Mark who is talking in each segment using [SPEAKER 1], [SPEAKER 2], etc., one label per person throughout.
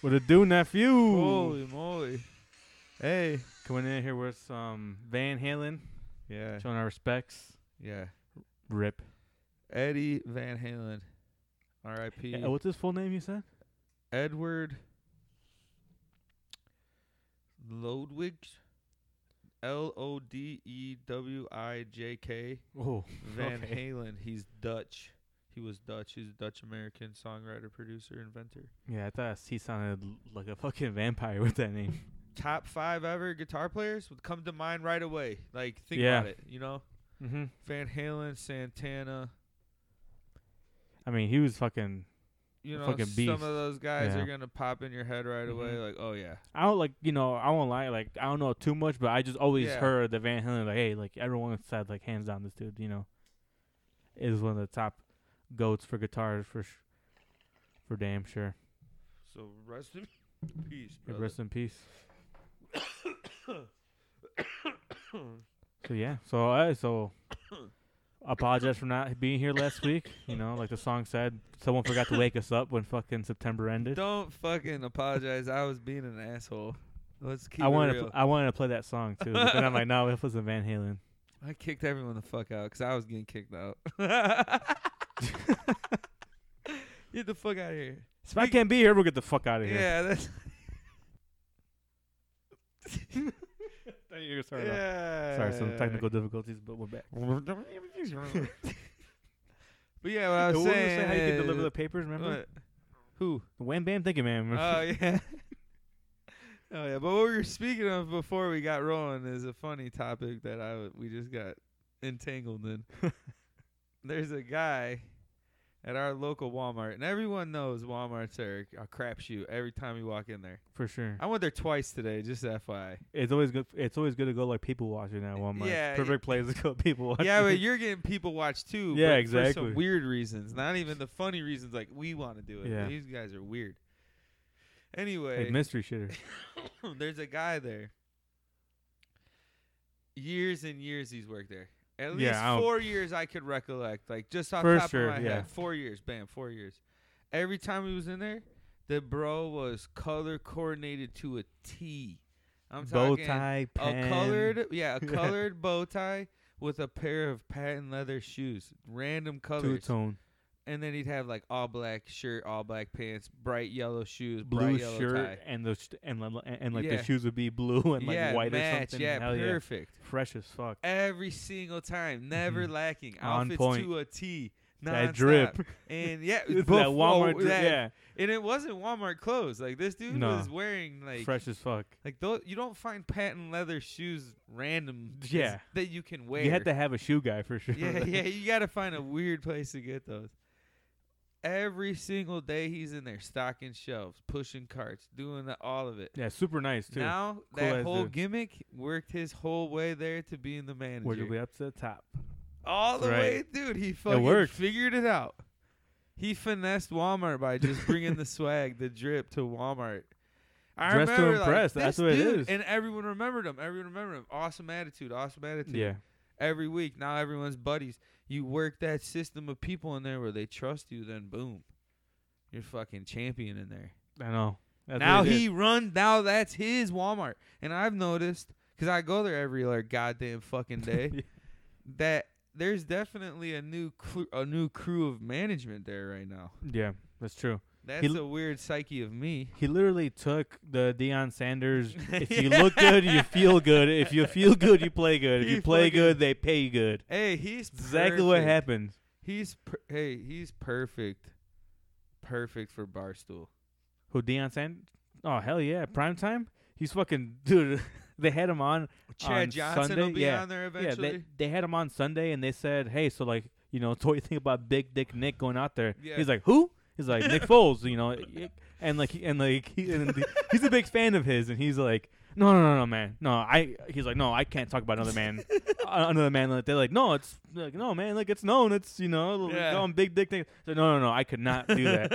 [SPEAKER 1] What a do, nephew?
[SPEAKER 2] Holy moly.
[SPEAKER 1] Hey. Coming in here with some Van Halen,
[SPEAKER 2] Yeah.
[SPEAKER 1] showing our respects.
[SPEAKER 2] Yeah.
[SPEAKER 1] Rip.
[SPEAKER 2] Eddie Van Halen. R.I.P.
[SPEAKER 1] Yeah, what's his full name? You said
[SPEAKER 2] Edward Lodwig. L O D E W I J K.
[SPEAKER 1] oh,
[SPEAKER 2] Van
[SPEAKER 1] Okay.
[SPEAKER 2] Halen. He's Dutch. He was Dutch. He's a Dutch American songwriter, producer, inventor.
[SPEAKER 1] yeah. I thought he sounded l- like a fucking vampire with that name.
[SPEAKER 2] Top five ever guitar players would come to mind right away. Like, think
[SPEAKER 1] Yeah.
[SPEAKER 2] about it, you know?
[SPEAKER 1] mm-hmm.
[SPEAKER 2] Van Halen, Santana,
[SPEAKER 1] I mean, he was fucking.
[SPEAKER 2] you
[SPEAKER 1] A
[SPEAKER 2] know,
[SPEAKER 1] fucking
[SPEAKER 2] some of
[SPEAKER 1] beast.
[SPEAKER 2] those guys
[SPEAKER 1] Yeah.
[SPEAKER 2] are gonna pop in your head right away,
[SPEAKER 1] Mhm.
[SPEAKER 2] like, oh yeah,
[SPEAKER 1] I don't like you know. I won't lie. Like I don't know too much, but I just always
[SPEAKER 2] Yeah.
[SPEAKER 1] heard that Van Halen. Like hey, like everyone said, like hands down, this dude. You know, is one of the top goats for guitars for sh- for damn sure.
[SPEAKER 2] so rest in peace,
[SPEAKER 1] Yeah,
[SPEAKER 2] brother.
[SPEAKER 1] Rest in peace. so yeah, so I so apologize for not being here last week. You know, like the song said, someone forgot to wake us up when fucking September ended.
[SPEAKER 2] Don't fucking apologize. I was being an asshole. Let's keep
[SPEAKER 1] I
[SPEAKER 2] it
[SPEAKER 1] wanted to
[SPEAKER 2] real.
[SPEAKER 1] pl- I wanted to play that song too, but then I'm like, no, it was a Van Halen.
[SPEAKER 2] I kicked everyone the fuck out because I was getting kicked out. Get the fuck out of here.
[SPEAKER 1] If I can't be here, we'll get the fuck out of here.
[SPEAKER 2] Yeah, that's
[SPEAKER 1] Thank you, sorry, about-
[SPEAKER 2] yeah.
[SPEAKER 1] sorry, some technical difficulties, but we're back.
[SPEAKER 2] but yeah, what I was
[SPEAKER 1] What were you
[SPEAKER 2] saying,
[SPEAKER 1] how you can
[SPEAKER 2] is-
[SPEAKER 1] deliver the papers. Remember,
[SPEAKER 2] what? who?
[SPEAKER 1] the wham bam, thank you, man.
[SPEAKER 2] Oh yeah. Oh yeah, but what we were speaking of before we got rolling is a funny topic that I w- we just got entangled in. There's a guy at our local Walmart, and everyone knows Walmart's are a crapshoot every time you walk in there.
[SPEAKER 1] for sure.
[SPEAKER 2] I went there twice today, just FYI.
[SPEAKER 1] It's always good. It's always good to go like people watching at Walmart.
[SPEAKER 2] Yeah,
[SPEAKER 1] Yeah, perfect place to go people watching.
[SPEAKER 2] Yeah, but you're getting people watch too.
[SPEAKER 1] Yeah,
[SPEAKER 2] but For
[SPEAKER 1] exactly.
[SPEAKER 2] some weird reasons, not even the funny reasons. Like we want to do it.
[SPEAKER 1] Yeah.
[SPEAKER 2] These guys are weird. Anyway,
[SPEAKER 1] like mystery shitter.
[SPEAKER 2] there's a guy there. Years and years he's worked there. At least
[SPEAKER 1] Yeah, I don't-
[SPEAKER 2] four years I could recollect. Like just off
[SPEAKER 1] For
[SPEAKER 2] top
[SPEAKER 1] sure,
[SPEAKER 2] of my
[SPEAKER 1] yeah.
[SPEAKER 2] head. Four years, bam, four years. Every time he was in there, the bro was color coordinated to a T. I'm
[SPEAKER 1] Bow
[SPEAKER 2] talking
[SPEAKER 1] tie, pen.
[SPEAKER 2] a colored yeah, a
[SPEAKER 1] Yeah.
[SPEAKER 2] colored bow tie with a pair of patent leather shoes. Random
[SPEAKER 1] two
[SPEAKER 2] colors.
[SPEAKER 1] tone,
[SPEAKER 2] And then he'd have like all black shirt, all black pants, bright yellow shoes,
[SPEAKER 1] blue
[SPEAKER 2] bright yellow
[SPEAKER 1] shirt,
[SPEAKER 2] tie.
[SPEAKER 1] and the sh- and, li- and, and like
[SPEAKER 2] Yeah.
[SPEAKER 1] the shoes would be blue and like
[SPEAKER 2] yeah,
[SPEAKER 1] white
[SPEAKER 2] match,
[SPEAKER 1] or something.
[SPEAKER 2] Yeah,
[SPEAKER 1] Hell yeah,
[SPEAKER 2] perfect.
[SPEAKER 1] fresh as fuck.
[SPEAKER 2] Every single time, never lacking.
[SPEAKER 1] Mm-hmm. On
[SPEAKER 2] Outfits
[SPEAKER 1] point.
[SPEAKER 2] to a T.
[SPEAKER 1] That
[SPEAKER 2] nonstop.
[SPEAKER 1] drip.
[SPEAKER 2] And yeah,
[SPEAKER 1] It's
[SPEAKER 2] before
[SPEAKER 1] that Walmart. drip,
[SPEAKER 2] that-
[SPEAKER 1] yeah,
[SPEAKER 2] And it wasn't Walmart clothes. Like this dude
[SPEAKER 1] No.
[SPEAKER 2] was wearing like
[SPEAKER 1] fresh as fuck.
[SPEAKER 2] like those, you don't find patent leather shoes random. just
[SPEAKER 1] Yeah.
[SPEAKER 2] that you can wear.
[SPEAKER 1] You had to have a shoe guy for sure.
[SPEAKER 2] yeah, yeah, you got to find a weird place to get those. Every single day he's in there stocking shelves, pushing carts, doing the, all of it.
[SPEAKER 1] Yeah, super nice too.
[SPEAKER 2] Now
[SPEAKER 1] Cool
[SPEAKER 2] that
[SPEAKER 1] ass
[SPEAKER 2] whole
[SPEAKER 1] dude.
[SPEAKER 2] gimmick worked his whole way there to being the manager.
[SPEAKER 1] We're gonna be up to the top.
[SPEAKER 2] All the
[SPEAKER 1] Right.
[SPEAKER 2] way, dude. He fucking
[SPEAKER 1] worked.
[SPEAKER 2] figured it out. He finessed Walmart by just bringing the swag, the drip to Walmart. I
[SPEAKER 1] Dress to
[SPEAKER 2] remember, like,
[SPEAKER 1] impress, that's
[SPEAKER 2] this
[SPEAKER 1] what it
[SPEAKER 2] dude-
[SPEAKER 1] is.
[SPEAKER 2] And everyone remembered him. Everyone remembered him. Awesome attitude. Awesome attitude.
[SPEAKER 1] Yeah,
[SPEAKER 2] Every week. Now everyone's buddies. You work that system of people in there where they trust you, then boom. You're fucking champion in there
[SPEAKER 1] I know. That's what
[SPEAKER 2] now
[SPEAKER 1] did.
[SPEAKER 2] he runs. Now that's his Walmart, and I've noticed because I go there every like goddamn fucking day
[SPEAKER 1] Yeah.
[SPEAKER 2] that there's definitely a new cl- a new crew of management there right now.
[SPEAKER 1] Yeah, that's true.
[SPEAKER 2] That's
[SPEAKER 1] l-
[SPEAKER 2] a weird psyche of me.
[SPEAKER 1] He literally took the Deion Sanders. If you look good, you feel good. If you feel good, you play good. If
[SPEAKER 2] He
[SPEAKER 1] you play
[SPEAKER 2] fucking-
[SPEAKER 1] good, they pay you good.
[SPEAKER 2] Hey, he's
[SPEAKER 1] Exactly what
[SPEAKER 2] perfect.
[SPEAKER 1] happened.
[SPEAKER 2] He's per- hey, he's perfect, perfect for barstool.
[SPEAKER 1] Who Deion Sanders? Oh hell yeah, prime time. He's fucking dude. They had him on.
[SPEAKER 2] Chad
[SPEAKER 1] On
[SPEAKER 2] Johnson will
[SPEAKER 1] Sunday?
[SPEAKER 2] be
[SPEAKER 1] Yeah.
[SPEAKER 2] on there
[SPEAKER 1] Yeah,
[SPEAKER 2] eventually.
[SPEAKER 1] they, they had him on Sunday, and they said, hey, so like you know, so what you think about Big Dick Nick going out there?
[SPEAKER 2] Yeah.
[SPEAKER 1] He's like, who? He's like Nick Foles, you know, and like he- and like he, and the- he's a big fan of his, and he's like. No, no, no, no, man. No, I. He's like, no, I can't talk about another man. uh, another man. Like, they're like, no, it's like, no, man. Like, it's known. It's you know,
[SPEAKER 2] Yeah.
[SPEAKER 1] yeah. going big dick thing. So no, no, no, I could not do that.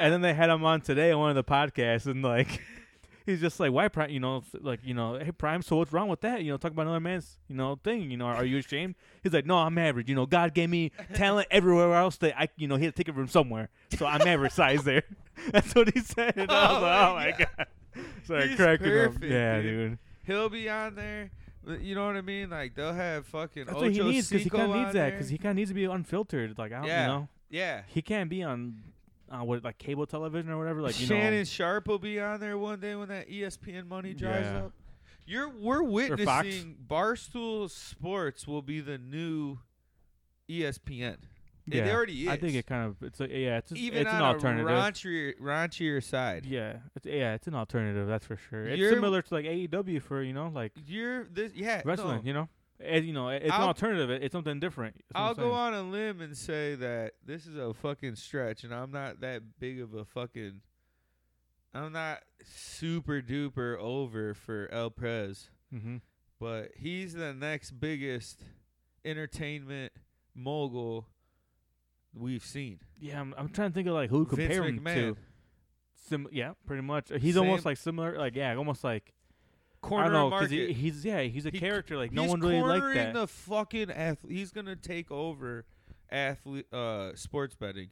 [SPEAKER 1] and then they had him on today on one of the podcasts, and like, he's just like, why Prime? You know, it's like you know, hey Prime. So what's wrong with that? You know, talk about another man's you know thing. You know, are you ashamed? He's like, no, I'm average. You know, God gave me talent everywhere else that I you know he had to take it from somewhere. So I'm average size there. That's what he said. And I was like, oh my god. So I
[SPEAKER 2] He's
[SPEAKER 1] cracked
[SPEAKER 2] perfect,
[SPEAKER 1] it up. Yeah,
[SPEAKER 2] dude.
[SPEAKER 1] dude.
[SPEAKER 2] He'll be on there. but You know what I mean? Like they'll have fucking.
[SPEAKER 1] That's what he
[SPEAKER 2] Ocho
[SPEAKER 1] needs because he
[SPEAKER 2] Cinco
[SPEAKER 1] kind of
[SPEAKER 2] on
[SPEAKER 1] needs that
[SPEAKER 2] there.
[SPEAKER 1] because he kind of needs to be unfiltered. Like I don't,
[SPEAKER 2] Yeah.
[SPEAKER 1] you know,
[SPEAKER 2] Yeah.
[SPEAKER 1] he can't be on, uh, what like cable television or whatever. Like you
[SPEAKER 2] Shannon
[SPEAKER 1] know,
[SPEAKER 2] Sharp will be on there one day when that E ESPN money dries
[SPEAKER 1] Yeah.
[SPEAKER 2] up. You're we're
[SPEAKER 1] Fox.
[SPEAKER 2] witnessing Barstool Sports will be the new E ESPN. It
[SPEAKER 1] Yeah,
[SPEAKER 2] already is.
[SPEAKER 1] I think it kind of it's a, yeah, it's just,
[SPEAKER 2] even
[SPEAKER 1] it's
[SPEAKER 2] on
[SPEAKER 1] an alternative.
[SPEAKER 2] a raunchier, raunchier side.
[SPEAKER 1] yeah, it's, yeah, it's an alternative. That's for sure. It's
[SPEAKER 2] You're-
[SPEAKER 1] similar to like AEW for you know like
[SPEAKER 2] You're this, yeah. no.
[SPEAKER 1] wrestling. You know, and, you know, it- it's
[SPEAKER 2] I'll-
[SPEAKER 1] an alternative. It- It's something different. That's what I'm
[SPEAKER 2] I'll go
[SPEAKER 1] saying.
[SPEAKER 2] on a limb and say that this is a fucking stretch, and I'm not that big of a fucking. I'm not super duper over for El Prez.
[SPEAKER 1] Mhm.
[SPEAKER 2] but he's the next biggest entertainment mogul we've seen.
[SPEAKER 1] Yeah, I'm, I'm trying to think of like who to
[SPEAKER 2] Vince
[SPEAKER 1] compare him
[SPEAKER 2] McMahon,
[SPEAKER 1] to. Sim- yeah, pretty much. He's
[SPEAKER 2] Same-
[SPEAKER 1] almost like similar. Like yeah, almost like
[SPEAKER 2] corner
[SPEAKER 1] I don't know
[SPEAKER 2] market.
[SPEAKER 1] he, he's yeah he's a
[SPEAKER 2] He c-
[SPEAKER 1] character like no
[SPEAKER 2] He's
[SPEAKER 1] one really liked
[SPEAKER 2] cornering
[SPEAKER 1] that.
[SPEAKER 2] the fucking athlete. He's gonna take over athlete uh, sports betting.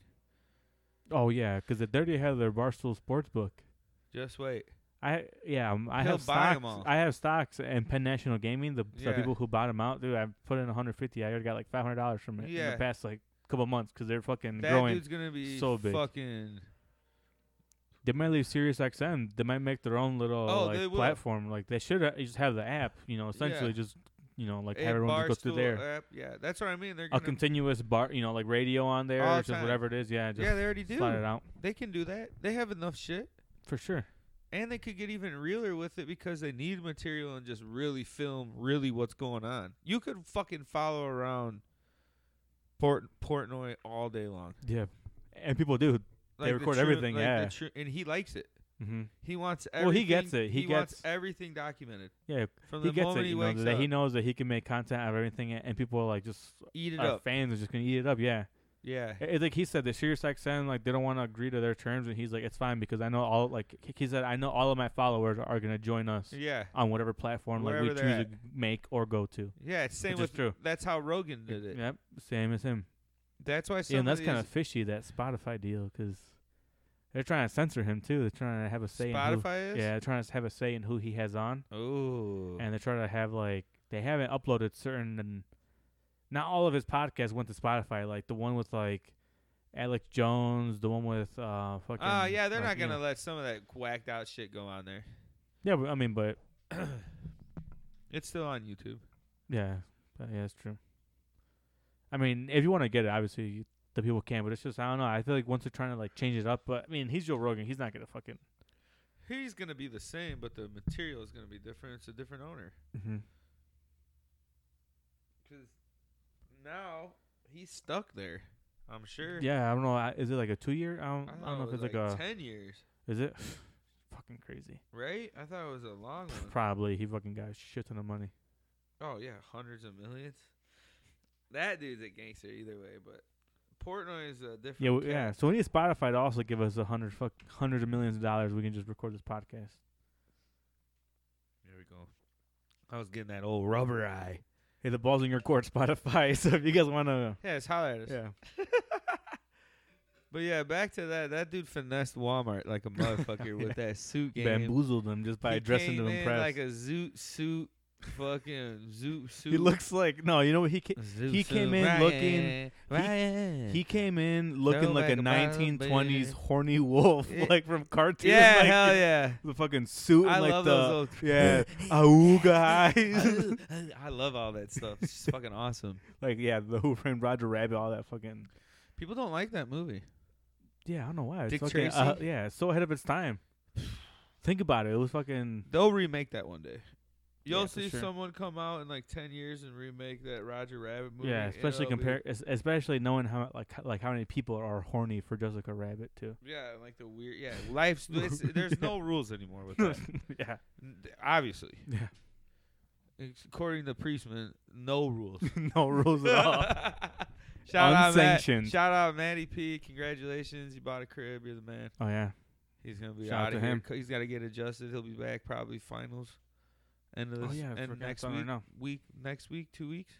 [SPEAKER 1] Oh yeah, because they already have their Barstool Sports book.
[SPEAKER 2] Just wait.
[SPEAKER 1] I yeah, um, I
[SPEAKER 2] He'll
[SPEAKER 1] have
[SPEAKER 2] buy 'em
[SPEAKER 1] stocks.
[SPEAKER 2] all.
[SPEAKER 1] I have stocks and Penn National Gaming. The,
[SPEAKER 2] Yeah.
[SPEAKER 1] the people who bought them out, dude, I put in 150. I already got like 500 dollars from it in
[SPEAKER 2] Yeah.
[SPEAKER 1] the past like couple months because they're fucking
[SPEAKER 2] That
[SPEAKER 1] growing.
[SPEAKER 2] dude's gonna be
[SPEAKER 1] so big.
[SPEAKER 2] fucking.
[SPEAKER 1] They might leave Sirius XM. They might make their own little
[SPEAKER 2] Oh, they
[SPEAKER 1] like
[SPEAKER 2] will.
[SPEAKER 1] platform. Like they should uh, just have the app. You know, essentially just you know like
[SPEAKER 2] a
[SPEAKER 1] have everyone just go through
[SPEAKER 2] Barstool
[SPEAKER 1] there.
[SPEAKER 2] app. Yeah, that's what I mean. They're
[SPEAKER 1] A
[SPEAKER 2] gonna.
[SPEAKER 1] continuous bar, you know, like radio on there,
[SPEAKER 2] All
[SPEAKER 1] or just
[SPEAKER 2] time.
[SPEAKER 1] whatever it is. Yeah, just
[SPEAKER 2] yeah, they already
[SPEAKER 1] slide it
[SPEAKER 2] do.
[SPEAKER 1] out
[SPEAKER 2] They can do that. They have enough shit.
[SPEAKER 1] for sure.
[SPEAKER 2] and they could get even realer with it because they need material and just really film really what's going on. You could fucking follow around Port Portnoy all day long.
[SPEAKER 1] Yeah, and people do. They
[SPEAKER 2] the
[SPEAKER 1] record
[SPEAKER 2] true-
[SPEAKER 1] everything,
[SPEAKER 2] like the
[SPEAKER 1] yeah.
[SPEAKER 2] true- and he likes it.
[SPEAKER 1] hmm
[SPEAKER 2] He wants. Everything,
[SPEAKER 1] Well, he gets it. He
[SPEAKER 2] wants
[SPEAKER 1] gets-
[SPEAKER 2] everything documented
[SPEAKER 1] Yeah,
[SPEAKER 2] from
[SPEAKER 1] he
[SPEAKER 2] the
[SPEAKER 1] gets
[SPEAKER 2] moment
[SPEAKER 1] it.
[SPEAKER 2] he
[SPEAKER 1] You know,
[SPEAKER 2] wakes
[SPEAKER 1] that
[SPEAKER 2] up.
[SPEAKER 1] he knows that he can make content out of everything, a- and people are like just
[SPEAKER 2] eat it
[SPEAKER 1] our
[SPEAKER 2] up.
[SPEAKER 1] fans are just gonna eat it up. Yeah,
[SPEAKER 2] Yeah,
[SPEAKER 1] I- it's like he said, the Sirius XM like they don't want to agree to their terms, and he's like, it's fine because I know all like he- he said, I know all of my followers are gonna join us
[SPEAKER 2] yeah,
[SPEAKER 1] on whatever platform like we
[SPEAKER 2] Wherever
[SPEAKER 1] choose
[SPEAKER 2] they're
[SPEAKER 1] to make or go to.
[SPEAKER 2] yeah. It's same
[SPEAKER 1] Which is
[SPEAKER 2] with
[SPEAKER 1] true.
[SPEAKER 2] That's how Rogan did it.
[SPEAKER 1] Yep, same as him.
[SPEAKER 2] That's why. Some
[SPEAKER 1] yeah, and
[SPEAKER 2] of
[SPEAKER 1] that's kind
[SPEAKER 2] these-
[SPEAKER 1] of fishy that Spotify deal because they're trying to censor him too. They're trying to have a say. in who,
[SPEAKER 2] Spotify is.
[SPEAKER 1] Yeah, they're trying to have a say in who he has on.
[SPEAKER 2] Oh.
[SPEAKER 1] and they try to have like they haven't uploaded certain and not all of his podcasts went to Spotify. Like the one with like Alex Jones, the one with uh fucking.
[SPEAKER 2] Ah, yeah. They're
[SPEAKER 1] like,
[SPEAKER 2] not
[SPEAKER 1] you know-
[SPEAKER 2] gonna let some of that whacked out shit go on there.
[SPEAKER 1] Yeah, but, I mean, but
[SPEAKER 2] It's still on YouTube.
[SPEAKER 1] yeah, but, yeah, that's true. I mean, if you want to get it, obviously you, the people can, but it's just I don't know. I feel like once they're trying to like change it up, but I mean, he's Joe Rogan. He's not gonna fucking.
[SPEAKER 2] He's gonna be the same, but the material is gonna be different. It's a different owner. Cause now he's stuck there. I'm sure.
[SPEAKER 1] Yeah, I don't know. I- Is it like a two year? I don't,
[SPEAKER 2] I,
[SPEAKER 1] I don't know if it's like, a.
[SPEAKER 2] ten years,
[SPEAKER 1] Is it? fucking crazy.
[SPEAKER 2] right? I thought it was a long one.
[SPEAKER 1] Probably he fucking got a shit ton of money.
[SPEAKER 2] Oh yeah, hundreds of millions. That dude's a gangster either way, but Portnoy is a different.
[SPEAKER 1] Yeah, w
[SPEAKER 2] cat.
[SPEAKER 1] yeah. So we need Spotify to also give us a hundred fuck hundreds of millions of dollars. We can just record this podcast.
[SPEAKER 2] There we go. I was getting that old rubber eye.
[SPEAKER 1] Hey, the ball's in your court, Spotify. So if you guys want to,
[SPEAKER 2] Yeah, it's holler at us.
[SPEAKER 1] yeah,
[SPEAKER 2] But yeah, back to that. That dude finessed Walmart like a motherfucker with that suit game.
[SPEAKER 1] bamboozle them just by
[SPEAKER 2] He
[SPEAKER 1] dressing to
[SPEAKER 2] came in
[SPEAKER 1] impress.
[SPEAKER 2] Like a zoot suit, fucking zoot suit.
[SPEAKER 1] he looks like no, you know what he ca-
[SPEAKER 2] Zoot
[SPEAKER 1] he came
[SPEAKER 2] suit.
[SPEAKER 1] in
[SPEAKER 2] Ryan,
[SPEAKER 1] looking-
[SPEAKER 2] Ryan.
[SPEAKER 1] he came in looking like a
[SPEAKER 2] Throwback about him,
[SPEAKER 1] 1920s
[SPEAKER 2] baby.
[SPEAKER 1] horny wolf,
[SPEAKER 2] Yeah.
[SPEAKER 1] like from cartoons.
[SPEAKER 2] yeah,
[SPEAKER 1] like,
[SPEAKER 2] hell yeah.
[SPEAKER 1] The fucking suit and
[SPEAKER 2] I
[SPEAKER 1] like
[SPEAKER 2] love
[SPEAKER 1] the
[SPEAKER 2] those old.
[SPEAKER 1] yeah auga eyes,
[SPEAKER 2] I love all that stuff. It's just fucking awesome.
[SPEAKER 1] like yeah, the Who Framed Roger Rabbit, all that fucking
[SPEAKER 2] People don't like that movie.
[SPEAKER 1] yeah. I don't know why. It's
[SPEAKER 2] Dick
[SPEAKER 1] fucking,
[SPEAKER 2] Tracy?
[SPEAKER 1] uh, yeah, it's so ahead of its time. Think about it. It was fucking
[SPEAKER 2] They'll remake that one day. You'll
[SPEAKER 1] Yeah, for
[SPEAKER 2] see
[SPEAKER 1] sure.
[SPEAKER 2] someone come out in like ten years and remake that Roger Rabbit movie.
[SPEAKER 1] Yeah,
[SPEAKER 2] and
[SPEAKER 1] especially
[SPEAKER 2] it'll be-
[SPEAKER 1] compare, es- especially knowing how like h- like how many people are horny for Jessica Rabbit too.
[SPEAKER 2] Yeah, like the weird. Yeah, life's. It's, there's no rules anymore with that.
[SPEAKER 1] yeah,
[SPEAKER 2] Obviously,
[SPEAKER 1] yeah,
[SPEAKER 2] according to Priestman, no rules.
[SPEAKER 1] no rules at all.
[SPEAKER 2] Shout out, Matt.
[SPEAKER 1] Unsanctioned.
[SPEAKER 2] Shout out, Matty P. Congratulations, you bought a crib. You're the man.
[SPEAKER 1] Oh yeah,
[SPEAKER 2] He's gonna be
[SPEAKER 1] Shout out
[SPEAKER 2] out of
[SPEAKER 1] to
[SPEAKER 2] here.
[SPEAKER 1] him.
[SPEAKER 2] Co- He's got to get adjusted. He'll be back probably finals, end of
[SPEAKER 1] Oh,
[SPEAKER 2] this,
[SPEAKER 1] yeah, I
[SPEAKER 2] end
[SPEAKER 1] forgot
[SPEAKER 2] next
[SPEAKER 1] about it
[SPEAKER 2] week,
[SPEAKER 1] now.
[SPEAKER 2] week next week, two weeks.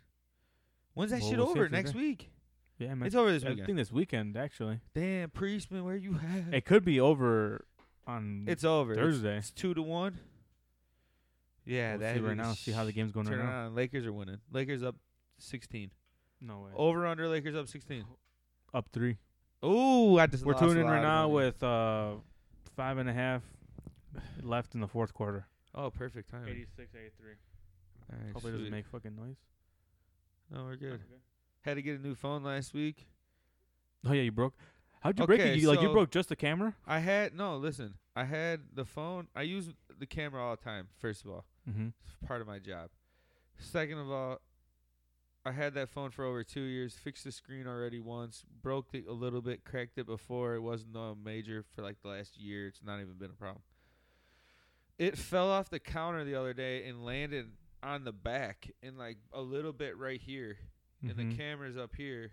[SPEAKER 2] When's that
[SPEAKER 1] Well,
[SPEAKER 2] shit
[SPEAKER 1] we'll see
[SPEAKER 2] over?
[SPEAKER 1] after the
[SPEAKER 2] Next
[SPEAKER 1] day.
[SPEAKER 2] week.
[SPEAKER 1] Yeah, man.
[SPEAKER 2] It's over this
[SPEAKER 1] I
[SPEAKER 2] weekend.
[SPEAKER 1] think this weekend actually.
[SPEAKER 2] Damn, Priestman, where you at?
[SPEAKER 1] It could be over on
[SPEAKER 2] It's over. It's-
[SPEAKER 1] Thursday.
[SPEAKER 2] It's, two to one. Yeah,
[SPEAKER 1] we'll
[SPEAKER 2] that
[SPEAKER 1] see right now.
[SPEAKER 2] is-
[SPEAKER 1] See how the game's going
[SPEAKER 2] turn
[SPEAKER 1] right
[SPEAKER 2] it
[SPEAKER 1] now.
[SPEAKER 2] on. Lakers are winning. Lakers up sixteen.
[SPEAKER 1] No way.
[SPEAKER 2] Over under Lakers up sixteen.
[SPEAKER 1] Up three.
[SPEAKER 2] Ooh, I just
[SPEAKER 1] We're
[SPEAKER 2] lost a
[SPEAKER 1] tuning in
[SPEAKER 2] lot
[SPEAKER 1] right
[SPEAKER 2] of
[SPEAKER 1] now
[SPEAKER 2] money.
[SPEAKER 1] with uh, five and a half left in the fourth quarter.
[SPEAKER 2] oh perfect timing.
[SPEAKER 1] 86-83.
[SPEAKER 2] All right,
[SPEAKER 1] Hope it doesn't
[SPEAKER 2] sweet.
[SPEAKER 1] make fucking noise.
[SPEAKER 2] No, we're good. Had to get a new phone last week.
[SPEAKER 1] Oh yeah, you broke. How'd you break it?
[SPEAKER 2] Okay,
[SPEAKER 1] You, like you
[SPEAKER 2] so-
[SPEAKER 1] broke just the camera?
[SPEAKER 2] I had no. Listen, I had the phone. I use the camera all the time. First of all,
[SPEAKER 1] Mm-hmm.
[SPEAKER 2] it's part of my job. Second of all, I had that phone for over two years. Fixed the screen already once. Broke it a little bit. Cracked it before. It wasn't a major for like the last year. It's not even been a problem. It fell off the counter the other day and landed on the back and like a little bit right here and
[SPEAKER 1] Mm-hmm.
[SPEAKER 2] the camera's up here.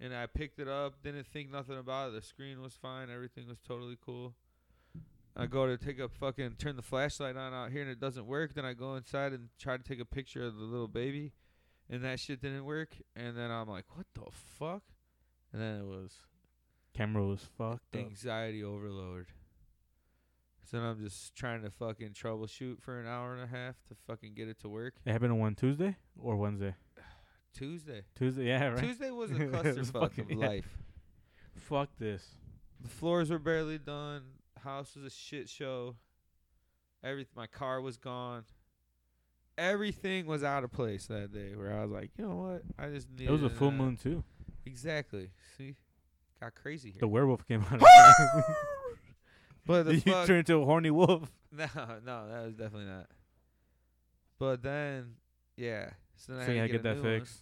[SPEAKER 2] And I picked it up, didn't think nothing about it. The screen was fine, everything was totally cool. I go to take a fucking turn the flashlight on out here and it doesn't work. Then I go inside and try to take a picture of the little baby, and that shit didn't work. And then I'm like, what the fuck? And then it was
[SPEAKER 1] camera was fucked up.
[SPEAKER 2] anxiety overload. So then I'm just trying to fucking troubleshoot for an hour and a half to fucking get it to work.
[SPEAKER 1] It happened on one Tuesday or Wednesday.
[SPEAKER 2] Tuesday.
[SPEAKER 1] Tuesday. Yeah, right.
[SPEAKER 2] Tuesday was a
[SPEAKER 1] It was
[SPEAKER 2] clusterfuck
[SPEAKER 1] fucking-
[SPEAKER 2] of
[SPEAKER 1] yeah.
[SPEAKER 2] life.
[SPEAKER 1] Fuck this.
[SPEAKER 2] The floors were barely done. House was a shit show. Every my car was gone. Everything was out of place that day. Where I was like, you know what? I just need.
[SPEAKER 1] It was a full moon too.
[SPEAKER 2] Exactly. See, got crazy
[SPEAKER 1] The
[SPEAKER 2] here.
[SPEAKER 1] werewolf came out. of
[SPEAKER 2] But the
[SPEAKER 1] You
[SPEAKER 2] fuck,
[SPEAKER 1] turned into a horny wolf.
[SPEAKER 2] no, no, that was definitely not. But then, yeah. So then I
[SPEAKER 1] so
[SPEAKER 2] had
[SPEAKER 1] yeah,
[SPEAKER 2] to get,
[SPEAKER 1] get,
[SPEAKER 2] a
[SPEAKER 1] that
[SPEAKER 2] new one.
[SPEAKER 1] fixed.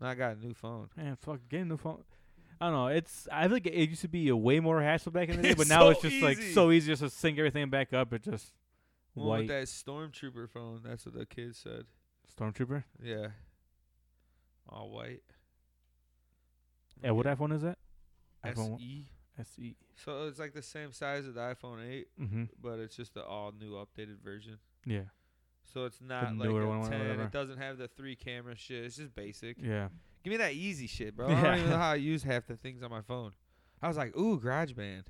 [SPEAKER 2] Now I got a new phone.
[SPEAKER 1] Man, fuck, getting the phone. I don't know. It's I feel like it used to be a way more hassle back in the day,
[SPEAKER 2] It's
[SPEAKER 1] but now
[SPEAKER 2] so
[SPEAKER 1] it's just like
[SPEAKER 2] easy.
[SPEAKER 1] so easy just to sync everything back up. It just
[SPEAKER 2] One
[SPEAKER 1] white
[SPEAKER 2] with that stormtrooper phone. That's what the kid said.
[SPEAKER 1] stormtrooper.
[SPEAKER 2] Yeah. All white.
[SPEAKER 1] Yeah, what iPhone is that?
[SPEAKER 2] E.
[SPEAKER 1] iPhone one-
[SPEAKER 2] SE.
[SPEAKER 1] SE.
[SPEAKER 2] So it's like the same size as the iPhone 8,
[SPEAKER 1] Mm-hmm.
[SPEAKER 2] but it's just the all new updated version.
[SPEAKER 1] Yeah,
[SPEAKER 2] So it's not like
[SPEAKER 1] newer
[SPEAKER 2] a
[SPEAKER 1] one, one,
[SPEAKER 2] 10.
[SPEAKER 1] whatever.
[SPEAKER 2] It doesn't have the three camera shit. It's just basic.
[SPEAKER 1] yeah.
[SPEAKER 2] Give me that easy shit, bro. I don't even know
[SPEAKER 1] Yeah.
[SPEAKER 2] how I use half the things on my phone. I was like, ooh, GarageBand.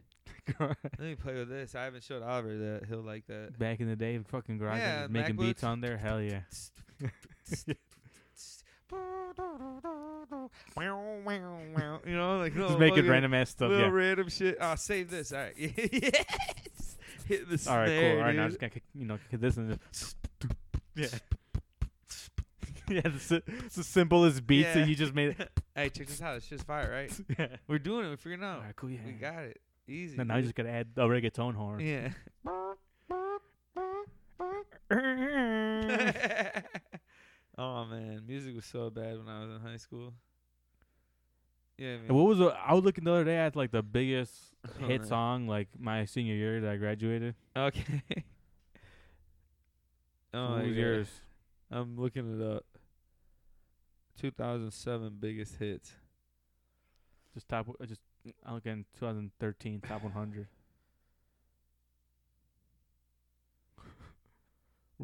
[SPEAKER 2] Let me play with this. I haven't showed Oliver that. He'll like that.
[SPEAKER 1] back in the day, fucking garage
[SPEAKER 2] Yeah,
[SPEAKER 1] just making
[SPEAKER 2] MacBooks.
[SPEAKER 1] beats on there. Hell yeah.
[SPEAKER 2] you know, like
[SPEAKER 1] Just
[SPEAKER 2] little
[SPEAKER 1] making
[SPEAKER 2] fucking
[SPEAKER 1] random ass stuff.
[SPEAKER 2] little
[SPEAKER 1] Yeah.
[SPEAKER 2] random shit. I'll save this. All right. yes. Hit the
[SPEAKER 1] All right, cool.
[SPEAKER 2] snare,
[SPEAKER 1] All right, now
[SPEAKER 2] dude.
[SPEAKER 1] I'm just gonna kick- you know kick this and just yeah. Yeah, it's the, it's the simplest beats
[SPEAKER 2] Yeah.
[SPEAKER 1] that you just made.
[SPEAKER 2] Hey, check this out. It's just fire, right?
[SPEAKER 1] yeah.
[SPEAKER 2] We're doing it. We're figuring it
[SPEAKER 1] All
[SPEAKER 2] out.
[SPEAKER 1] right, cool. Yeah.
[SPEAKER 2] We got it. Easy.
[SPEAKER 1] And now you
[SPEAKER 2] dude.
[SPEAKER 1] just gotta add a reggaeton horn.
[SPEAKER 2] yeah.
[SPEAKER 1] yeah,
[SPEAKER 2] oh man, music was so bad when I was in high school. Yeah, man.
[SPEAKER 1] And what was the, I was looking the other day at like the biggest
[SPEAKER 2] Oh,
[SPEAKER 1] hit
[SPEAKER 2] man.
[SPEAKER 1] song like my senior year that I graduated.
[SPEAKER 2] Okay. oh,
[SPEAKER 1] what
[SPEAKER 2] my
[SPEAKER 1] was
[SPEAKER 2] God.
[SPEAKER 1] yours?
[SPEAKER 2] I'm looking it up. 2007 biggest hits.
[SPEAKER 1] Just top. uh, Just I'm looking 2013 top 100.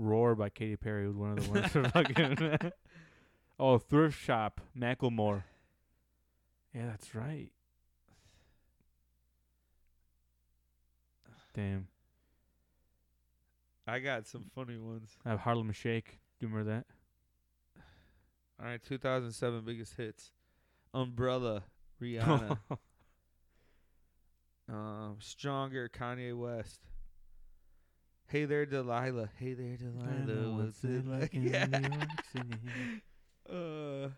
[SPEAKER 1] Roar by Katy Perry was one of the ones. that fucking oh, thrift shop Macklemore. Yeah, that's right. Damn,
[SPEAKER 2] I got some funny ones.
[SPEAKER 1] I have Harlem Shake. Do you remember that?
[SPEAKER 2] All right, 2007 biggest hits. Umbrella, Rihanna. um, Stronger, Kanye West. Hey there, Delilah. Hey there, Delilah. What's it like?
[SPEAKER 1] in
[SPEAKER 2] Yeah.
[SPEAKER 1] New York City?
[SPEAKER 2] Uh,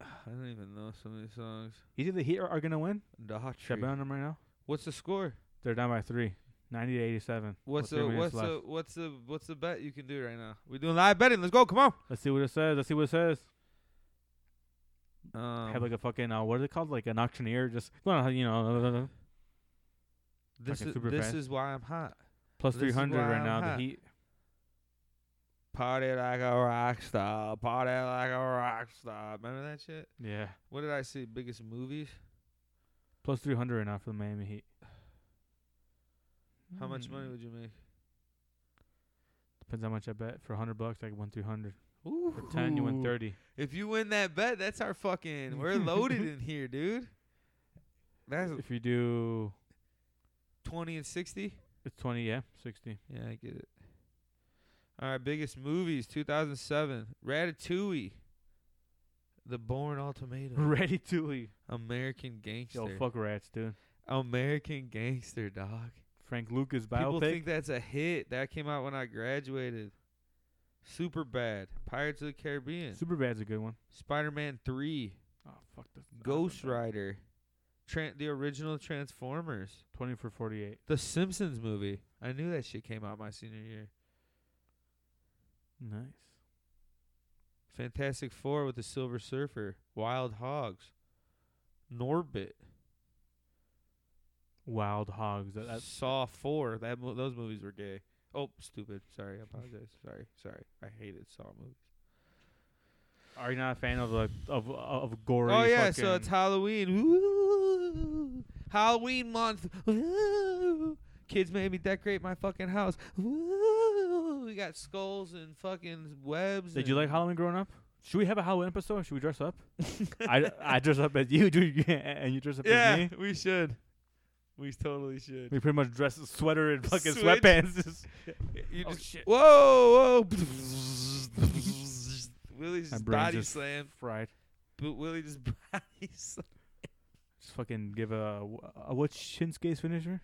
[SPEAKER 2] I don't even know some of these songs.
[SPEAKER 1] You think the Heat are, are gonna win? Should I
[SPEAKER 2] Daughtry.
[SPEAKER 1] bet on them right now?
[SPEAKER 2] What's the score?
[SPEAKER 1] They're down by three, 90 to 87.
[SPEAKER 2] What's
[SPEAKER 1] With three
[SPEAKER 2] the what's
[SPEAKER 1] minutes left.
[SPEAKER 2] the what's the what's the bet you can do right now? We're doing live betting. Let's go. Come on.
[SPEAKER 1] Let's see what it says. Let's see what it says.
[SPEAKER 2] Um,
[SPEAKER 1] Have like a fucking uh, what is it called? Like an auctioneer. Just well, you know, uh,
[SPEAKER 2] this
[SPEAKER 1] fucking
[SPEAKER 2] is
[SPEAKER 1] super
[SPEAKER 2] this
[SPEAKER 1] fan.
[SPEAKER 2] is why I'm hot.
[SPEAKER 1] plus
[SPEAKER 2] This is
[SPEAKER 1] 300
[SPEAKER 2] why
[SPEAKER 1] right
[SPEAKER 2] I'm
[SPEAKER 1] now.
[SPEAKER 2] hot.
[SPEAKER 1] The Heat.
[SPEAKER 2] Party like a rock star. Party like a rock star. Remember that shit?
[SPEAKER 1] Yeah.
[SPEAKER 2] What did I see? Biggest movies.
[SPEAKER 1] Plus 300 right now for the Miami Heat.
[SPEAKER 2] How much
[SPEAKER 1] Hmm.
[SPEAKER 2] money would you make?
[SPEAKER 1] Depends how much I bet. For 100 bucks, I could win 300.
[SPEAKER 2] Ooh.
[SPEAKER 1] For 10, you win 30.
[SPEAKER 2] If you win that bet, that's our fucking. We're loaded in here, dude. That's
[SPEAKER 1] If you do,
[SPEAKER 2] twenty and sixty.
[SPEAKER 1] it's 20, yeah, 60.
[SPEAKER 2] Yeah, I get it. All right, biggest movies 2007. Ratatouille. The Born Ultimatum.
[SPEAKER 1] Ready to leave.
[SPEAKER 2] American Gangster.
[SPEAKER 1] Yo, fuck rats, dude.
[SPEAKER 2] American Gangster, dog.
[SPEAKER 1] Frank Lucas
[SPEAKER 2] People
[SPEAKER 1] biopic.
[SPEAKER 2] think that's a hit. That came out when I graduated. Super Bad. Pirates of the Caribbean.
[SPEAKER 1] Superbad's a good one.
[SPEAKER 2] Spider Man 3.
[SPEAKER 1] Oh, fuck. That's not
[SPEAKER 2] Ghost
[SPEAKER 1] that bad.
[SPEAKER 2] Rider. Tran the original Transformers.
[SPEAKER 1] 20 for 48.
[SPEAKER 2] The Simpsons movie. I knew that shit came out my senior year.
[SPEAKER 1] Nice.
[SPEAKER 2] Fantastic Four with the Silver Surfer, Wild Hogs, Norbit,
[SPEAKER 1] Wild Hogs. That, that's
[SPEAKER 2] Saw Four. That mo- those movies were gay. Oh, stupid. Sorry, I apologize. Sorry, sorry. I hated Saw movies.
[SPEAKER 1] Are you not a fan of like of of, of gory?
[SPEAKER 2] oh yeah, so it's
[SPEAKER 1] fucking-
[SPEAKER 2] Halloween. Ooh, Halloween month. Ooh. Kids made me decorate my fucking house. Ooh, we got skulls and fucking webs.
[SPEAKER 1] did you
[SPEAKER 2] and-
[SPEAKER 1] like Halloween growing up? Should we have a Halloween episode? Should we dress up? I, I dress up as you, dude, and you dress up as
[SPEAKER 2] Yeah,
[SPEAKER 1] me.
[SPEAKER 2] we should. We totally should.
[SPEAKER 1] We pretty much dress as sweater and fucking
[SPEAKER 2] Switch.
[SPEAKER 1] sweatpants. Just-
[SPEAKER 2] You
[SPEAKER 1] Oh,
[SPEAKER 2] just-
[SPEAKER 1] shit.
[SPEAKER 2] Whoa, whoa. Willie's
[SPEAKER 1] My
[SPEAKER 2] just
[SPEAKER 1] brain's
[SPEAKER 2] body
[SPEAKER 1] just-
[SPEAKER 2] slam.
[SPEAKER 1] Fried.
[SPEAKER 2] But Willie just body slam.
[SPEAKER 1] Just fucking give a, a what's Shinsuke's finisher?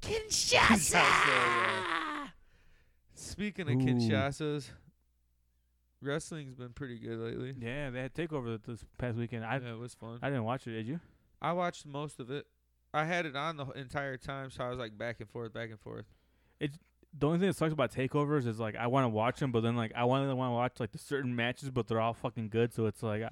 [SPEAKER 2] Kinshasa! yeah. Speaking of
[SPEAKER 1] Ooh.
[SPEAKER 2] Kinshasas, wrestling's been pretty good lately.
[SPEAKER 1] Yeah, they had takeover this past weekend. I
[SPEAKER 2] yeah, it was fun.
[SPEAKER 1] I didn't watch it. Did you?
[SPEAKER 2] I watched most of it. I had it on the h- entire time, so I was like back and forth, back and forth.
[SPEAKER 1] The only thing that sucks about takeovers is like I want to watch them, but then like I want to want to watch like the certain matches, but they're all fucking good. So it's like, I,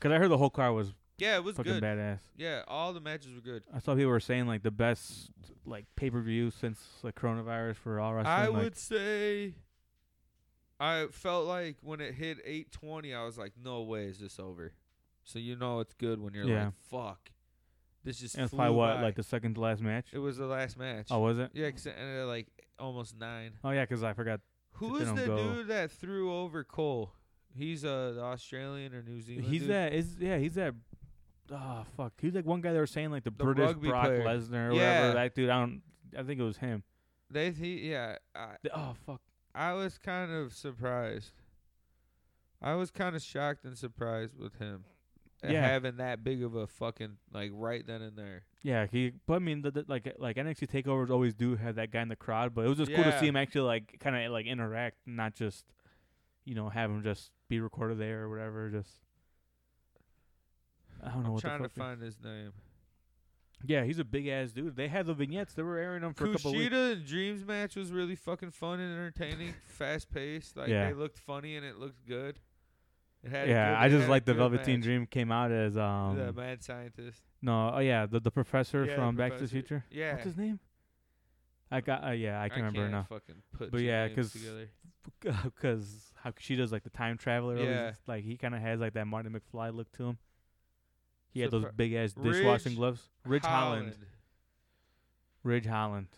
[SPEAKER 1] cause I heard the whole car was
[SPEAKER 2] Yeah, it was
[SPEAKER 1] fucking
[SPEAKER 2] good.
[SPEAKER 1] badass.
[SPEAKER 2] Yeah, all the matches were good.
[SPEAKER 1] I saw people were saying like the best like pay per view since like coronavirus for all wrestling.
[SPEAKER 2] I
[SPEAKER 1] like,
[SPEAKER 2] would say I felt like when it hit 820, I was like, no way is this over. So you know it's good when you're
[SPEAKER 1] Yeah.
[SPEAKER 2] like, fuck. This just
[SPEAKER 1] and it's
[SPEAKER 2] flew
[SPEAKER 1] probably what
[SPEAKER 2] by.
[SPEAKER 1] like the second to last match.
[SPEAKER 2] It was the last match.
[SPEAKER 1] Oh, was it?
[SPEAKER 2] Yeah, 'cause it ended at like almost 9.
[SPEAKER 1] Oh yeah, cause I forgot.
[SPEAKER 2] Who is
[SPEAKER 1] don't
[SPEAKER 2] the
[SPEAKER 1] go.
[SPEAKER 2] dude that threw over Cole? He's uh, the Australian or New Zealand
[SPEAKER 1] He's
[SPEAKER 2] dude?
[SPEAKER 1] that is yeah he's that. Oh fuck, he's like one guy they were saying like the,
[SPEAKER 2] The
[SPEAKER 1] British
[SPEAKER 2] rugby
[SPEAKER 1] Brock
[SPEAKER 2] player.
[SPEAKER 1] Lesnar or
[SPEAKER 2] Yeah.
[SPEAKER 1] whatever. That dude, I don't. I think it was him.
[SPEAKER 2] They he, yeah, I,
[SPEAKER 1] The- oh fuck.
[SPEAKER 2] I was kind of surprised. I was kind of shocked and surprised with him. at
[SPEAKER 1] Yeah.
[SPEAKER 2] Having that big of a fucking like right then and there.
[SPEAKER 1] Yeah, he. But I mean, the, the, like like NXT takeovers always do have that guy in the crowd, but it was just cool to
[SPEAKER 2] Yeah.
[SPEAKER 1] see him actually like kind of like interact, not just you know have him just be recorded there or whatever. Just I don't know
[SPEAKER 2] I'm
[SPEAKER 1] what
[SPEAKER 2] trying
[SPEAKER 1] the
[SPEAKER 2] to
[SPEAKER 1] fuck. they-
[SPEAKER 2] find his name.
[SPEAKER 1] yeah, he's a big ass dude. They had the vignettes. They were airing them for a couple of weeks.
[SPEAKER 2] Kushida and Dreams match was really fucking fun and entertaining, fast paced. Like
[SPEAKER 1] Yeah.
[SPEAKER 2] they looked funny and it looked good. It had a
[SPEAKER 1] Yeah,
[SPEAKER 2] good-
[SPEAKER 1] I
[SPEAKER 2] it
[SPEAKER 1] just
[SPEAKER 2] had a
[SPEAKER 1] like the
[SPEAKER 2] good
[SPEAKER 1] Velveteen
[SPEAKER 2] match.
[SPEAKER 1] Dream came out as um
[SPEAKER 2] the mad scientist.
[SPEAKER 1] no oh yeah the the professor
[SPEAKER 2] Yeah, the
[SPEAKER 1] from Back to the
[SPEAKER 2] professor.
[SPEAKER 1] Future.
[SPEAKER 2] Yeah,
[SPEAKER 1] What's his name? I got uh, yeah I can't remember now.
[SPEAKER 2] Fucking put
[SPEAKER 1] But
[SPEAKER 2] two
[SPEAKER 1] yeah,
[SPEAKER 2] names
[SPEAKER 1] 'cause
[SPEAKER 2] together.
[SPEAKER 1] because how she does like the time traveler. always,
[SPEAKER 2] Yeah.
[SPEAKER 1] like he kind of has like that Marty McFly look to him. He had
[SPEAKER 2] So
[SPEAKER 1] those
[SPEAKER 2] pro-
[SPEAKER 1] big ass dishwashing
[SPEAKER 2] Ridge
[SPEAKER 1] gloves. Ridge Holland. Ridge Holland.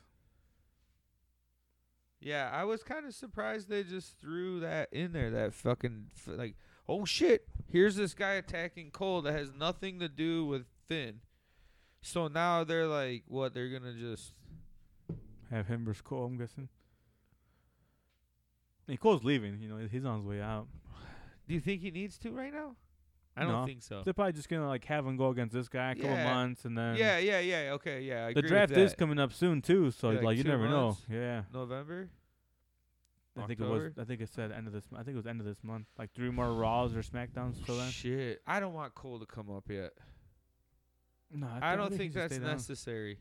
[SPEAKER 2] Yeah, I was kind of surprised they just threw that in there. That fucking f- like, oh shit! Here's this guy attacking Cole that has nothing to do with Finn. So now they're like, what? They're gonna just
[SPEAKER 1] Have him versus Cole. I'm guessing. And Cole's leaving. You know he's on his way out.
[SPEAKER 2] Do you think he needs to right now? I don't
[SPEAKER 1] No.
[SPEAKER 2] think so.
[SPEAKER 1] They're probably just gonna like have him go against this guy a couple
[SPEAKER 2] Oh. Yeah.
[SPEAKER 1] months and then
[SPEAKER 2] yeah, yeah, yeah. Okay, yeah. I
[SPEAKER 1] um, The
[SPEAKER 2] agree
[SPEAKER 1] draft
[SPEAKER 2] with
[SPEAKER 1] is
[SPEAKER 2] that.
[SPEAKER 1] coming up soon too, so
[SPEAKER 2] Yeah,
[SPEAKER 1] like,
[SPEAKER 2] like
[SPEAKER 1] you
[SPEAKER 2] two
[SPEAKER 1] never
[SPEAKER 2] months?
[SPEAKER 1] know. Yeah.
[SPEAKER 2] November.
[SPEAKER 1] I think it was.
[SPEAKER 2] October?
[SPEAKER 1] I think it said end of this. m- I think it was end of this month. Like three more Raws or Smackdowns till then.
[SPEAKER 2] Shit, I don't want Cole to come up yet.
[SPEAKER 1] No,
[SPEAKER 2] I,
[SPEAKER 1] thi-
[SPEAKER 2] don't
[SPEAKER 1] he
[SPEAKER 2] think
[SPEAKER 1] should
[SPEAKER 2] that's
[SPEAKER 1] stay down.
[SPEAKER 2] necessary.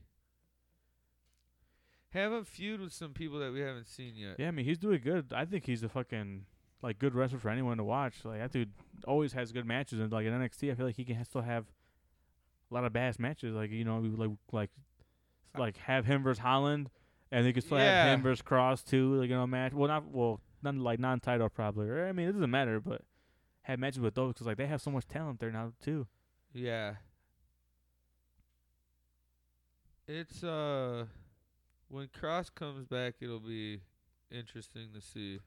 [SPEAKER 2] Have him feud with some people that we haven't seen yet.
[SPEAKER 1] Yeah, I mean he's doing good. I think he's a fucking like good wrestler for anyone to watch. Like that dude always has good matches, and like in NXT, I feel like he can ha- still have a lot of badass matches. Like you know, we like like like have him versus Holland, and they could still
[SPEAKER 2] Uh, Yeah.
[SPEAKER 1] have him versus Cross too. Like you know, match. Well, not well, not like non-title probably. Or, I mean, it doesn't matter, but have matches with those because like they have so much talent there now too.
[SPEAKER 2] Yeah. It's uh, when Cross comes back, it'll be interesting to see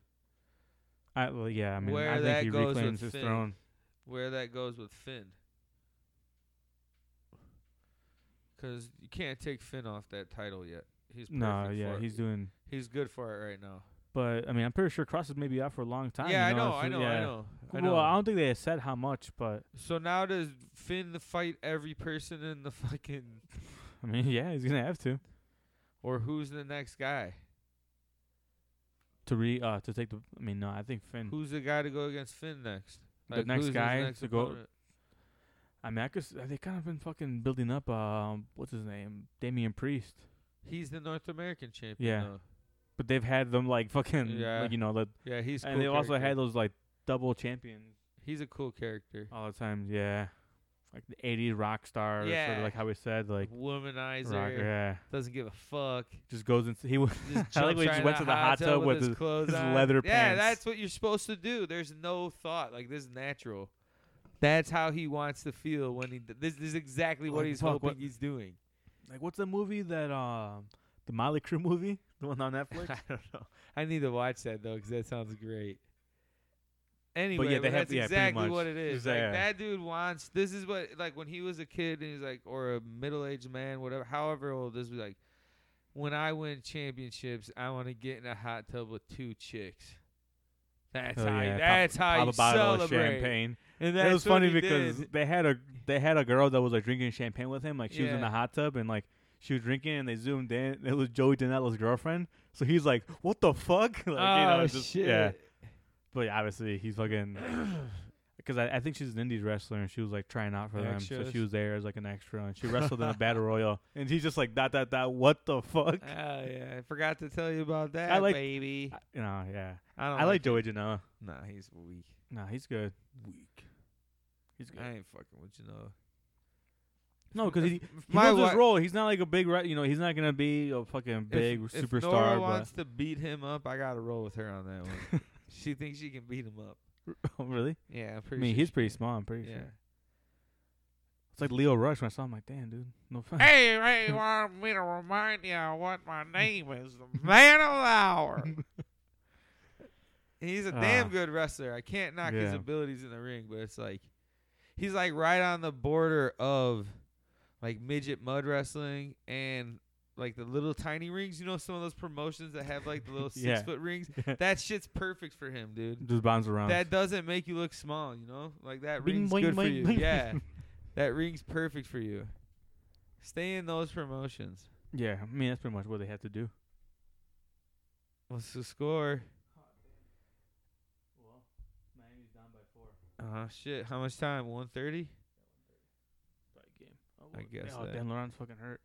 [SPEAKER 1] I, well, yeah, I mean,
[SPEAKER 2] Where
[SPEAKER 1] I
[SPEAKER 2] that
[SPEAKER 1] think he
[SPEAKER 2] goes with
[SPEAKER 1] reclaims his
[SPEAKER 2] Finn.
[SPEAKER 1] throne.
[SPEAKER 2] where that goes with Finn. Cause you can't take Finn off that title yet. He's perfect
[SPEAKER 1] No, yeah,
[SPEAKER 2] for it.
[SPEAKER 1] he's doing.
[SPEAKER 2] he's good for it right now.
[SPEAKER 1] But I mean, I'm pretty sure Cross is maybe out for a long time.
[SPEAKER 2] yeah,
[SPEAKER 1] you know?
[SPEAKER 2] I
[SPEAKER 1] so-
[SPEAKER 2] know, I know, I
[SPEAKER 1] yeah.
[SPEAKER 2] know, I know.
[SPEAKER 1] Well, I don't think they had said how much, but
[SPEAKER 2] So now does Finn fight every person in the fucking
[SPEAKER 1] I mean, yeah, he's gonna have to
[SPEAKER 2] or who's the next guy?
[SPEAKER 1] to re uh to take the. I mean, no, I think Finn.
[SPEAKER 2] Who's the guy to go against Finn next?
[SPEAKER 1] The next
[SPEAKER 2] who's his
[SPEAKER 1] guy to go-
[SPEAKER 2] opponent?
[SPEAKER 1] I mean, I could, s- they kind of been fucking building up. Um, what's his name, Damian Priest.
[SPEAKER 2] He's the North American champion.
[SPEAKER 1] Yeah.
[SPEAKER 2] now.
[SPEAKER 1] But they've had them like fucking,
[SPEAKER 2] Yeah.
[SPEAKER 1] like, you know, like,
[SPEAKER 2] yeah, he's.
[SPEAKER 1] and
[SPEAKER 2] cool
[SPEAKER 1] they also
[SPEAKER 2] character.
[SPEAKER 1] had those like double champions
[SPEAKER 2] He's a cool character.
[SPEAKER 1] all the time. Yeah, like the '80s rock star, sort
[SPEAKER 2] Yeah.
[SPEAKER 1] of like how we said, like
[SPEAKER 2] Womanizer
[SPEAKER 1] rock, yeah,
[SPEAKER 2] doesn't give a fuck.
[SPEAKER 1] just goes into he was
[SPEAKER 2] Just
[SPEAKER 1] I like
[SPEAKER 2] jumps right
[SPEAKER 1] when he just
[SPEAKER 2] in
[SPEAKER 1] went
[SPEAKER 2] the
[SPEAKER 1] to the hot tub with his-
[SPEAKER 2] clothes
[SPEAKER 1] his
[SPEAKER 2] on.
[SPEAKER 1] leather
[SPEAKER 2] Yeah,
[SPEAKER 1] pants.
[SPEAKER 2] that's what you're supposed to do. There's no thought. Like this is natural. That's how he wants to feel when he. d- This, this is exactly what
[SPEAKER 1] Like,
[SPEAKER 2] he's
[SPEAKER 1] fuck,
[SPEAKER 2] hoping
[SPEAKER 1] what-
[SPEAKER 2] he's doing.
[SPEAKER 1] like what's the movie that um the Molly Crew movie, the one on Netflix.
[SPEAKER 2] I don't know. I need to watch that though, 'cause that sounds great. Anyway,
[SPEAKER 1] they have-
[SPEAKER 2] that's
[SPEAKER 1] yeah, pretty
[SPEAKER 2] exactly
[SPEAKER 1] much.
[SPEAKER 2] what it is.
[SPEAKER 1] It's
[SPEAKER 2] Like
[SPEAKER 1] there.
[SPEAKER 2] that dude wants. This is what like when he was a kid and he's like, or a middle-aged man, whatever, however old. This was like, when I win championships, I want to get in a hot tub with two chicks. That's
[SPEAKER 1] Oh,
[SPEAKER 2] how.
[SPEAKER 1] yeah,
[SPEAKER 2] You,
[SPEAKER 1] pop-
[SPEAKER 2] that's how
[SPEAKER 1] Pop
[SPEAKER 2] you
[SPEAKER 1] a bottle
[SPEAKER 2] celebrate.
[SPEAKER 1] of champagne.
[SPEAKER 2] And
[SPEAKER 1] It
[SPEAKER 2] that's
[SPEAKER 1] was
[SPEAKER 2] what
[SPEAKER 1] funny
[SPEAKER 2] he
[SPEAKER 1] because
[SPEAKER 2] did.
[SPEAKER 1] they had a they had a girl that was like drinking champagne with him. Like she was in
[SPEAKER 2] Yeah.
[SPEAKER 1] the hot tub and like she was drinking, and they zoomed in. and It was Joey Janela's girlfriend. So he's like, "What the fuck?" like, you know,
[SPEAKER 2] oh
[SPEAKER 1] it's just-
[SPEAKER 2] shit!
[SPEAKER 1] Yeah, but obviously he's fucking because I, I think she's an indies wrestler and she was like trying out for them. So
[SPEAKER 2] Extras.
[SPEAKER 1] she was there as like an extra, and she wrestled in a battle royal. And he's just like, "Dot dot dot, what the fuck?"
[SPEAKER 2] Oh yeah, I forgot to tell you about that,
[SPEAKER 1] like-
[SPEAKER 2] baby.
[SPEAKER 1] You know, yeah.
[SPEAKER 2] I don't
[SPEAKER 1] I like Joey Janela.
[SPEAKER 2] Nah, he's weak.
[SPEAKER 1] Nah, he's good.
[SPEAKER 2] Weak.
[SPEAKER 1] He's good.
[SPEAKER 2] I ain't fucking with you know.
[SPEAKER 1] No, because he, he
[SPEAKER 2] my
[SPEAKER 1] knows his
[SPEAKER 2] wi-
[SPEAKER 1] role. He's not like a big, re- you know, he's not gonna be a fucking big
[SPEAKER 2] if, If
[SPEAKER 1] superstar.
[SPEAKER 2] Nora
[SPEAKER 1] but
[SPEAKER 2] wants to beat him up, I gotta roll with her on that one. she thinks she can beat him up.
[SPEAKER 1] oh, really?
[SPEAKER 2] Yeah, I'm
[SPEAKER 1] I
[SPEAKER 2] pretty.
[SPEAKER 1] mean,
[SPEAKER 2] sure
[SPEAKER 1] he's
[SPEAKER 2] she
[SPEAKER 1] pretty
[SPEAKER 2] can.
[SPEAKER 1] small. I'm pretty
[SPEAKER 2] Yeah.
[SPEAKER 1] sure. It's like Leo Rush. When I saw him, like, damn, dude, no fun.
[SPEAKER 3] Hey, hey, want me to remind you of what my name is, the man of the hour. Uh,
[SPEAKER 2] He's a
[SPEAKER 1] Ah.
[SPEAKER 2] damn good wrestler. I can't knock his
[SPEAKER 1] Yeah.
[SPEAKER 2] abilities in the ring, but it's like he's like right on the border of like midget mud wrestling and like the little tiny rings. You know, some of those promotions that have like the little six
[SPEAKER 1] Yeah.
[SPEAKER 2] foot rings. That shit's perfect for him, dude.
[SPEAKER 1] Just bounce around.
[SPEAKER 2] that doesn't make you look small, you know? Like that
[SPEAKER 1] Bing,
[SPEAKER 2] ring's
[SPEAKER 1] boing,
[SPEAKER 2] good for
[SPEAKER 1] boing,
[SPEAKER 2] you.
[SPEAKER 1] boing.
[SPEAKER 2] Yeah. that ring's perfect for you. Stay in those promotions.
[SPEAKER 1] yeah, I mean, that's pretty much what they had to do.
[SPEAKER 2] What's the score?
[SPEAKER 1] Miami's down by four.
[SPEAKER 2] Oh shit. How much time? One thirty?
[SPEAKER 1] game.
[SPEAKER 2] I guess
[SPEAKER 1] Oh,
[SPEAKER 2] that-
[SPEAKER 1] Dan Laurent's fucking hurt.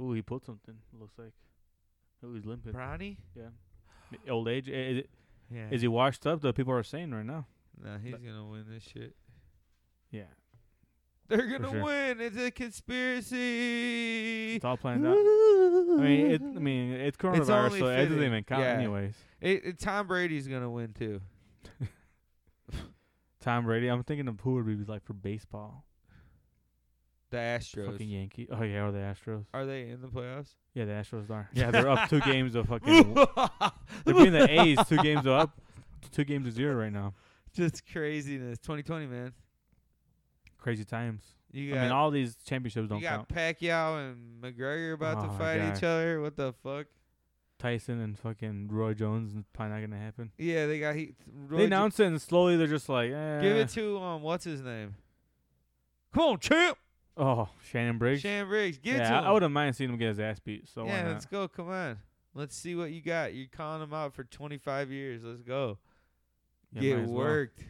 [SPEAKER 1] Ooh, he pulled something. Looks like. Ooh, he's limping.
[SPEAKER 2] Bronny?
[SPEAKER 1] The Old age. Is,
[SPEAKER 2] Yeah.
[SPEAKER 1] is he washed up? The people are saying right now.
[SPEAKER 2] nah, he's gonna win this shit.
[SPEAKER 1] Yeah,
[SPEAKER 2] They're gonna
[SPEAKER 1] sure.
[SPEAKER 2] win. It's a conspiracy.
[SPEAKER 1] it's all planned out. I mean, it, I mean, it's coronavirus,
[SPEAKER 2] only
[SPEAKER 1] so it doesn't
[SPEAKER 2] fitting.
[SPEAKER 1] even count,
[SPEAKER 2] Yeah.
[SPEAKER 1] anyways.
[SPEAKER 2] It- it- Tom Brady's gonna win too.
[SPEAKER 1] Tom Brady. I'm thinking of who would be like for baseball.
[SPEAKER 2] The Astros.
[SPEAKER 1] Fucking Yankee. Oh yeah, or the Astros.
[SPEAKER 2] Are they in the playoffs?
[SPEAKER 1] Yeah, the Astros are. Yeah, they're up two games of fucking. they're being the A's two games of up, two games to zero right now.
[SPEAKER 2] Just craziness. Twenty twenty, man.
[SPEAKER 1] Crazy times.
[SPEAKER 2] You got
[SPEAKER 1] I mean, all these championships don't
[SPEAKER 2] you got
[SPEAKER 1] count.
[SPEAKER 2] Pacquiao and McGregor about
[SPEAKER 1] Oh
[SPEAKER 2] to
[SPEAKER 1] my
[SPEAKER 2] fight each
[SPEAKER 1] gosh.
[SPEAKER 2] other. What the fuck?
[SPEAKER 1] Tyson and fucking Roy Jones is probably not gonna happen.
[SPEAKER 2] Yeah, they got he. Roy
[SPEAKER 1] they
[SPEAKER 2] Jo-
[SPEAKER 1] announce it and slowly they're just like, eh.
[SPEAKER 2] Give it to um, what's his name? Come on, champ.
[SPEAKER 1] oh, Shannon Briggs.
[SPEAKER 2] Shan Briggs, give it
[SPEAKER 1] yeah,
[SPEAKER 2] to
[SPEAKER 1] I-
[SPEAKER 2] him.
[SPEAKER 1] I wouldn't mind seeing him get his ass beat. So
[SPEAKER 2] yeah,
[SPEAKER 1] why
[SPEAKER 2] let's
[SPEAKER 1] not?
[SPEAKER 2] go. Come on, let's see what you got. You're calling him out for 25 years. Let's go.
[SPEAKER 1] Yeah, might
[SPEAKER 2] Get
[SPEAKER 1] as well.
[SPEAKER 2] worked.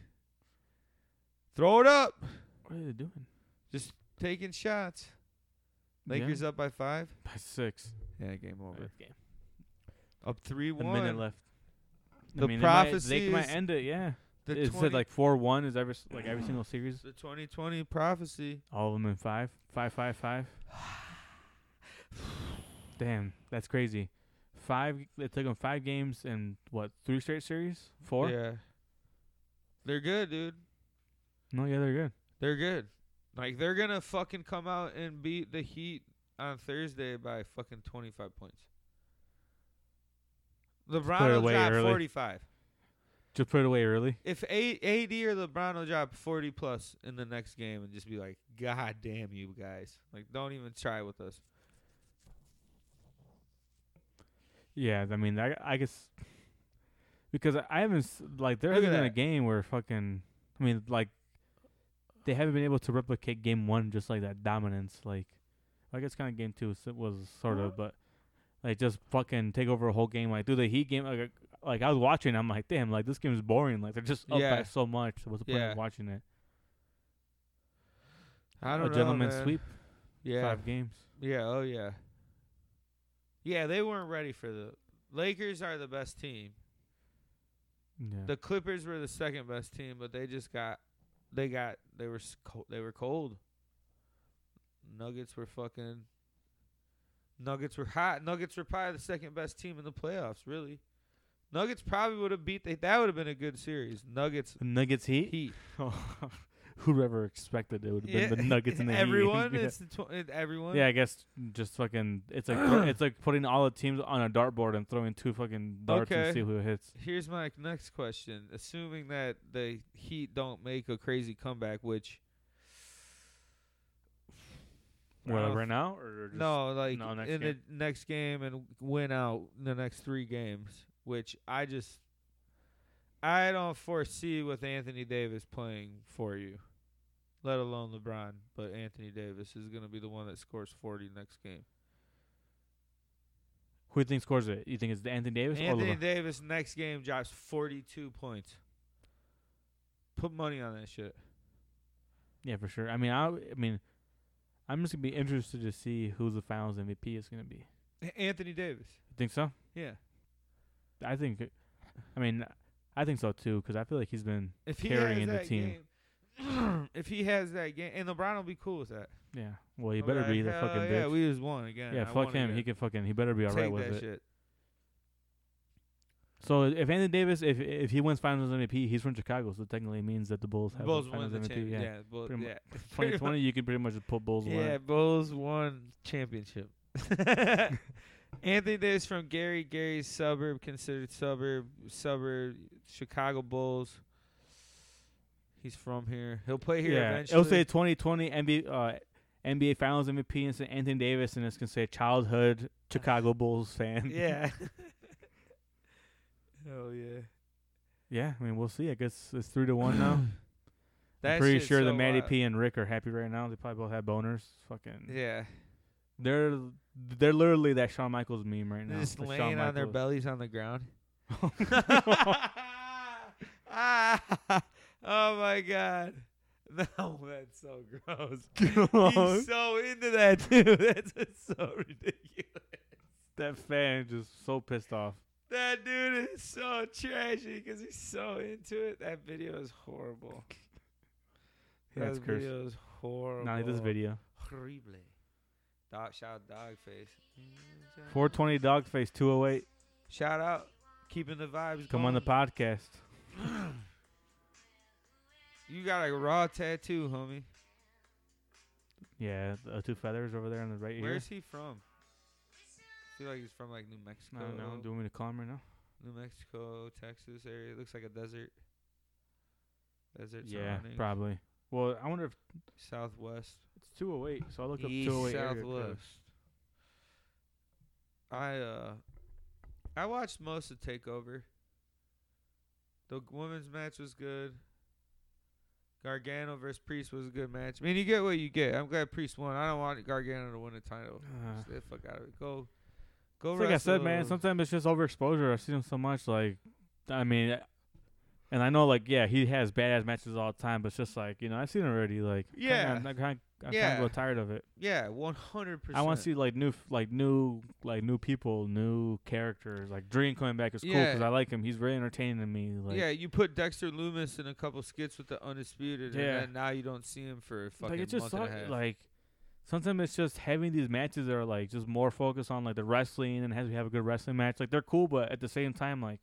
[SPEAKER 2] Throw it up.
[SPEAKER 1] What are they doing?
[SPEAKER 2] Just taking shots. Lakers up by five.
[SPEAKER 1] by six.
[SPEAKER 2] Yeah, game over.
[SPEAKER 1] Game.
[SPEAKER 2] Up three
[SPEAKER 1] A
[SPEAKER 2] one.
[SPEAKER 1] minute left. I
[SPEAKER 2] The
[SPEAKER 1] mean, they might-
[SPEAKER 2] prophecy
[SPEAKER 1] They might,
[SPEAKER 2] is
[SPEAKER 1] end it. Yeah.
[SPEAKER 2] The,
[SPEAKER 1] it
[SPEAKER 2] 20
[SPEAKER 1] said like four one is every s- like every single series.
[SPEAKER 2] the 2020 prophecy.
[SPEAKER 1] All of them in five, five, five, five. Damn, that's crazy. Five. It took them five games and what three straight series? Four?
[SPEAKER 2] Yeah. They're good, dude.
[SPEAKER 1] No, yeah, they're good.
[SPEAKER 2] They're good. Like they're gonna fucking come out and beat the Heat on Thursday by fucking 25 points. LeBron
[SPEAKER 1] Clear
[SPEAKER 2] will
[SPEAKER 1] away
[SPEAKER 2] drop
[SPEAKER 1] early.
[SPEAKER 2] 45.
[SPEAKER 1] Just put it away early.
[SPEAKER 2] If A- AD or LeBron will drop 40 plus in the next game and just be like, God damn you guys. Like, don't even try with us.
[SPEAKER 1] Yeah, I mean, I, I guess because I- I haven't s- like there
[SPEAKER 2] Look at
[SPEAKER 1] hasn't been a
[SPEAKER 2] that.
[SPEAKER 1] game where fucking I mean like they haven't been able to replicate game one just like that dominance. Like I guess kind of game two s- was sort of, but like just fucking take over a whole game. Like do the Heat game. Like, uh, like I was watching, I'm like, damn, like this game is boring. Like they're just up
[SPEAKER 2] Yeah.
[SPEAKER 1] by so much. So what's the point
[SPEAKER 2] Yeah.
[SPEAKER 1] of watching it?
[SPEAKER 2] I don't
[SPEAKER 1] a
[SPEAKER 2] know.
[SPEAKER 1] gentleman
[SPEAKER 2] man.
[SPEAKER 1] sweep
[SPEAKER 2] Yeah.
[SPEAKER 1] five games.
[SPEAKER 2] Yeah. Oh, yeah. Yeah, they weren't ready for the. Lakers are the best team.
[SPEAKER 1] Yeah.
[SPEAKER 2] The Clippers were the second best team, but they just got, they got, they were s- co- they were cold. Nuggets were fucking. Nuggets were hot. Nuggets were probably the second best team in the playoffs. Really, Nuggets probably would have beat. They, that would have been a good series. Nuggets
[SPEAKER 1] The Nuggets Heat.
[SPEAKER 2] Heat.
[SPEAKER 1] Whoever expected it would have been the Nuggets and the
[SPEAKER 2] everyone.
[SPEAKER 1] Heat. Yeah.
[SPEAKER 2] It's the tw- it- everyone.
[SPEAKER 1] Yeah, I guess just fucking it's like thro- it's like putting all the teams on a dartboard and throwing two fucking darts
[SPEAKER 2] Okay.
[SPEAKER 1] and see who hits.
[SPEAKER 2] Here's my next question. Assuming that the Heat don't make a crazy comeback, which I
[SPEAKER 1] Well,
[SPEAKER 2] don't
[SPEAKER 1] right now or just
[SPEAKER 2] No, like
[SPEAKER 1] no, next
[SPEAKER 2] in the
[SPEAKER 1] game?
[SPEAKER 2] next game and win out the next three games, which I just I don't foresee with Anthony Davis playing for you, let alone LeBron. But Anthony Davis is going to be the one that scores forty next game.
[SPEAKER 1] who do you think scores it? You think it's Anthony Davis
[SPEAKER 2] Anthony
[SPEAKER 1] or LeBron?
[SPEAKER 2] Davis next game drops forty two points. Put money on that shit.
[SPEAKER 1] Yeah, for sure. I mean, I, I mean, I'm just gonna be interested to see who the Finals MVP is gonna be. You
[SPEAKER 2] A- Anthony Davis.
[SPEAKER 1] think so?
[SPEAKER 2] Yeah.
[SPEAKER 1] I think. it- I mean, I think so too because I feel like he's been
[SPEAKER 2] If he
[SPEAKER 1] Carrying
[SPEAKER 2] has that
[SPEAKER 1] the team.
[SPEAKER 2] game, if he has that game, and LeBron will be cool with that.
[SPEAKER 1] yeah. Well, he
[SPEAKER 2] I'll
[SPEAKER 1] better
[SPEAKER 2] like,
[SPEAKER 1] be the
[SPEAKER 2] "Hell
[SPEAKER 1] fucking
[SPEAKER 2] yeah,
[SPEAKER 1] bitch.
[SPEAKER 2] we just won again.
[SPEAKER 1] yeah,
[SPEAKER 2] I
[SPEAKER 1] fuck
[SPEAKER 2] won
[SPEAKER 1] him.
[SPEAKER 2] again.
[SPEAKER 1] He can fucking. He better be all
[SPEAKER 2] Take
[SPEAKER 1] right with
[SPEAKER 2] that
[SPEAKER 1] it.
[SPEAKER 2] shit.
[SPEAKER 1] So if Anthony Davis, if if he wins Finals MVP, he's from Chicago, so technically it means that the Bulls have
[SPEAKER 2] Bulls
[SPEAKER 1] the
[SPEAKER 2] won
[SPEAKER 1] Finals
[SPEAKER 2] the
[SPEAKER 1] MVP.
[SPEAKER 2] champion.
[SPEAKER 1] yeah.
[SPEAKER 2] Yeah, Bulls,
[SPEAKER 1] pretty mu-
[SPEAKER 2] yeah. Pretty
[SPEAKER 1] 2020, you could pretty much just put Bulls.
[SPEAKER 2] much-
[SPEAKER 1] away.
[SPEAKER 2] Yeah, Bulls won championship. Anthony Davis from Gary, Gary's suburb, considered suburb, suburb, Chicago Bulls. He's from here. He'll play here
[SPEAKER 1] yeah.
[SPEAKER 2] eventually.
[SPEAKER 1] It'll say 2020 NBA uh, NBA Finals MVP and say Anthony Davis, and it's gonna say childhood Chicago Bulls fan.
[SPEAKER 2] yeah. Hell yeah.
[SPEAKER 1] yeah. I mean, we'll see. I guess it's three to one now. I'm
[SPEAKER 2] That
[SPEAKER 1] pretty
[SPEAKER 2] shit's
[SPEAKER 1] sure that
[SPEAKER 2] so
[SPEAKER 1] Maddie
[SPEAKER 2] wild.
[SPEAKER 1] P and Rick are happy right now. They probably both have boners. Fucking.
[SPEAKER 2] Yeah.
[SPEAKER 1] They're they're literally that Shawn Michaels meme right now.
[SPEAKER 2] They're just
[SPEAKER 1] the Shawn
[SPEAKER 2] laying on their
[SPEAKER 1] Michaels.
[SPEAKER 2] bellies on the ground. oh my god. No, that's so gross.
[SPEAKER 1] Uh-huh.
[SPEAKER 2] He's so into that too. That's just so ridiculous.
[SPEAKER 1] that fan is just so pissed off.
[SPEAKER 2] That dude is so trashy because he's so into it. That video is horrible.
[SPEAKER 1] That's
[SPEAKER 2] that
[SPEAKER 1] cursed.
[SPEAKER 2] video is horrible.
[SPEAKER 1] Not this video.
[SPEAKER 2] Horrible. Dog, shout out Dogface.
[SPEAKER 1] 420 Dogface 208.
[SPEAKER 2] Shout out. Keeping the vibes
[SPEAKER 1] Come on the
[SPEAKER 2] going.
[SPEAKER 1] podcast.
[SPEAKER 2] You got a raw tattoo, homie.
[SPEAKER 1] Yeah, the two feathers over there on the right ear.
[SPEAKER 2] Where's he from? I feel like he's from like New
[SPEAKER 1] I
[SPEAKER 2] Mexico.
[SPEAKER 1] don't know. Do you want me to call him right now?
[SPEAKER 2] New Mexico, Texas area. It looks like a desert. Desert
[SPEAKER 1] Yeah,
[SPEAKER 2] surroundings.
[SPEAKER 1] probably. Well, I wonder if
[SPEAKER 2] Southwest.
[SPEAKER 1] it's 208. So I look up
[SPEAKER 2] East
[SPEAKER 1] 208 area code.
[SPEAKER 2] Southwest. I uh I watched most of Takeover. The women's match was good. Gargano versus Priest was a good match. I mean, you get what you get. I'm glad Priest won. I don't want Gargano to win a title.
[SPEAKER 1] Uh,
[SPEAKER 2] Stay the fuck out of it. Go, go.
[SPEAKER 1] it's like I said, man,
[SPEAKER 2] wrestle.
[SPEAKER 1] sometimes it's just overexposure. I've seen him so much. Like, I mean, and I know, like, yeah, he has badass matches all the time, but it's just like, you know, I've seen it already. Like, kinda-
[SPEAKER 2] Yeah.
[SPEAKER 1] I'm, kind I'm
[SPEAKER 2] Yeah.
[SPEAKER 1] kind of tired of it.
[SPEAKER 2] Yeah, one hundred percent.
[SPEAKER 1] I want to see like new, f- like new, like new people, new characters. Like Dream coming back is cool
[SPEAKER 2] Yeah.
[SPEAKER 1] because I like him. He's very entertaining to me. Like,
[SPEAKER 2] yeah, you put Dexter Loomis in a couple skits with the Undisputed,
[SPEAKER 1] Yeah.
[SPEAKER 2] and then now you don't see him for a fucking
[SPEAKER 1] like it just
[SPEAKER 2] month and a
[SPEAKER 1] suck-
[SPEAKER 2] half.
[SPEAKER 1] like sometimes it's just having these matches that are like just more focused on like the wrestling and has we have a good wrestling match. Like they're cool, but at the same time, like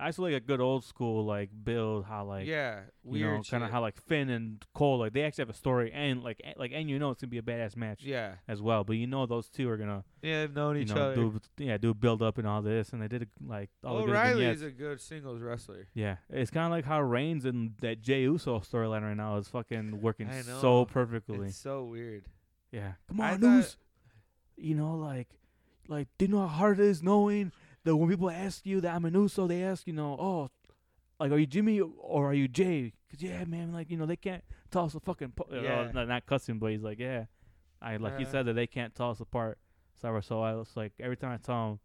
[SPEAKER 1] I still like a good old school like build how like
[SPEAKER 2] yeah,
[SPEAKER 1] you
[SPEAKER 2] weird
[SPEAKER 1] know kind of
[SPEAKER 2] shit.
[SPEAKER 1] how like Finn and Cole like they actually have a story and like a- like and you know it's gonna be a badass match
[SPEAKER 2] yeah,
[SPEAKER 1] as well. But you know those two are gonna
[SPEAKER 2] yeah, they've known
[SPEAKER 1] you
[SPEAKER 2] each
[SPEAKER 1] know
[SPEAKER 2] other.
[SPEAKER 1] do yeah do build up and all this and they did like all the good
[SPEAKER 2] O'Reilly
[SPEAKER 1] vignettes.
[SPEAKER 2] is a good singles wrestler.
[SPEAKER 1] Yeah, it's kind of like how Reigns and that Jey Uso storyline right now is fucking working
[SPEAKER 2] I know.
[SPEAKER 1] so perfectly.
[SPEAKER 2] It's so weird.
[SPEAKER 1] yeah, come
[SPEAKER 2] I
[SPEAKER 1] on,
[SPEAKER 2] thought-
[SPEAKER 1] news. You know, like, like, do you know how hard it is knowing that when people ask you that I'm an Uso, they ask you know, oh, like, are you Jimmy or are you Jay? 'Cause, yeah, man, like, you know, they can't tell us a fucking. Po- uh,
[SPEAKER 2] Yeah.
[SPEAKER 1] no, not cussing, but he's like, yeah, I like he
[SPEAKER 2] Uh.
[SPEAKER 1] said that they can't tell us apart. So, so I was like, every time I tell him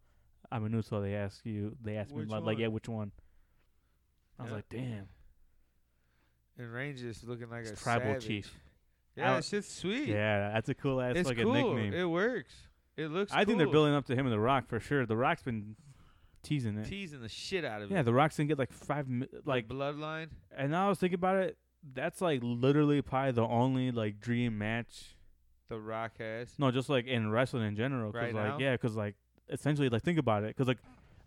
[SPEAKER 1] I'm an Uso, they ask you, they ask
[SPEAKER 2] Which
[SPEAKER 1] me like, like,
[SPEAKER 2] one?
[SPEAKER 1] yeah, which one? I was
[SPEAKER 2] Yeah.
[SPEAKER 1] like, damn.
[SPEAKER 2] And Reigns just looking like
[SPEAKER 1] It's
[SPEAKER 2] a
[SPEAKER 1] tribal
[SPEAKER 2] savage.
[SPEAKER 1] chief.
[SPEAKER 2] Yeah,
[SPEAKER 1] I-
[SPEAKER 2] that shit's sweet.
[SPEAKER 1] Yeah, that's a cool ass
[SPEAKER 2] it's
[SPEAKER 1] fucking
[SPEAKER 2] cool.
[SPEAKER 1] nickname.
[SPEAKER 2] It works. It looks.
[SPEAKER 1] I think they're
[SPEAKER 2] cool.
[SPEAKER 1] building up to him and The Rock for sure. The Rock's been teasing it.
[SPEAKER 2] teasing the shit out of
[SPEAKER 1] yeah,
[SPEAKER 2] it.
[SPEAKER 1] The Rock's gonna get like five, mi-
[SPEAKER 2] The
[SPEAKER 1] like,
[SPEAKER 2] bloodline.
[SPEAKER 1] and now I was thinking about it. That's like literally probably the only like dream match.
[SPEAKER 2] The Rock has.
[SPEAKER 1] No, just like in wrestling in general. Cause,
[SPEAKER 2] Right
[SPEAKER 1] like,
[SPEAKER 2] now?
[SPEAKER 1] yeah, because like essentially, like think about it. Because like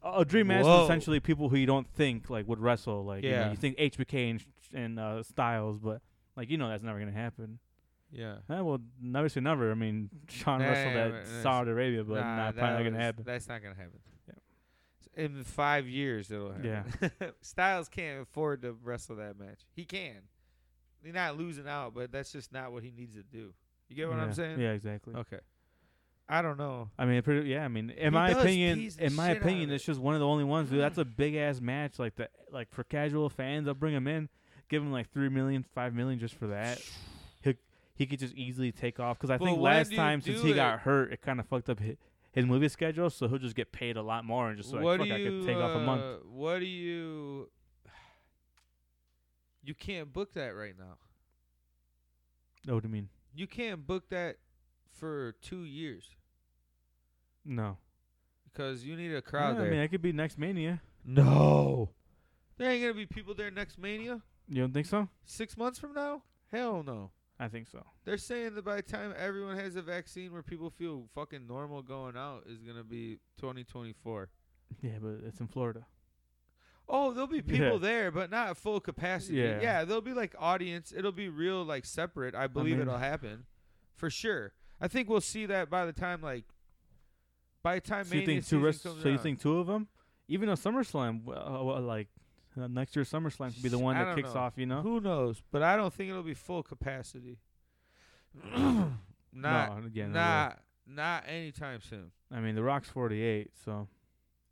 [SPEAKER 1] a a dream match
[SPEAKER 2] Whoa.
[SPEAKER 1] is essentially people who you don't think like would wrestle. Like, you, know,
[SPEAKER 2] Yeah.
[SPEAKER 1] you think HBK and and uh, Styles, but like you know that's never gonna happen.
[SPEAKER 2] Yeah.
[SPEAKER 1] Eh, well, never say never. I mean, Sean
[SPEAKER 2] Nah,
[SPEAKER 1] wrestled
[SPEAKER 2] yeah,
[SPEAKER 1] at
[SPEAKER 2] but it's-
[SPEAKER 1] Saudi Arabia, but
[SPEAKER 2] nah,
[SPEAKER 1] not,
[SPEAKER 2] that
[SPEAKER 1] probably not
[SPEAKER 2] was-
[SPEAKER 1] gonna happen.
[SPEAKER 2] That's not gonna happen.
[SPEAKER 1] Yeah.
[SPEAKER 2] S- In five years, it'll happen. Yeah. Styles can't afford to wrestle that match. He can. He's not losing out, but that's just not what he needs to do. You get what
[SPEAKER 1] yeah.
[SPEAKER 2] I'm saying?
[SPEAKER 1] Yeah, exactly.
[SPEAKER 2] Okay. I don't know.
[SPEAKER 1] I mean, pretty, yeah. I mean, in
[SPEAKER 2] He
[SPEAKER 1] my
[SPEAKER 2] does
[SPEAKER 1] opinion,
[SPEAKER 2] tease the
[SPEAKER 1] in my
[SPEAKER 2] shit out
[SPEAKER 1] opinion,
[SPEAKER 2] of
[SPEAKER 1] it's just one of the only ones, dude. That's a big ass match. Like the like for casual fans, I'll bring him in, give him like three million, five million just for that. He he could just easily take off because I
[SPEAKER 2] But
[SPEAKER 1] think
[SPEAKER 2] when
[SPEAKER 1] last
[SPEAKER 2] do you
[SPEAKER 1] time since
[SPEAKER 2] do
[SPEAKER 1] he
[SPEAKER 2] it?
[SPEAKER 1] got hurt, it kind of fucked up his, his movie schedule. So he'll just get paid a lot more and just like
[SPEAKER 2] what
[SPEAKER 1] fuck,
[SPEAKER 2] do
[SPEAKER 1] I
[SPEAKER 2] you
[SPEAKER 1] could take off a month.
[SPEAKER 2] uh, What do you? You can't book that right now.
[SPEAKER 1] Know Oh, what I mean?
[SPEAKER 2] You can't book that for two years
[SPEAKER 1] No.
[SPEAKER 2] because you need a
[SPEAKER 1] Yeah,
[SPEAKER 2] crowd
[SPEAKER 1] I
[SPEAKER 2] there.
[SPEAKER 1] mean, I could be next Mania.
[SPEAKER 2] no, there ain't gonna be people there next Mania.
[SPEAKER 1] You don't think so?
[SPEAKER 2] Six months from now? Hell no.
[SPEAKER 1] I think so.
[SPEAKER 2] They're saying that by the time everyone has a vaccine, where people feel fucking normal going out, is gonna be 2024.
[SPEAKER 1] Yeah, but it's in Florida.
[SPEAKER 2] Oh, there'll be
[SPEAKER 1] Yeah.
[SPEAKER 2] people there, but not at full capacity.
[SPEAKER 1] Yeah.
[SPEAKER 2] Yeah. there'll be like audience. It'll be real, like separate. I believe
[SPEAKER 1] mean-
[SPEAKER 2] it'll happen for sure. I think we'll see that by the time, like, by the time
[SPEAKER 1] So you
[SPEAKER 2] Mania
[SPEAKER 1] think two
[SPEAKER 2] season
[SPEAKER 1] wrestles?
[SPEAKER 2] comes
[SPEAKER 1] So you
[SPEAKER 2] around.
[SPEAKER 1] think two of them? Even though SummerSlam, w- uh, well, like uh, next year SummerSlam could be the
[SPEAKER 2] Sh-
[SPEAKER 1] one
[SPEAKER 2] I
[SPEAKER 1] that
[SPEAKER 2] don't
[SPEAKER 1] kicks
[SPEAKER 2] know.
[SPEAKER 1] off. You know?
[SPEAKER 2] Who knows? But I don't think it'll be full capacity. not,
[SPEAKER 1] no, again, no way.
[SPEAKER 2] not, not anytime soon.
[SPEAKER 1] I mean, The Rock's forty-eight, so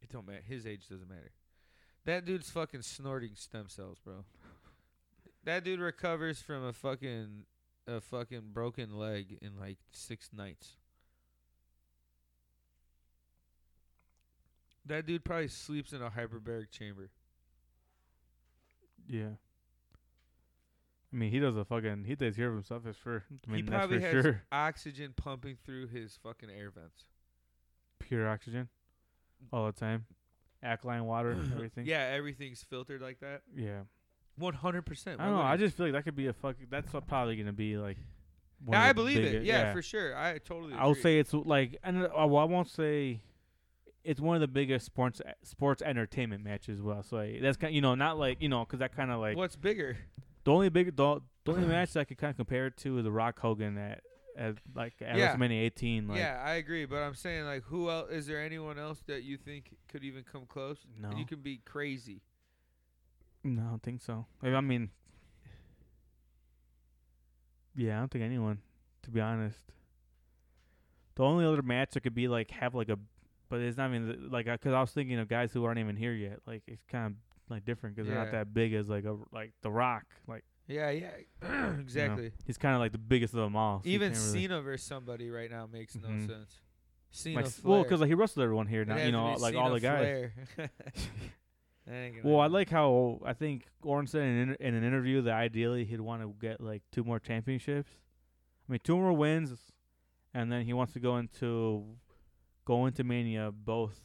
[SPEAKER 2] It don't matter. His age doesn't matter. That dude's fucking snorting stem cells, bro. That dude recovers from a fucking a fucking broken leg in like six nights. That dude probably sleeps in a hyperbaric chamber.
[SPEAKER 1] yeah. I mean, he does a fucking he takes care of himself. That's for I mean,
[SPEAKER 2] he
[SPEAKER 1] that's
[SPEAKER 2] probably
[SPEAKER 1] for
[SPEAKER 2] has
[SPEAKER 1] sure.
[SPEAKER 2] oxygen pumping through his fucking air vents.
[SPEAKER 1] Pure oxygen, all the time, alkaline water, everything.
[SPEAKER 2] Yeah, everything's filtered like that.
[SPEAKER 1] yeah.
[SPEAKER 2] One hundred percent.
[SPEAKER 1] I don't know. I just feel like that could be a fucking. That's what probably gonna be like. one
[SPEAKER 2] Yeah, I
[SPEAKER 1] of the
[SPEAKER 2] believe it.
[SPEAKER 1] biggest-
[SPEAKER 2] Yeah, for sure. I totally. Agree.
[SPEAKER 1] I'll say it's like, and uh, well, I won't say it's one of the biggest sports e, sports entertainment matches. Well, so like, that's kind, you know, not like you know, because that kind of like
[SPEAKER 2] what's bigger?
[SPEAKER 1] the only big the, the only match that I could kind of compare it to is the Rock Hogan at at like at
[SPEAKER 2] Yeah.
[SPEAKER 1] WrestleMania 18. Like,
[SPEAKER 2] yeah, I agree, but I'm saying like, who else? Is there anyone else that you think could even come close? And
[SPEAKER 1] No.
[SPEAKER 2] you can be crazy.
[SPEAKER 1] no, I don't think so. Like, I mean, yeah, I don't think anyone, to be honest. The only other match that could be like have like a, but it's not even th- like because I was thinking of guys who aren't even here yet. Like it's kind of like different because they're not
[SPEAKER 2] Yeah.
[SPEAKER 1] that big as like a like The Rock. Like
[SPEAKER 2] Yeah, yeah, exactly.
[SPEAKER 1] he's kind of like the biggest of them all. so you
[SPEAKER 2] Even
[SPEAKER 1] can't really-
[SPEAKER 2] Cena versus somebody right now makes
[SPEAKER 1] Mhm.
[SPEAKER 2] no sense. Cena,
[SPEAKER 1] like,
[SPEAKER 2] like,
[SPEAKER 1] s- well, because like he wrestled everyone here now. You know, like all the guys. Well, I like how I think Orton said in, an inter- in an interview that ideally he'd want to get like two more championships. I mean, two more wins, and then he wants to go into go into Mania both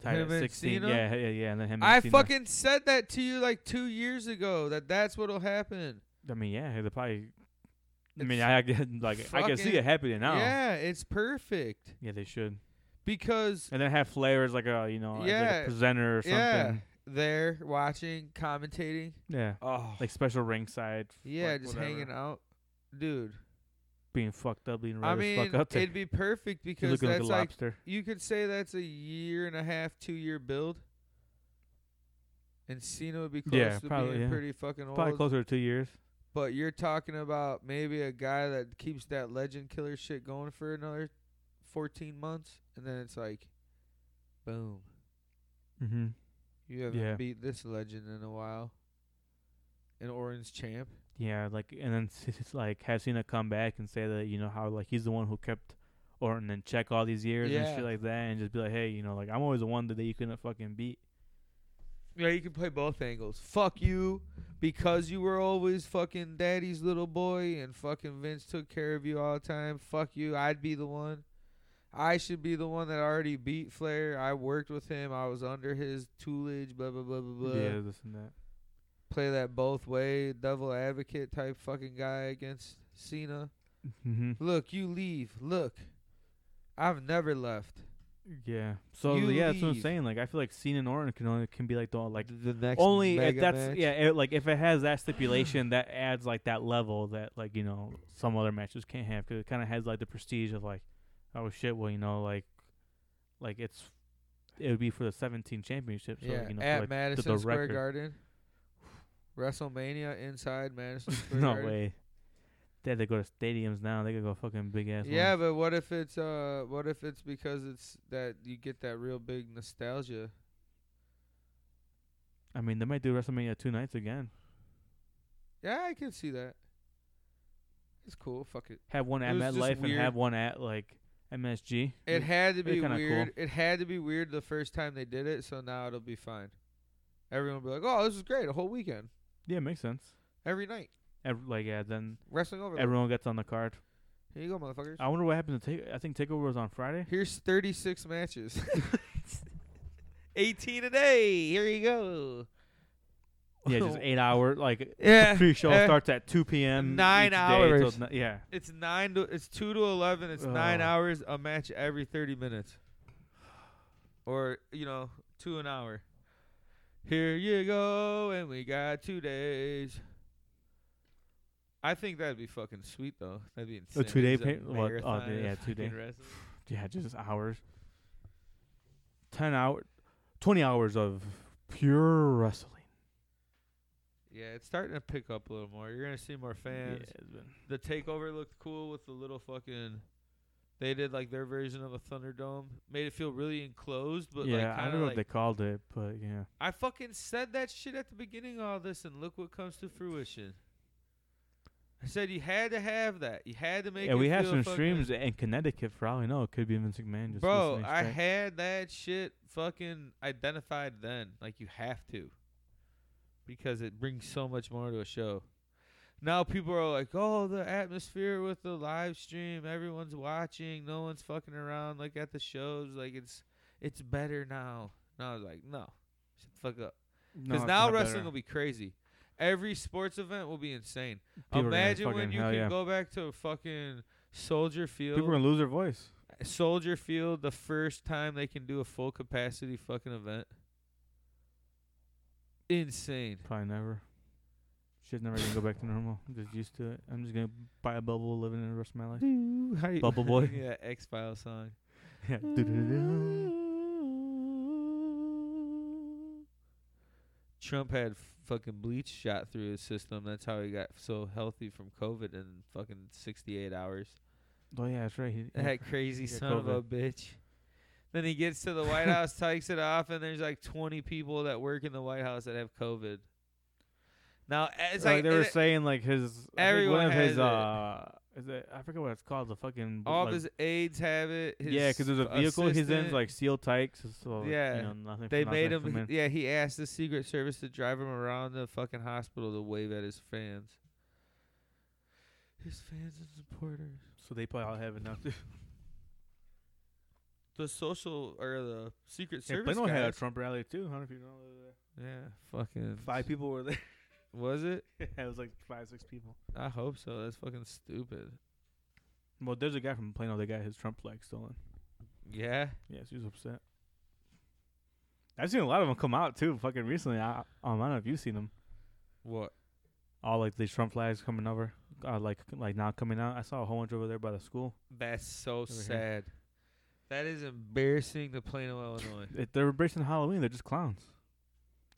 [SPEAKER 1] tied
[SPEAKER 2] Him
[SPEAKER 1] at
[SPEAKER 2] and
[SPEAKER 1] sixteen.
[SPEAKER 2] Cena?
[SPEAKER 1] Yeah, yeah, yeah, and then him. And
[SPEAKER 2] I
[SPEAKER 1] Cena.
[SPEAKER 2] fucking said that to you like two years ago. That that's what'll happen.
[SPEAKER 1] I mean, yeah, they probably. I mean,
[SPEAKER 2] It's
[SPEAKER 1] I, I get- like I can see
[SPEAKER 2] fucking-
[SPEAKER 1] it happening now. Yeah.
[SPEAKER 2] Yeah, it's perfect
[SPEAKER 1] they should,
[SPEAKER 2] because
[SPEAKER 1] and then have Flair as like a you know as, like
[SPEAKER 2] Yeah.
[SPEAKER 1] a presenter or something.
[SPEAKER 2] yeah, there watching, commentating.
[SPEAKER 1] Yeah.
[SPEAKER 2] Oh,
[SPEAKER 1] Like special ringside,
[SPEAKER 2] yeah,
[SPEAKER 1] like,
[SPEAKER 2] just hanging
[SPEAKER 1] whatever.
[SPEAKER 2] out, dude.
[SPEAKER 1] being fucked up, being red
[SPEAKER 2] I
[SPEAKER 1] as
[SPEAKER 2] mean,
[SPEAKER 1] fuck out there.
[SPEAKER 2] it'd be perfect
[SPEAKER 1] You're
[SPEAKER 2] because
[SPEAKER 1] looking like
[SPEAKER 2] that's
[SPEAKER 1] a
[SPEAKER 2] like
[SPEAKER 1] lobster.
[SPEAKER 2] you could say that's a year and a half, two year build. And Cena would be close
[SPEAKER 1] Yeah,
[SPEAKER 2] to
[SPEAKER 1] probably,
[SPEAKER 2] being
[SPEAKER 1] yeah.
[SPEAKER 2] pretty fucking old.
[SPEAKER 1] Probably closer to two years.
[SPEAKER 2] But you're talking about maybe a guy that keeps that legend killer shit going for another 14 months, and then it's like, boom,
[SPEAKER 1] Mm-hmm.
[SPEAKER 2] you haven't
[SPEAKER 1] Yeah.
[SPEAKER 2] beat this legend in a while. An orange champ.
[SPEAKER 1] Yeah, like and then s- s- like have Cena come back and say that you know how like he's the one who kept Orton in check all these years and
[SPEAKER 2] Yeah.
[SPEAKER 1] shit like that, and just be like, hey, you know, like I'm always the one that you couldn't fucking beat.
[SPEAKER 2] Yeah, you can play both angles. Fuck you, because you were always fucking daddy's little boy, and fucking Vince took care of you all the time. Fuck you. I'd be the one. I should be the one that already beat Flair. I worked with him. I was under his tutelage. Blah blah blah blah blah.
[SPEAKER 1] yeah, this and that.
[SPEAKER 2] play that both way devil advocate type fucking guy against Cena.
[SPEAKER 1] Mm-hmm.
[SPEAKER 2] Look, you leave. Look, I've never left.
[SPEAKER 1] Yeah. So
[SPEAKER 2] You
[SPEAKER 1] yeah, that's what I'm
[SPEAKER 2] leave.
[SPEAKER 1] saying. Like I feel like Cena and Orton can only can be like the like
[SPEAKER 2] the next
[SPEAKER 1] only if
[SPEAKER 2] mega
[SPEAKER 1] that's
[SPEAKER 2] match.
[SPEAKER 1] yeah it, like if it has that stipulation that adds like that level that like you know some other matches can't have because it kind of has like the prestige of like oh shit well you know like like it's it would be for the 17 championship so
[SPEAKER 2] yeah.
[SPEAKER 1] like, you know for,
[SPEAKER 2] at
[SPEAKER 1] like,
[SPEAKER 2] Madison
[SPEAKER 1] the
[SPEAKER 2] Square
[SPEAKER 1] record.
[SPEAKER 2] Garden. WrestleMania inside Madison Square
[SPEAKER 1] no
[SPEAKER 2] Garden.
[SPEAKER 1] way they had to go to stadiums now they could go fucking big ass
[SPEAKER 2] Yeah,
[SPEAKER 1] ones.
[SPEAKER 2] but what if it's uh, what if it's because it's that you get that real big nostalgia?
[SPEAKER 1] I mean they might do WrestleMania two nights again
[SPEAKER 2] Yeah, I can see that. It's cool. Fuck it.
[SPEAKER 1] have one
[SPEAKER 2] It
[SPEAKER 1] at
[SPEAKER 2] was just
[SPEAKER 1] MetLife and
[SPEAKER 2] weird.
[SPEAKER 1] have one at like MSG
[SPEAKER 2] It had to
[SPEAKER 1] they're
[SPEAKER 2] be
[SPEAKER 1] kinda
[SPEAKER 2] weird. It had to be weird the first time they did it, so now it'll be fine. Everyone will be like, "Oh, this is great! A whole weekend,
[SPEAKER 1] yeah makes sense
[SPEAKER 2] every night,
[SPEAKER 1] Ev- like yeah then
[SPEAKER 2] wrestling over.
[SPEAKER 1] everyone gets on the card
[SPEAKER 2] Here you go, motherfuckers.
[SPEAKER 1] I wonder what happened to take. I think Takeover was on Friday.
[SPEAKER 2] Here's 36 matches, 18 a day. Here you go.
[SPEAKER 1] Yeah, just eight hour. Like
[SPEAKER 2] Yeah,
[SPEAKER 1] the pre-show
[SPEAKER 2] eh.
[SPEAKER 1] starts at two p.m.
[SPEAKER 2] Nine
[SPEAKER 1] each day till
[SPEAKER 2] hours.
[SPEAKER 1] ni- yeah,
[SPEAKER 2] It's nine. To, it's two to eleven. It's nine
[SPEAKER 1] Ugh.
[SPEAKER 2] hours. A match every 30 minutes, or you know, two an hour. Here you go, and we got two days. I think that'd be fucking sweet though. That'd be insane.
[SPEAKER 1] two-day
[SPEAKER 2] Just a
[SPEAKER 1] pay- what- oh,
[SPEAKER 2] marathon
[SPEAKER 1] yeah,
[SPEAKER 2] of
[SPEAKER 1] two day.
[SPEAKER 2] fucking wrestling.
[SPEAKER 1] yeah, just hours. Ten hour, twenty hours of pure wrestling.
[SPEAKER 2] Yeah, it's starting to pick up a little more. You're gonna see more fans.
[SPEAKER 1] Yeah, it's been-
[SPEAKER 2] The takeover looked cool with the little fucking. They did like their version of a Thunderdome. Made it feel really enclosed, but
[SPEAKER 1] yeah,
[SPEAKER 2] like
[SPEAKER 1] I
[SPEAKER 2] kind
[SPEAKER 1] don't
[SPEAKER 2] of
[SPEAKER 1] know
[SPEAKER 2] like
[SPEAKER 1] what they called it, but yeah,
[SPEAKER 2] I fucking said that shit at the beginning of all this, and look what comes to fruition. I said you had to have that. You had to make.
[SPEAKER 1] yeah.
[SPEAKER 2] it
[SPEAKER 1] We have
[SPEAKER 2] feel
[SPEAKER 1] some
[SPEAKER 2] fucking-
[SPEAKER 1] streams in Connecticut for all we know. It could be Vince McMahon just
[SPEAKER 2] Bro,
[SPEAKER 1] listening
[SPEAKER 2] I
[SPEAKER 1] straight.
[SPEAKER 2] had that shit fucking identified then. Like you have to, because it brings so much more to a show. Now people are like, "Oh, the atmosphere with the live stream. Everyone's watching. No one's fucking around like at the shows. Like it's it's better now." And I was like, "No, shut the fuck up."
[SPEAKER 1] No,
[SPEAKER 2] Because
[SPEAKER 1] it's
[SPEAKER 2] now
[SPEAKER 1] not
[SPEAKER 2] wrestling
[SPEAKER 1] better.
[SPEAKER 2] will be crazy. Every sports event will be insane.
[SPEAKER 1] People are gonna
[SPEAKER 2] Imagine when
[SPEAKER 1] fucking-
[SPEAKER 2] you
[SPEAKER 1] hell
[SPEAKER 2] can
[SPEAKER 1] yeah.
[SPEAKER 2] go back to fucking Soldier Field,
[SPEAKER 1] People are gonna lose their voice.
[SPEAKER 2] Soldier Field, the first time they can do a full capacity fucking event. Insane.
[SPEAKER 1] Probably never. Shit's never gonna go back to normal. I'm just used to it. I'm just gonna buy a bubble, living in the rest of my life.
[SPEAKER 2] How you-
[SPEAKER 1] Bubble Boy.
[SPEAKER 2] yeah, X File song.
[SPEAKER 1] Yeah. Du-du-du-du.
[SPEAKER 2] Trump had fucking bleach shot through his system. That's how he got so healthy from COVID in fucking 68 hours.
[SPEAKER 1] Oh yeah, that's right. He, yeah.
[SPEAKER 2] That crazy
[SPEAKER 1] Yeah,
[SPEAKER 2] son of a bitch. Then he gets to the White House, takes it off, and there's like 20 people that work in the White House that have COVID. Now it's
[SPEAKER 1] like,
[SPEAKER 2] like,
[SPEAKER 1] they were
[SPEAKER 2] it-
[SPEAKER 1] saying, like his I think
[SPEAKER 2] everyone
[SPEAKER 1] one of his
[SPEAKER 2] has it.
[SPEAKER 1] uh, is it, I forget what it's called. The fucking
[SPEAKER 2] all
[SPEAKER 1] like,
[SPEAKER 2] of his aides have it. His
[SPEAKER 1] yeah, because there's a vehicle he's in,
[SPEAKER 2] assistant.
[SPEAKER 1] it's like sealed tight, so, so yeah,
[SPEAKER 2] Yeah.
[SPEAKER 1] you know, nothing.
[SPEAKER 2] they
[SPEAKER 1] nothing
[SPEAKER 2] made
[SPEAKER 1] from
[SPEAKER 2] him.
[SPEAKER 1] in.
[SPEAKER 2] Yeah, he asked the Secret Service to drive him around the fucking hospital to wave at his fans. His fans and supporters.
[SPEAKER 1] So they probably all have it now.
[SPEAKER 2] The social or the Secret
[SPEAKER 1] Yeah,
[SPEAKER 2] Service.
[SPEAKER 1] Plano had a
[SPEAKER 2] guys.
[SPEAKER 1] Trump rally too. I don't know if you know.
[SPEAKER 2] yeah, fucking
[SPEAKER 1] Five people were there.
[SPEAKER 2] Was it?
[SPEAKER 1] it was like five, six people.
[SPEAKER 2] I hope so. That's fucking stupid.
[SPEAKER 1] Well, there's a guy from Plano that got his Trump flag stolen.
[SPEAKER 2] Yeah.
[SPEAKER 1] Yes, he was upset. I've seen a lot of them come out too, fucking recently. I, um, I don't know if you've seen them.
[SPEAKER 2] What?
[SPEAKER 1] All like these Trump flags coming over, uh, like like not coming out. I saw a whole bunch over there by the school.
[SPEAKER 2] That's so
[SPEAKER 1] here.
[SPEAKER 2] sad. That is embarrassing to Plano, Illinois.
[SPEAKER 1] If they're embracing Halloween. They're just clowns.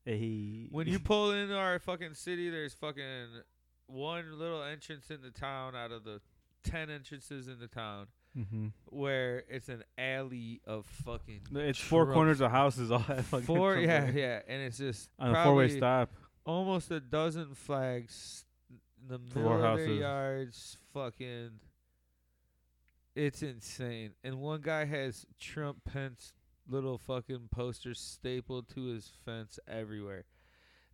[SPEAKER 1] Hey.
[SPEAKER 2] When you pull into our fucking city, there's fucking one little entrance in the town out of the ten entrances in the town
[SPEAKER 1] hmm
[SPEAKER 2] where it's an alley of fucking
[SPEAKER 1] It's four
[SPEAKER 2] Trump-
[SPEAKER 1] corners of houses. All that fucking
[SPEAKER 2] Four,
[SPEAKER 1] Trump
[SPEAKER 2] yeah,
[SPEAKER 1] flag.
[SPEAKER 2] yeah, and it's just
[SPEAKER 1] On a four-way
[SPEAKER 2] probably
[SPEAKER 1] stop.
[SPEAKER 2] almost a dozen flags in the
[SPEAKER 1] Four
[SPEAKER 2] middle of their
[SPEAKER 1] houses.
[SPEAKER 2] yards. Fucking, it's insane. And one guy has Trump Pence little fucking posters stapled to his fence everywhere.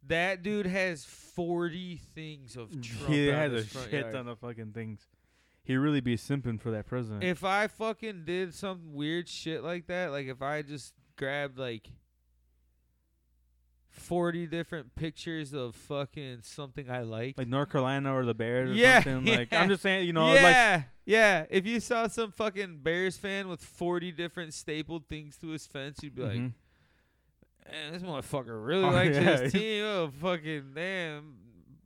[SPEAKER 2] That dude has forty things of Trump.
[SPEAKER 1] Mm, he
[SPEAKER 2] out
[SPEAKER 1] had a
[SPEAKER 2] his front
[SPEAKER 1] shit
[SPEAKER 2] yard.
[SPEAKER 1] ton of fucking things. He really be simping for that president.
[SPEAKER 2] If I fucking did some weird shit like that, like if I just grabbed like 40 different pictures of fucking something I liked.
[SPEAKER 1] like North Carolina or the Bears or
[SPEAKER 2] Yeah,
[SPEAKER 1] something. Like
[SPEAKER 2] yeah.
[SPEAKER 1] I'm just saying, you know, like
[SPEAKER 2] yeah, yeah. If you saw some fucking Bears fan with 40 different stapled things to his fence, you'd be like,
[SPEAKER 1] Mhm.
[SPEAKER 2] man, this motherfucker really
[SPEAKER 1] Mm-hmm. Oh,
[SPEAKER 2] likes
[SPEAKER 1] yeah.
[SPEAKER 2] his team. Oh, fucking damn.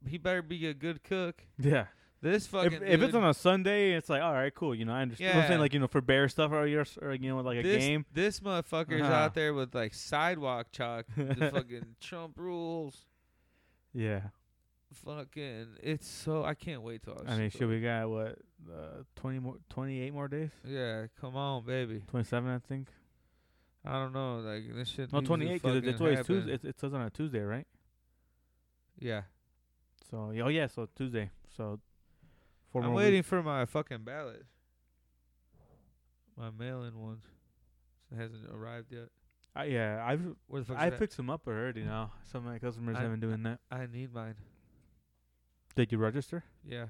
[SPEAKER 2] He better be a good cook.
[SPEAKER 1] yeah.
[SPEAKER 2] This
[SPEAKER 1] If,
[SPEAKER 2] fucking.
[SPEAKER 1] if it's
[SPEAKER 2] dude-
[SPEAKER 1] on a Sunday, it's like all right, cool. You know, I understand. You know what I'm saying
[SPEAKER 2] Yeah.
[SPEAKER 1] like you know for Bear stuff or your or, you know like a
[SPEAKER 2] this,
[SPEAKER 1] game.
[SPEAKER 2] This motherfucker's
[SPEAKER 1] Uh-huh.
[SPEAKER 2] out there with like sidewalk chalk, the fucking Trump rules.
[SPEAKER 1] Yeah.
[SPEAKER 2] Fucking, it's so I can't wait till.
[SPEAKER 1] I mean,
[SPEAKER 2] shit
[SPEAKER 1] shit, we got what uh, twenty more, twenty eight more days,
[SPEAKER 2] Yeah, come on, baby.
[SPEAKER 1] twenty seven, I think.
[SPEAKER 2] I don't know, like this shit.
[SPEAKER 1] No,
[SPEAKER 2] needs to
[SPEAKER 1] twenty eight because
[SPEAKER 2] fucking
[SPEAKER 1] it's always Tuesday.
[SPEAKER 2] happen.
[SPEAKER 1] It, it says on a Tuesday, right?
[SPEAKER 2] Yeah,
[SPEAKER 1] So yeah, oh yeah, so Tuesday. So four
[SPEAKER 2] I'm
[SPEAKER 1] more
[SPEAKER 2] waiting
[SPEAKER 1] weeks.
[SPEAKER 2] for my fucking ballot. My mail-in ones it hasn't arrived yet.
[SPEAKER 1] I, yeah, I've
[SPEAKER 2] Where the fuck?
[SPEAKER 1] I picked some up already now. Some of my customers
[SPEAKER 2] I-
[SPEAKER 1] haven't doing that.
[SPEAKER 2] I need mine.
[SPEAKER 1] Did you register?
[SPEAKER 2] Yeah.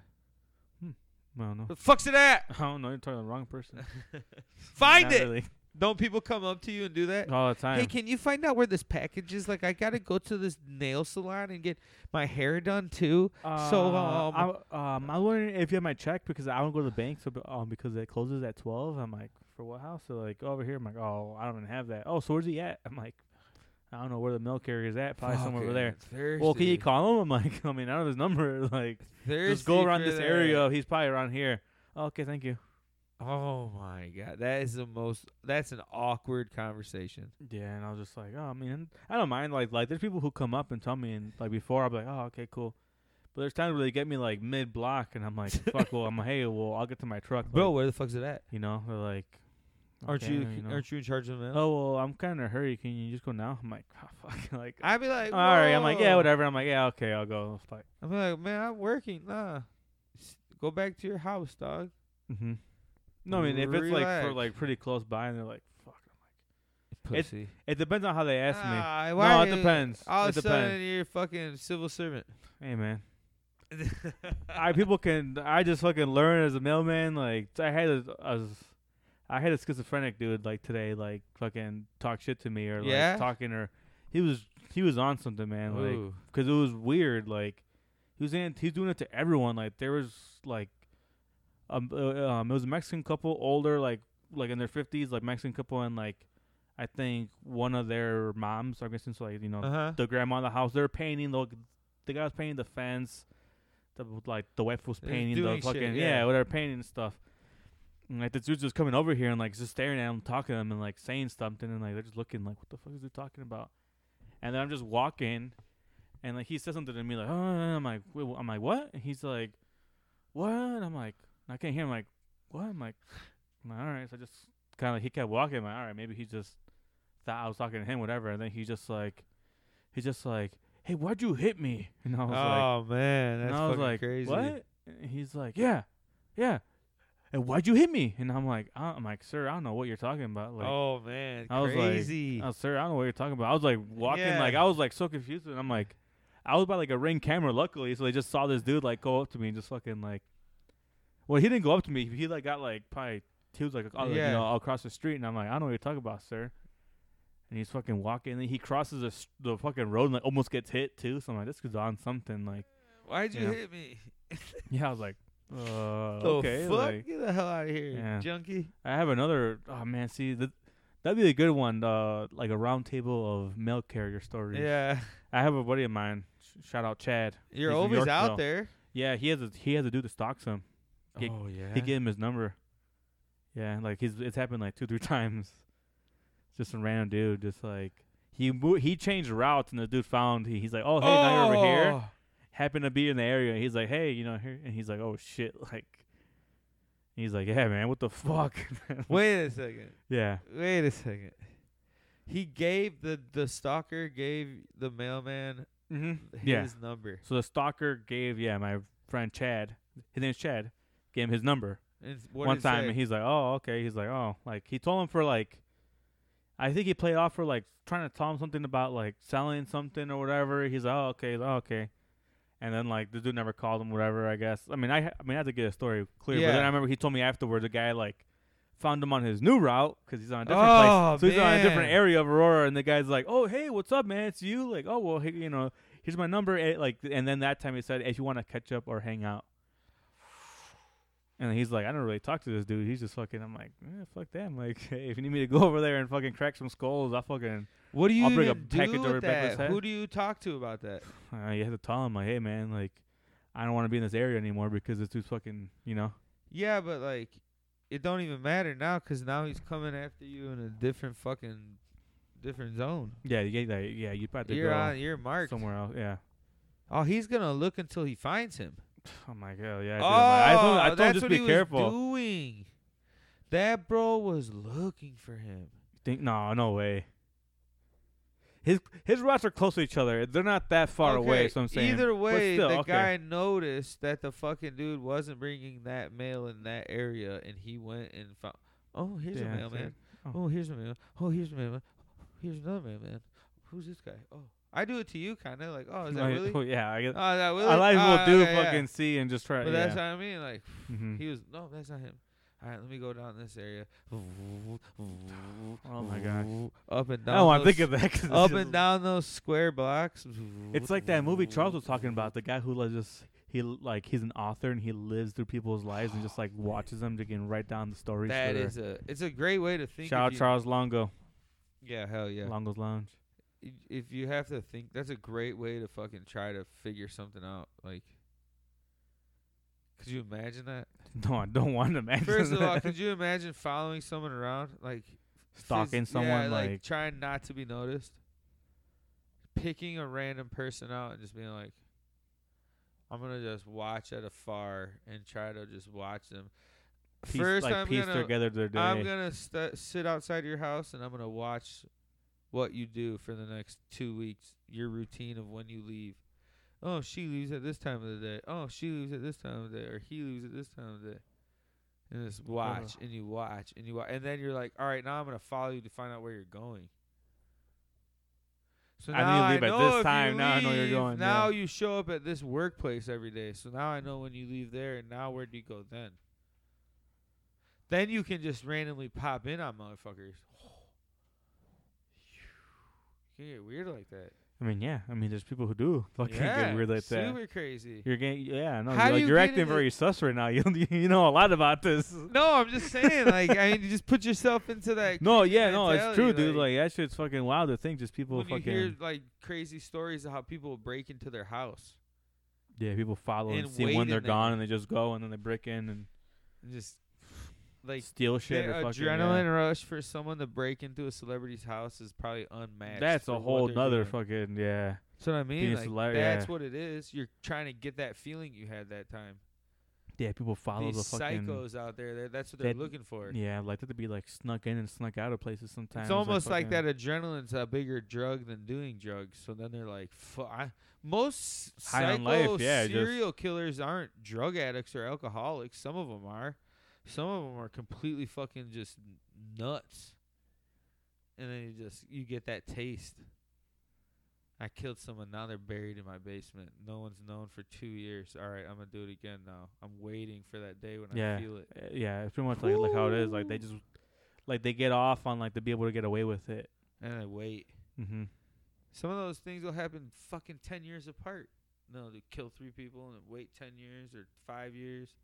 [SPEAKER 1] I don't know.
[SPEAKER 2] What the fuck's it at?
[SPEAKER 1] I don't know. You're talking to the wrong person.
[SPEAKER 2] Find
[SPEAKER 1] Not
[SPEAKER 2] it.
[SPEAKER 1] really.
[SPEAKER 2] Don't people come up to you and do that?
[SPEAKER 1] all the time.
[SPEAKER 2] Hey, can you find out where this package is? Like, I gotta go to this nail salon and get my hair done too. so,
[SPEAKER 1] Uh,
[SPEAKER 2] um,
[SPEAKER 1] I, um, I was wondering if you have my check because I don't go to the bank. So, um, because it closes at twelve. I'm like, for what house? They're like over here. I'm like, oh, I don't even have that. Oh, so where's he at? I'm like, I don't know where the mail carrier's at. Probably somewhere over there. Well, can you call him? I'm like, I mean, I don't have his number. Like, just go around this area. He's probably around here. Okay, thank you.
[SPEAKER 2] Oh my god, that is the most. That's an awkward conversation.
[SPEAKER 1] Yeah, and I was just like, oh man, I don't mind. Like, like there's people who come up and tell me, and like before, I'll be like, oh okay, cool. But there's times where they get me like mid block, and I'm like, fuck. Well, I'm like, hey, well, I'll get to my truck,
[SPEAKER 2] Bro,
[SPEAKER 1] like,
[SPEAKER 2] where the fuck's it at?
[SPEAKER 1] You know, they're like,
[SPEAKER 2] Aren't
[SPEAKER 1] okay,
[SPEAKER 2] you,
[SPEAKER 1] know.
[SPEAKER 2] aren't you in charge of the mail?
[SPEAKER 1] Oh well, I'm kind of in a hurry. Can you just go now? I'm like, oh, fuck. Like,
[SPEAKER 2] I'd be like,
[SPEAKER 1] all right. I'm like, yeah,
[SPEAKER 2] "Whoa."
[SPEAKER 1] whatever. I'm like, yeah, okay, I'll go. It's Like,
[SPEAKER 2] I'd be like, man, I'm working. Nah, S- go back to your house, dog.
[SPEAKER 1] mm-hmm. No, I mean, if it's like for
[SPEAKER 2] Relax.
[SPEAKER 1] like pretty close by, and they're like, fuck. It-
[SPEAKER 2] Pussy.
[SPEAKER 1] It depends on how they ask me.
[SPEAKER 2] Ah, why
[SPEAKER 1] No,
[SPEAKER 2] you-
[SPEAKER 1] it depends.
[SPEAKER 2] All
[SPEAKER 1] it
[SPEAKER 2] of a
[SPEAKER 1] depends.
[SPEAKER 2] sudden, you're a fucking civil servant.
[SPEAKER 1] Hey man, I people can I just fucking learn as a mailman. Like I had a, a I had a schizophrenic dude like today, like fucking talk shit to me or like
[SPEAKER 2] Yeah?
[SPEAKER 1] talking or he was he was on something, man. Like
[SPEAKER 2] Ooh.
[SPEAKER 1] because it was weird. Like he was in, he's doing it to everyone. Like there was like um, uh, um it was a Mexican couple, older like like in their fifties, like Mexican couple, and like I think one of their moms. I guess since like you know
[SPEAKER 2] Uh-huh.
[SPEAKER 1] the grandma in the house. They're painting the the guy was painting the fence. The like the wife was
[SPEAKER 2] They're
[SPEAKER 1] painting the
[SPEAKER 2] doing shit,
[SPEAKER 1] fucking yeah.
[SPEAKER 2] yeah.
[SPEAKER 1] whatever painting and stuff. And like the dude's just coming over here and like just staring at him, talking to him, and like saying something, and like they're just looking like what the fuck is he talking about? And then I'm just walking, and like he says something to me like oh, and I'm like wait, wh- I'm like what? And he's like what? And I'm like I can't hear him like what? I'm like I'm like, all right, so I just kind of he kept walking. I'm like all right, maybe he just thought I was talking to him, whatever. And then he just like he's just like, "Hey, why'd you hit me?" And I was like,
[SPEAKER 2] oh man, that's
[SPEAKER 1] and I was
[SPEAKER 2] fucking
[SPEAKER 1] like,
[SPEAKER 2] crazy.
[SPEAKER 1] "What?" And he's like, "Yeah, yeah." And why'd you hit me? And I'm like, I- I'm like, sir, I don't know what you're talking about. Like,
[SPEAKER 2] oh man,
[SPEAKER 1] I was like-
[SPEAKER 2] crazy.
[SPEAKER 1] "Oh, sir, I don't know what you're talking about. I was like walking,
[SPEAKER 2] Yeah.
[SPEAKER 1] like I was like so confused, and I'm like, I was by like a ring camera, luckily, so they just saw this dude like go up to me and just fucking like, well, he didn't go up to me. He like got like probably he was like, all,
[SPEAKER 2] Yeah.
[SPEAKER 1] you know, all across the street, and I'm like, I don't know what you're talking about, sir. And he's fucking walking, and then he crosses the, s- the fucking road and like almost gets hit too. So I'm like, this is on something. Like,
[SPEAKER 2] Why'd you
[SPEAKER 1] Yeah.
[SPEAKER 2] hit me?
[SPEAKER 1] yeah, I was like, uh,
[SPEAKER 2] The
[SPEAKER 1] okay,
[SPEAKER 2] fuck?
[SPEAKER 1] like
[SPEAKER 2] Get the hell out of here,
[SPEAKER 1] Yeah.
[SPEAKER 2] junkie.
[SPEAKER 1] I have another. Oh man, see the That'd be a good one, uh, like a round table of mail carrier stories.
[SPEAKER 2] Yeah,
[SPEAKER 1] I have a buddy of mine. sh- Shout out Chad.
[SPEAKER 2] you're
[SPEAKER 1] He's in
[SPEAKER 2] always out
[SPEAKER 1] Yorkville.
[SPEAKER 2] there.
[SPEAKER 1] Yeah, he has a he has a dude that stalks him. He-
[SPEAKER 2] oh yeah.
[SPEAKER 1] He gave him his number. Yeah, like he's it's happened like two three times. Just some random dude, just like he mo- he changed routes and the dude found he, he's like, oh hey, now you're over here.
[SPEAKER 2] Oh,
[SPEAKER 1] Happened to be in the area. And he's like, hey, you know here, and he's like, oh shit, like. He's like, yeah, man, what the fuck?
[SPEAKER 2] Wait a second.
[SPEAKER 1] yeah,
[SPEAKER 2] Wait a second. He gave the the stalker gave the mailman
[SPEAKER 1] mm-hmm.
[SPEAKER 2] his
[SPEAKER 1] yeah.
[SPEAKER 2] number.
[SPEAKER 1] So the stalker gave yeah my friend Chad, his name's Chad, gave him his number
[SPEAKER 2] And it's- what
[SPEAKER 1] one
[SPEAKER 2] did it
[SPEAKER 1] time,
[SPEAKER 2] say?
[SPEAKER 1] and he's like, oh okay, he's like oh like he told him for like, I think he played off for like trying to tell him something about like selling something or whatever. He's like oh okay, he's like, oh, okay, and then like the dude never called him whatever. I guess I mean I ha- I mean I had to get a story clear, but
[SPEAKER 2] Yeah.
[SPEAKER 1] then I remember he told me afterwards the guy like. Found him on his new route because he's on a different
[SPEAKER 2] Oh,
[SPEAKER 1] place. So he's on a different
[SPEAKER 2] man.
[SPEAKER 1] area of Aurora, and the guy's like, "Oh, hey, what's up, man? It's you." Like, "Oh, well, hey, you know, here's my number and, like and then that time he said if you want to catch up or hang out and he's like i don't really talk to this dude he's just fucking i'm like eh, fuck that I'm like hey if you need me to go over there and fucking crack some skulls i'll fucking
[SPEAKER 2] what do you
[SPEAKER 1] I'll bring a
[SPEAKER 2] even
[SPEAKER 1] package
[SPEAKER 2] do
[SPEAKER 1] over
[SPEAKER 2] with
[SPEAKER 1] back of his
[SPEAKER 2] that?
[SPEAKER 1] head.
[SPEAKER 2] Who do you talk to about that?
[SPEAKER 1] uh, you have to tell him like hey man like i don't want to be in this area anymore because this dude's fucking you know
[SPEAKER 2] Yeah, but like, it don't even matter now 'cause now he's coming after you in a different fucking, different zone.
[SPEAKER 1] yeah you get that yeah you probably
[SPEAKER 2] You're
[SPEAKER 1] have
[SPEAKER 2] on,
[SPEAKER 1] to
[SPEAKER 2] you're
[SPEAKER 1] go
[SPEAKER 2] marked.
[SPEAKER 1] somewhere else yeah
[SPEAKER 2] Oh, he's gonna look until he finds him.
[SPEAKER 1] oh my god yeah dude, I'm
[SPEAKER 2] oh,
[SPEAKER 1] like, i told, I told him
[SPEAKER 2] that's
[SPEAKER 1] just
[SPEAKER 2] what
[SPEAKER 1] be
[SPEAKER 2] he was
[SPEAKER 1] careful
[SPEAKER 2] doing. That bro was looking for him.
[SPEAKER 1] think no no way his his routes are close to each other they're not that far away
[SPEAKER 2] Okay,
[SPEAKER 1] so i'm saying
[SPEAKER 2] Either
[SPEAKER 1] but
[SPEAKER 2] way,
[SPEAKER 1] still,
[SPEAKER 2] the
[SPEAKER 1] okay.
[SPEAKER 2] guy noticed that the fucking dude wasn't bringing that mail in that area, and he went and found. Oh, here's
[SPEAKER 1] Yeah,
[SPEAKER 2] a
[SPEAKER 1] it's
[SPEAKER 2] mailman.
[SPEAKER 1] like, oh.
[SPEAKER 2] Oh. here's a mailman. Oh, here's a mailman. Here's another mailman. Who's this guy? Oh, I do it to you, kind of like. Oh, is that
[SPEAKER 1] Like,
[SPEAKER 2] really?
[SPEAKER 1] oh, yeah, I guess.
[SPEAKER 2] Oh, is that really?
[SPEAKER 1] I like
[SPEAKER 2] Ah,
[SPEAKER 1] we'll do
[SPEAKER 2] okay, yeah.
[SPEAKER 1] fucking see and just try.
[SPEAKER 2] But
[SPEAKER 1] yeah.
[SPEAKER 2] that's what I mean. Like
[SPEAKER 1] Mhm.
[SPEAKER 2] he was. No, that's not him. All right, let me go down this area.
[SPEAKER 1] Oh my gosh.
[SPEAKER 2] Up and down.
[SPEAKER 1] I want to
[SPEAKER 2] those-
[SPEAKER 1] think of that. 'cause it's
[SPEAKER 2] Up
[SPEAKER 1] just-
[SPEAKER 2] and down those square blocks.
[SPEAKER 1] It's like that movie Charles was talking about. The guy who like, just he l- like he's an author and he lives through people's lives and just like watches them to can write down the stories.
[SPEAKER 2] That
[SPEAKER 1] for-
[SPEAKER 2] is a. It's a great way to think.
[SPEAKER 1] shout out
[SPEAKER 2] if you-
[SPEAKER 1] Charles Longo,
[SPEAKER 2] Yeah, hell yeah.
[SPEAKER 1] Longo's Lounge.
[SPEAKER 2] I- If you have to think, that's a great way to fucking try to figure something out. Like, could you imagine that?
[SPEAKER 1] No, I don't want to imagine.
[SPEAKER 2] First of all,
[SPEAKER 1] that.
[SPEAKER 2] could you imagine following someone around, like phys-
[SPEAKER 1] stalking someone
[SPEAKER 2] yeah, like,
[SPEAKER 1] like,
[SPEAKER 2] trying not to be noticed, picking a random person out and just being like, "I'm gonna just watch at afar and try to just watch them."
[SPEAKER 1] piece,
[SPEAKER 2] First,
[SPEAKER 1] like
[SPEAKER 2] I'm
[SPEAKER 1] piece
[SPEAKER 2] gonna
[SPEAKER 1] together their day.
[SPEAKER 2] I'm gonna st- sit outside your house and I'm gonna watch what you do for the next two weeks. Your routine of when you leave. Oh, she leaves at this time of the day. Oh, she leaves at this time of the day, or he leaves at this time of the day. And just watch and you watch and you watch, and then you're like, all right, now I'm gonna follow you to find out where you're going. So
[SPEAKER 1] I need to
[SPEAKER 2] now
[SPEAKER 1] leave at
[SPEAKER 2] know
[SPEAKER 1] this
[SPEAKER 2] if you
[SPEAKER 1] time. Now I know you're
[SPEAKER 2] leave,
[SPEAKER 1] going,
[SPEAKER 2] Now
[SPEAKER 1] yeah.
[SPEAKER 2] you show up at this workplace every day. So now I know when you leave there, and now where do you go then? Then you can just randomly pop in on motherfuckers. You can get weird like that.
[SPEAKER 1] I mean, yeah. I mean, there's people who do fucking
[SPEAKER 2] yeah,
[SPEAKER 1] get weird like that.
[SPEAKER 2] Super crazy.
[SPEAKER 1] You're getting yeah, no,
[SPEAKER 2] How
[SPEAKER 1] you're,
[SPEAKER 2] do
[SPEAKER 1] like,
[SPEAKER 2] you
[SPEAKER 1] you're
[SPEAKER 2] get
[SPEAKER 1] acting
[SPEAKER 2] into-
[SPEAKER 1] very sus right now. You you know a lot about this.
[SPEAKER 2] No, I'm just saying, like, I mean, you just put yourself into that.
[SPEAKER 1] No, yeah, no, it's true,
[SPEAKER 2] mentality,
[SPEAKER 1] dude.
[SPEAKER 2] like-
[SPEAKER 1] Like that shit's fucking wild to think just people
[SPEAKER 2] When you
[SPEAKER 1] fucking
[SPEAKER 2] hear like crazy stories of how people break into their house
[SPEAKER 1] yeah, people follow and,
[SPEAKER 2] and
[SPEAKER 1] see
[SPEAKER 2] wait
[SPEAKER 1] when they're
[SPEAKER 2] in there.
[SPEAKER 1] gone and they just go and then they break in and
[SPEAKER 2] and just like
[SPEAKER 1] steal shit
[SPEAKER 2] the
[SPEAKER 1] or fucking yeah.
[SPEAKER 2] adrenaline rush for someone to break into a celebrity's house is probably unmatched.
[SPEAKER 1] That's
[SPEAKER 2] for
[SPEAKER 1] a
[SPEAKER 2] what
[SPEAKER 1] whole
[SPEAKER 2] they're
[SPEAKER 1] nother
[SPEAKER 2] doing.
[SPEAKER 1] fucking yeah.
[SPEAKER 2] That's what I mean.
[SPEAKER 1] being
[SPEAKER 2] Like,
[SPEAKER 1] celeb-
[SPEAKER 2] that's
[SPEAKER 1] yeah.
[SPEAKER 2] what it is. You're trying to get that feeling you had that time.
[SPEAKER 1] Yeah, people follow
[SPEAKER 2] These
[SPEAKER 1] the fucking
[SPEAKER 2] psychos out there, they're- that's what they're
[SPEAKER 1] that-
[SPEAKER 2] looking for.
[SPEAKER 1] yeah, like that to be like snuck in and snuck out of places sometimes.
[SPEAKER 2] It's almost like,
[SPEAKER 1] fucking-
[SPEAKER 2] that adrenaline's a bigger drug than doing drugs. So then they're like, "Fu- I, most
[SPEAKER 1] High
[SPEAKER 2] psycho
[SPEAKER 1] on life, yeah, just-
[SPEAKER 2] serial killers aren't drug addicts or alcoholics. Some of them are. Some of them are completely fucking just nuts. And then you just you get that taste. I killed someone. Now they're buried in my basement. No one's known for two years. All right, I'm gonna do it again now. I'm waiting for that day when
[SPEAKER 1] Yeah.
[SPEAKER 2] I feel it.
[SPEAKER 1] Uh, Yeah, it's pretty much like like how it is. Like they just like they get off on like to be able to get away with it.
[SPEAKER 2] And I wait.
[SPEAKER 1] Mm-hmm.
[SPEAKER 2] Some of those things will happen fucking ten years apart. No, they kill three people and then wait ten years or five years.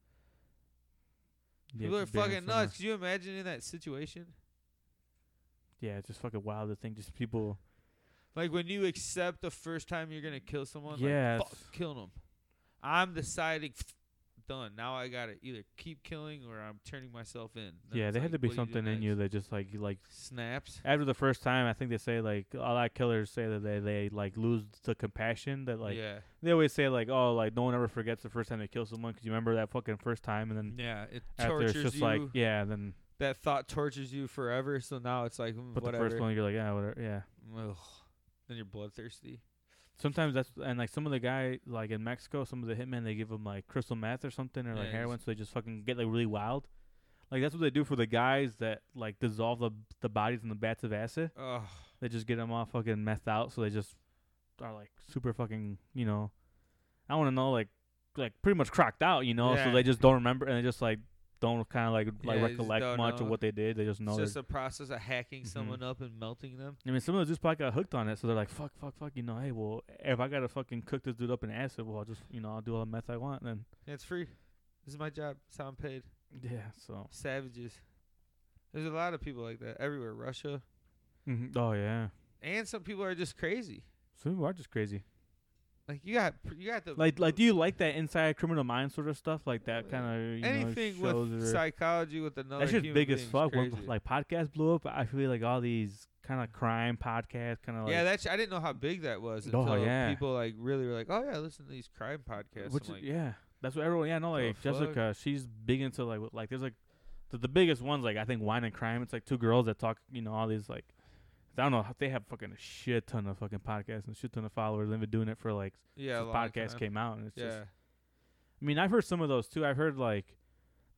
[SPEAKER 1] Yeah,
[SPEAKER 2] People are
[SPEAKER 1] being
[SPEAKER 2] fucking
[SPEAKER 1] somewhere.
[SPEAKER 2] nuts. Could you imagine in that situation?
[SPEAKER 1] yeah, it's just fucking wild to think just people.
[SPEAKER 2] Like when you accept the first time you're gonna kill someone,
[SPEAKER 1] Yes.
[SPEAKER 2] like fuck killing them. I'm deciding done. Now I gotta either keep killing or I'm turning myself in. Then
[SPEAKER 1] yeah,
[SPEAKER 2] it's like,
[SPEAKER 1] there had to be
[SPEAKER 2] what do do
[SPEAKER 1] something in you
[SPEAKER 2] next?
[SPEAKER 1] that just like you, like
[SPEAKER 2] snaps.
[SPEAKER 1] after the first time, I think they say like a lot of killers say that they they like lose the compassion that like
[SPEAKER 2] yeah.
[SPEAKER 1] they always say like oh like no one ever forgets the first time they kill someone because you remember that fucking first time and then
[SPEAKER 2] Yeah. It
[SPEAKER 1] mm, after
[SPEAKER 2] tortures
[SPEAKER 1] it's just
[SPEAKER 2] you.
[SPEAKER 1] like yeah then
[SPEAKER 2] that thought tortures you forever, so now it's like mm,
[SPEAKER 1] but
[SPEAKER 2] whatever.
[SPEAKER 1] the first one you're like yeah whatever yeah
[SPEAKER 2] Ugh. Then you're bloodthirsty.
[SPEAKER 1] Sometimes that's and like some of the guy like in Mexico, some of the hitmen they give them like crystal meth or something or like
[SPEAKER 2] Yeah,
[SPEAKER 1] heroin, so they just fucking get like really wild. Like that's what they do for the guys that like dissolve the the bodies in the baths of acid.
[SPEAKER 2] Ugh.
[SPEAKER 1] They just get them all fucking methed out, so they just are like super fucking you know. I want to know like like pretty much crocked out, you know.
[SPEAKER 2] Yeah.
[SPEAKER 1] So they just don't remember and they just like don't kind of like like
[SPEAKER 2] Yeah, they just
[SPEAKER 1] recollect
[SPEAKER 2] don't
[SPEAKER 1] much
[SPEAKER 2] know.
[SPEAKER 1] of what they did. They just know.
[SPEAKER 2] it's
[SPEAKER 1] they're-
[SPEAKER 2] just a process of hacking
[SPEAKER 1] Mhm.
[SPEAKER 2] someone up and melting them.
[SPEAKER 1] I mean, some of those dudes probably got hooked on it, so they're like, "Fuck, fuck, fuck," you know. Hey, well, if I gotta fucking cook this dude up in acid, well, I'll just, you know, I'll do all the meth I want. Then,
[SPEAKER 2] Yeah, it's free. This is my job. It's how I'm paid.
[SPEAKER 1] yeah. So,
[SPEAKER 2] Savages. There's a lot of people like that everywhere. Russia. Mm-hmm.
[SPEAKER 1] Mhm. oh yeah,
[SPEAKER 2] And some people are just crazy.
[SPEAKER 1] some people are just crazy.
[SPEAKER 2] Like you got you got the
[SPEAKER 1] Like, like, do you like that inside criminal mind sort of stuff? Like that kind of
[SPEAKER 2] anything
[SPEAKER 1] know, shows
[SPEAKER 2] with
[SPEAKER 1] or-
[SPEAKER 2] psychology with another
[SPEAKER 1] That's just
[SPEAKER 2] human
[SPEAKER 1] big as
[SPEAKER 2] being's
[SPEAKER 1] fuck. When
[SPEAKER 2] Crazy.
[SPEAKER 1] like podcast blew up, I feel like all these kind of crime podcasts, kind of like
[SPEAKER 2] yeah, that's I didn't know how big that was
[SPEAKER 1] Oh,
[SPEAKER 2] until
[SPEAKER 1] yeah.
[SPEAKER 2] people like really were like, oh yeah, listen to these crime podcasts.
[SPEAKER 1] Which
[SPEAKER 2] I'm like,
[SPEAKER 1] is- yeah, that's what everyone. Yeah, no,
[SPEAKER 2] the
[SPEAKER 1] like
[SPEAKER 2] fuck?
[SPEAKER 1] Jessica, she's big into like what- like there's like the, the biggest ones like I think wine and crime. It's like two girls that talk, you know, all these like I don't know, they have fucking a shit ton of fucking podcasts and a shit ton of followers. They've been doing it for like
[SPEAKER 2] yeah, a
[SPEAKER 1] since
[SPEAKER 2] long
[SPEAKER 1] podcast
[SPEAKER 2] time.
[SPEAKER 1] came out, and it's
[SPEAKER 2] Yeah,
[SPEAKER 1] just. I mean, I've heard some of those too. I've heard like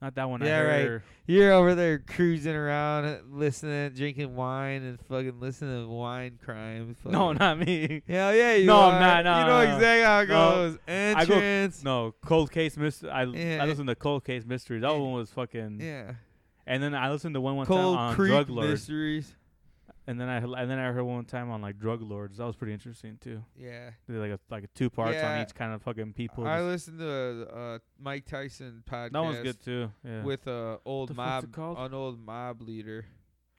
[SPEAKER 1] not that one.
[SPEAKER 2] Yeah,
[SPEAKER 1] I
[SPEAKER 2] right.
[SPEAKER 1] heard,
[SPEAKER 2] you're over there cruising around, uh, listening, drinking wine, and fucking listening to wine crime.
[SPEAKER 1] No,
[SPEAKER 2] fucking-
[SPEAKER 1] not me.
[SPEAKER 2] Hell yeah, you
[SPEAKER 1] No,
[SPEAKER 2] are.
[SPEAKER 1] I'm not, no,
[SPEAKER 2] you know
[SPEAKER 1] no, no.
[SPEAKER 2] exactly how it
[SPEAKER 1] No,
[SPEAKER 2] goes.
[SPEAKER 1] I go-
[SPEAKER 2] Entrance.
[SPEAKER 1] No, cold case mystery. I
[SPEAKER 2] Yeah.
[SPEAKER 1] I listened to cold case mysteries. That
[SPEAKER 2] Yeah.
[SPEAKER 1] one was fucking.
[SPEAKER 2] yeah.
[SPEAKER 1] And then I listened to one one
[SPEAKER 2] Cold
[SPEAKER 1] time on
[SPEAKER 2] Creek
[SPEAKER 1] drug lords.
[SPEAKER 2] mysteries.
[SPEAKER 1] And then I and then I heard one time on like drug lords. That was pretty interesting too.
[SPEAKER 2] Yeah.
[SPEAKER 1] They did, like a, like a two parts
[SPEAKER 2] Yeah.
[SPEAKER 1] on each kind of fucking people.
[SPEAKER 2] I
[SPEAKER 1] Just-
[SPEAKER 2] listened to uh, Mike Tyson podcast.
[SPEAKER 1] that one's good too. Yeah.
[SPEAKER 2] With a old
[SPEAKER 1] The fuck's
[SPEAKER 2] mob,
[SPEAKER 1] it called?
[SPEAKER 2] an old mob leader.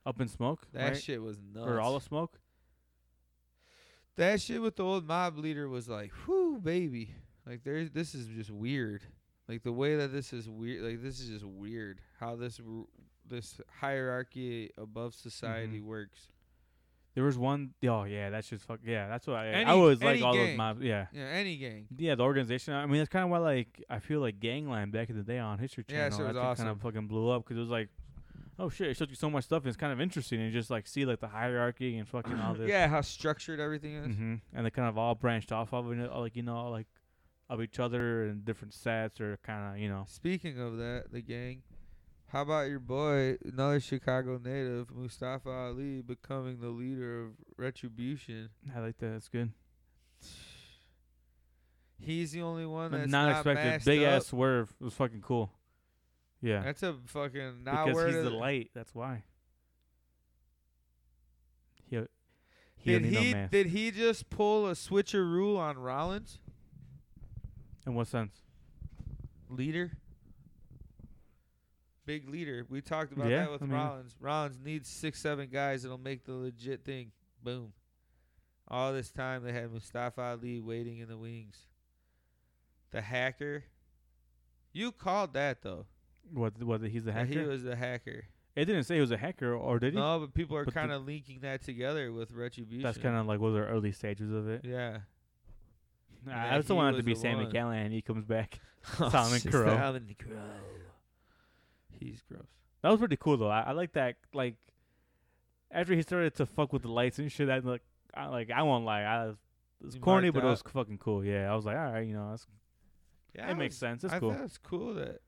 [SPEAKER 1] Up in smoke.
[SPEAKER 2] That
[SPEAKER 1] right?
[SPEAKER 2] shit was nuts.
[SPEAKER 1] or all of smoke.
[SPEAKER 2] that shit with the old mob leader was like, whoo, baby. Like there, this is just weird. Like the way that this is weird. Like this is just weird. How this ru- this hierarchy above society
[SPEAKER 1] Mhm.
[SPEAKER 2] works.
[SPEAKER 1] There was one oh yeah, that's just fuck. Yeah, that's what I,
[SPEAKER 2] Any-
[SPEAKER 1] I always like
[SPEAKER 2] any
[SPEAKER 1] all
[SPEAKER 2] gang.
[SPEAKER 1] those mobs. Yeah.
[SPEAKER 2] Yeah, any gang.
[SPEAKER 1] Yeah, the organization. I mean, that's kind of why like I feel like Gangland back in the day on History Channel.
[SPEAKER 2] Yeah, so it was
[SPEAKER 1] that kind
[SPEAKER 2] awesome.
[SPEAKER 1] of fucking blew up because it was like, oh shit, it shows you so much stuff. and It's kind of interesting and you just like see like the hierarchy and fucking all this.
[SPEAKER 2] Yeah, how structured everything is.
[SPEAKER 1] hmm And they kind of all branched off of it, like you know, like of each other and different sets or kind of you know.
[SPEAKER 2] Speaking of that, the gang. How about your boy, another Chicago native, Mustafa Ali, becoming the leader of Retribution?
[SPEAKER 1] I like that. That's good.
[SPEAKER 2] He's the only one
[SPEAKER 1] Not,
[SPEAKER 2] that's not,
[SPEAKER 1] expected.
[SPEAKER 2] masked
[SPEAKER 1] Big
[SPEAKER 2] up.
[SPEAKER 1] ass swerve. It was fucking cool. Yeah,
[SPEAKER 2] That's a fucking not
[SPEAKER 1] because
[SPEAKER 2] word
[SPEAKER 1] he's
[SPEAKER 2] of
[SPEAKER 1] the
[SPEAKER 2] the-
[SPEAKER 1] light. That's why. He. He
[SPEAKER 2] Did
[SPEAKER 1] don't need
[SPEAKER 2] he
[SPEAKER 1] no mask.
[SPEAKER 2] did he just pull a switcheroo on Rollins,
[SPEAKER 1] In what sense?
[SPEAKER 2] leader? Big leader. We talked about
[SPEAKER 1] Yeah,
[SPEAKER 2] that with
[SPEAKER 1] I mean-
[SPEAKER 2] Rollins. Rollins needs six, seven guys that'll make the legit thing. Boom. All this time they had Mustafa Ali waiting in the wings. The hacker. You called that though.
[SPEAKER 1] What? What? He's the
[SPEAKER 2] that
[SPEAKER 1] hacker.
[SPEAKER 2] He was the hacker.
[SPEAKER 1] it didn't say he was a hacker, or did he?
[SPEAKER 2] No, but people are
[SPEAKER 1] But the-
[SPEAKER 2] kind of linking that together with retribution.
[SPEAKER 1] That's kind of like one of the early stages of it.
[SPEAKER 2] yeah.
[SPEAKER 1] Nah,
[SPEAKER 2] Yeah,
[SPEAKER 1] I also
[SPEAKER 2] he
[SPEAKER 1] wanted
[SPEAKER 2] was
[SPEAKER 1] to be
[SPEAKER 2] the
[SPEAKER 1] Sammy
[SPEAKER 2] one.
[SPEAKER 1] Callahan. He comes back.
[SPEAKER 2] Oh,
[SPEAKER 1] Simon
[SPEAKER 2] shit,
[SPEAKER 1] Crow.
[SPEAKER 2] Simon Crow. He's gross.
[SPEAKER 1] That was pretty cool though. I, I like that. Like after he started to fuck with the lights and shit, I like, I, like I won't lie, I was, it was
[SPEAKER 2] You
[SPEAKER 1] corny,
[SPEAKER 2] marked
[SPEAKER 1] but it was fucking cool. Yeah, I was like, all right, you know, that's,
[SPEAKER 2] Yeah,
[SPEAKER 1] it makes sense. It's
[SPEAKER 2] I
[SPEAKER 1] cool.
[SPEAKER 2] thought it's cool that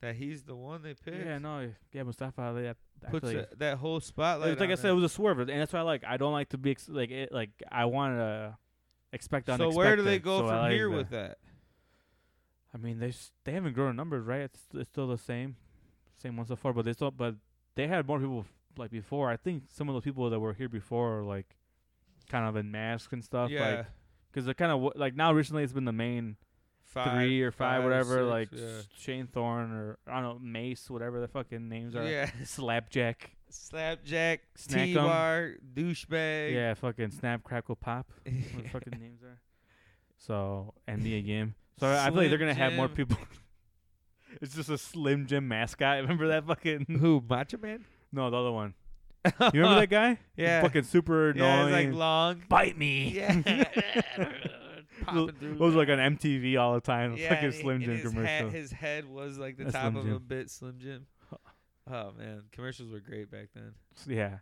[SPEAKER 2] that he's the one they picked.
[SPEAKER 1] Yeah, no, yeah, Mustafa Ali. I, I
[SPEAKER 2] puts
[SPEAKER 1] feel
[SPEAKER 2] tha-
[SPEAKER 1] like,
[SPEAKER 2] that, whole
[SPEAKER 1] it
[SPEAKER 2] spotlight.
[SPEAKER 1] was, like I
[SPEAKER 2] on
[SPEAKER 1] said, it was a swerve, and that's why I like. I don't like to be ex- like it. Like I want to expect
[SPEAKER 2] So
[SPEAKER 1] unexpected.
[SPEAKER 2] where do they go
[SPEAKER 1] so I
[SPEAKER 2] from
[SPEAKER 1] like
[SPEAKER 2] here
[SPEAKER 1] that.
[SPEAKER 2] with that?
[SPEAKER 1] I mean, they s- they haven't grown in numbers, right? It's, it's still the same, same one so far. But they still, but they had more people like before. I think some of those people that were here before are like kind of in masks and stuff,
[SPEAKER 2] yeah,
[SPEAKER 1] like because they're kind of w- like now recently it's been the main
[SPEAKER 2] five,
[SPEAKER 1] three or five, whatever,
[SPEAKER 2] six,
[SPEAKER 1] like
[SPEAKER 2] yeah.
[SPEAKER 1] s- Shane Thorne or I don't know Mace, whatever the fucking names are,
[SPEAKER 2] Yeah.
[SPEAKER 1] Slapjack.
[SPEAKER 2] Slapjack,
[SPEAKER 1] Snack 'em.
[SPEAKER 2] T bar, douchebag.
[SPEAKER 1] Yeah, fucking snap, crackle, pop. What the fucking names are? So and me again. So I I feel like they're
[SPEAKER 2] Slim
[SPEAKER 1] gonna have more
[SPEAKER 2] Jim.
[SPEAKER 1] people. it's just a Slim Jim mascot. Remember that fucking?
[SPEAKER 2] Who? Macho Man?
[SPEAKER 1] No, the other one. You remember that guy? He's
[SPEAKER 2] Yeah.
[SPEAKER 1] Fucking super annoying.
[SPEAKER 2] yeah, it's like long.
[SPEAKER 1] Bite me.
[SPEAKER 2] Yeah.
[SPEAKER 1] Those-
[SPEAKER 2] Popping through.
[SPEAKER 1] Those were like on MTV all the time.
[SPEAKER 2] yeah,
[SPEAKER 1] fucking
[SPEAKER 2] and he-
[SPEAKER 1] Slim
[SPEAKER 2] and
[SPEAKER 1] Jim
[SPEAKER 2] his
[SPEAKER 1] commercial.
[SPEAKER 2] Head, his head was like the
[SPEAKER 1] That's
[SPEAKER 2] top
[SPEAKER 1] Slim
[SPEAKER 2] of
[SPEAKER 1] Jim.
[SPEAKER 2] a bit Slim Jim. Oh man, commercials were great back then.
[SPEAKER 1] yeah.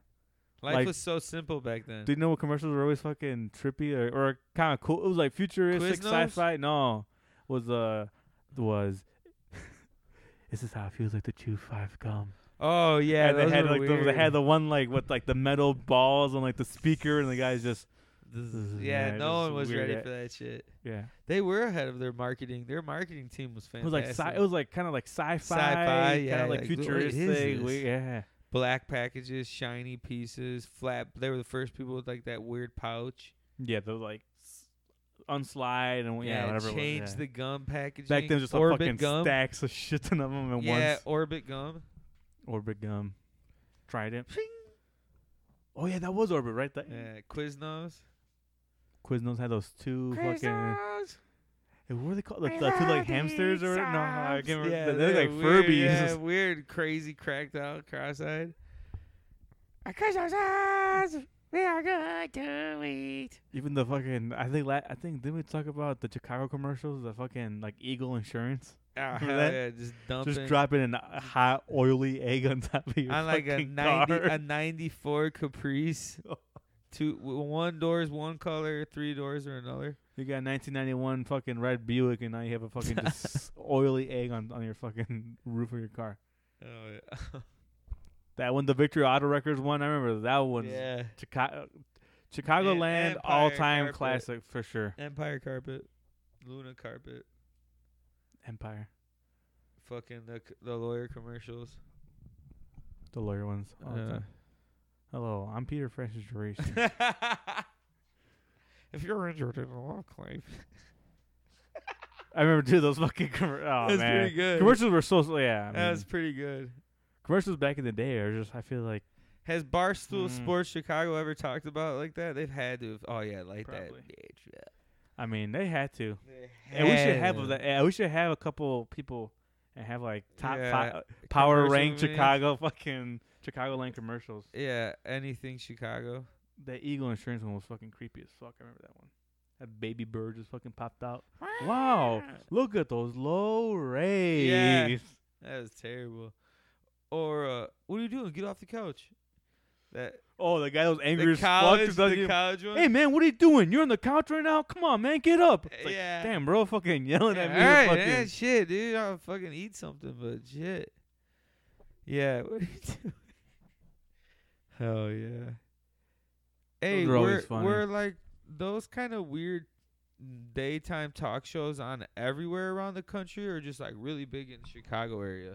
[SPEAKER 2] Life
[SPEAKER 1] Like-
[SPEAKER 2] was so simple back then.
[SPEAKER 1] Do you know what commercials were always fucking trippy or, or kind of cool? It was like futuristic
[SPEAKER 2] Quiznos?
[SPEAKER 1] sci-fi. No, was uh was. this is how it feels like to chew five gum.
[SPEAKER 2] oh yeah,
[SPEAKER 1] and they
[SPEAKER 2] those
[SPEAKER 1] had
[SPEAKER 2] were
[SPEAKER 1] like the, they
[SPEAKER 2] weird.
[SPEAKER 1] had the one like with like the metal balls and like the speaker and the guys just
[SPEAKER 2] yeah,
[SPEAKER 1] it
[SPEAKER 2] no
[SPEAKER 1] was
[SPEAKER 2] one was
[SPEAKER 1] weird
[SPEAKER 2] ready
[SPEAKER 1] at-
[SPEAKER 2] for that shit.
[SPEAKER 1] yeah.
[SPEAKER 2] They were ahead of their marketing. Their marketing team was
[SPEAKER 1] It
[SPEAKER 2] fantastic.
[SPEAKER 1] was like sci- it was like kind of like sci-fi,
[SPEAKER 2] Sci-fi,
[SPEAKER 1] kind
[SPEAKER 2] yeah,
[SPEAKER 1] of like
[SPEAKER 2] like, what is
[SPEAKER 1] futuristic.
[SPEAKER 2] this?
[SPEAKER 1] we- yeah,
[SPEAKER 2] black packages, shiny pieces, flat. They were the first people with like that weird pouch.
[SPEAKER 1] yeah, they were like s- unslide and Oh, yeah, whatever.
[SPEAKER 2] Change
[SPEAKER 1] it was, yeah.
[SPEAKER 2] the gum packaging.
[SPEAKER 1] Back then, just like
[SPEAKER 2] Orbit
[SPEAKER 1] fucking
[SPEAKER 2] gum.
[SPEAKER 1] stacks of shit ton of them at
[SPEAKER 2] yeah,
[SPEAKER 1] once.
[SPEAKER 2] Orbit gum.
[SPEAKER 1] Orbit gum. Tried it.
[SPEAKER 2] Ping.
[SPEAKER 1] Oh yeah, that was Orbit, right? That
[SPEAKER 2] Yeah, Quiznos.
[SPEAKER 1] Quiznos had those two fucking.
[SPEAKER 2] Quiznos.
[SPEAKER 1] Hey, what were they called? Like the two like hamsters or whatever? no? I can't remember.
[SPEAKER 2] Yeah,
[SPEAKER 1] they look like
[SPEAKER 2] weird,
[SPEAKER 1] Furbies.
[SPEAKER 2] Yeah, weird, crazy, cracked out, cross-eyed.
[SPEAKER 3] We are good to eat.
[SPEAKER 1] Even the fucking I think la- I think didn't we talk about the Chicago commercials? The fucking like Eagle Insurance,
[SPEAKER 2] Oh, hell
[SPEAKER 1] that?
[SPEAKER 2] yeah, just dumping.
[SPEAKER 1] just dropping an uh, hot oily egg on top of your
[SPEAKER 2] on like a
[SPEAKER 1] fucking
[SPEAKER 2] ninety,
[SPEAKER 1] car. Oh.
[SPEAKER 2] a ninety-four Caprice. Two, one doors, one color. Three doors or another.
[SPEAKER 1] you got 1991 fucking red Buick, and now you have a fucking just oily egg on on your fucking roof of your car.
[SPEAKER 2] Oh yeah.
[SPEAKER 1] That one, the Victory Auto Records one, I remember that one.
[SPEAKER 2] yeah.
[SPEAKER 1] Chicago, Chicagoland,
[SPEAKER 2] Empire
[SPEAKER 1] all time
[SPEAKER 2] carpet.
[SPEAKER 1] classic for sure.
[SPEAKER 2] Empire carpet, Luna carpet,
[SPEAKER 1] Empire,
[SPEAKER 2] fucking the c- the lawyer commercials.
[SPEAKER 1] the lawyer ones. all the
[SPEAKER 2] Yeah.
[SPEAKER 1] time. Hello, I'm Peter Francis Doris.
[SPEAKER 3] If you're injured in a love claim,
[SPEAKER 1] I remember too those fucking commer- oh
[SPEAKER 2] That's
[SPEAKER 1] man.
[SPEAKER 2] pretty good.
[SPEAKER 1] Commercials were so so- yeah. I
[SPEAKER 2] that
[SPEAKER 1] mean,
[SPEAKER 2] was pretty good.
[SPEAKER 1] commercials back in the day are just I feel like
[SPEAKER 2] Has Barstool
[SPEAKER 1] Mm.
[SPEAKER 2] Sports Chicago ever talked about it like that? They've had to. Have, oh yeah, like
[SPEAKER 1] Probably.
[SPEAKER 2] that. Bitch, yeah.
[SPEAKER 1] I mean they had to.
[SPEAKER 2] They
[SPEAKER 1] And we should
[SPEAKER 2] had
[SPEAKER 1] have
[SPEAKER 2] to.
[SPEAKER 1] that. and We should have a couple people and have like top
[SPEAKER 2] Yeah,
[SPEAKER 1] five power
[SPEAKER 2] commercial
[SPEAKER 1] rank
[SPEAKER 2] videos.
[SPEAKER 1] Chicago fucking Chicagoland commercials.
[SPEAKER 2] Yeah, anything Chicago.
[SPEAKER 1] That Eagle Insurance one was fucking creepy as fuck. I remember that one. That baby bird just fucking popped out. Wow, look at those low rays.
[SPEAKER 2] That was terrible. Or uh, what are you doing? Get off the couch. That
[SPEAKER 1] Oh, the guy that was angry
[SPEAKER 2] the
[SPEAKER 1] as fuck.
[SPEAKER 2] college,
[SPEAKER 1] that doesn't
[SPEAKER 2] the
[SPEAKER 1] even-
[SPEAKER 2] college one.
[SPEAKER 1] Hey man, what are you doing? You're on the couch right now. Come on, man, get up. It's like,
[SPEAKER 2] yeah.
[SPEAKER 1] Damn, bro, fucking yelling at me.
[SPEAKER 2] Yeah,
[SPEAKER 1] to
[SPEAKER 2] all right,
[SPEAKER 1] fucking-
[SPEAKER 2] man, shit, dude. I'll fucking eat something, but shit. Yeah, what are you doing? Hell yeah. Hey,
[SPEAKER 1] Those are always
[SPEAKER 2] we're,
[SPEAKER 1] funny.
[SPEAKER 2] we're like those kind of weird daytime talk shows on everywhere around the country or just like really big in Chicago area.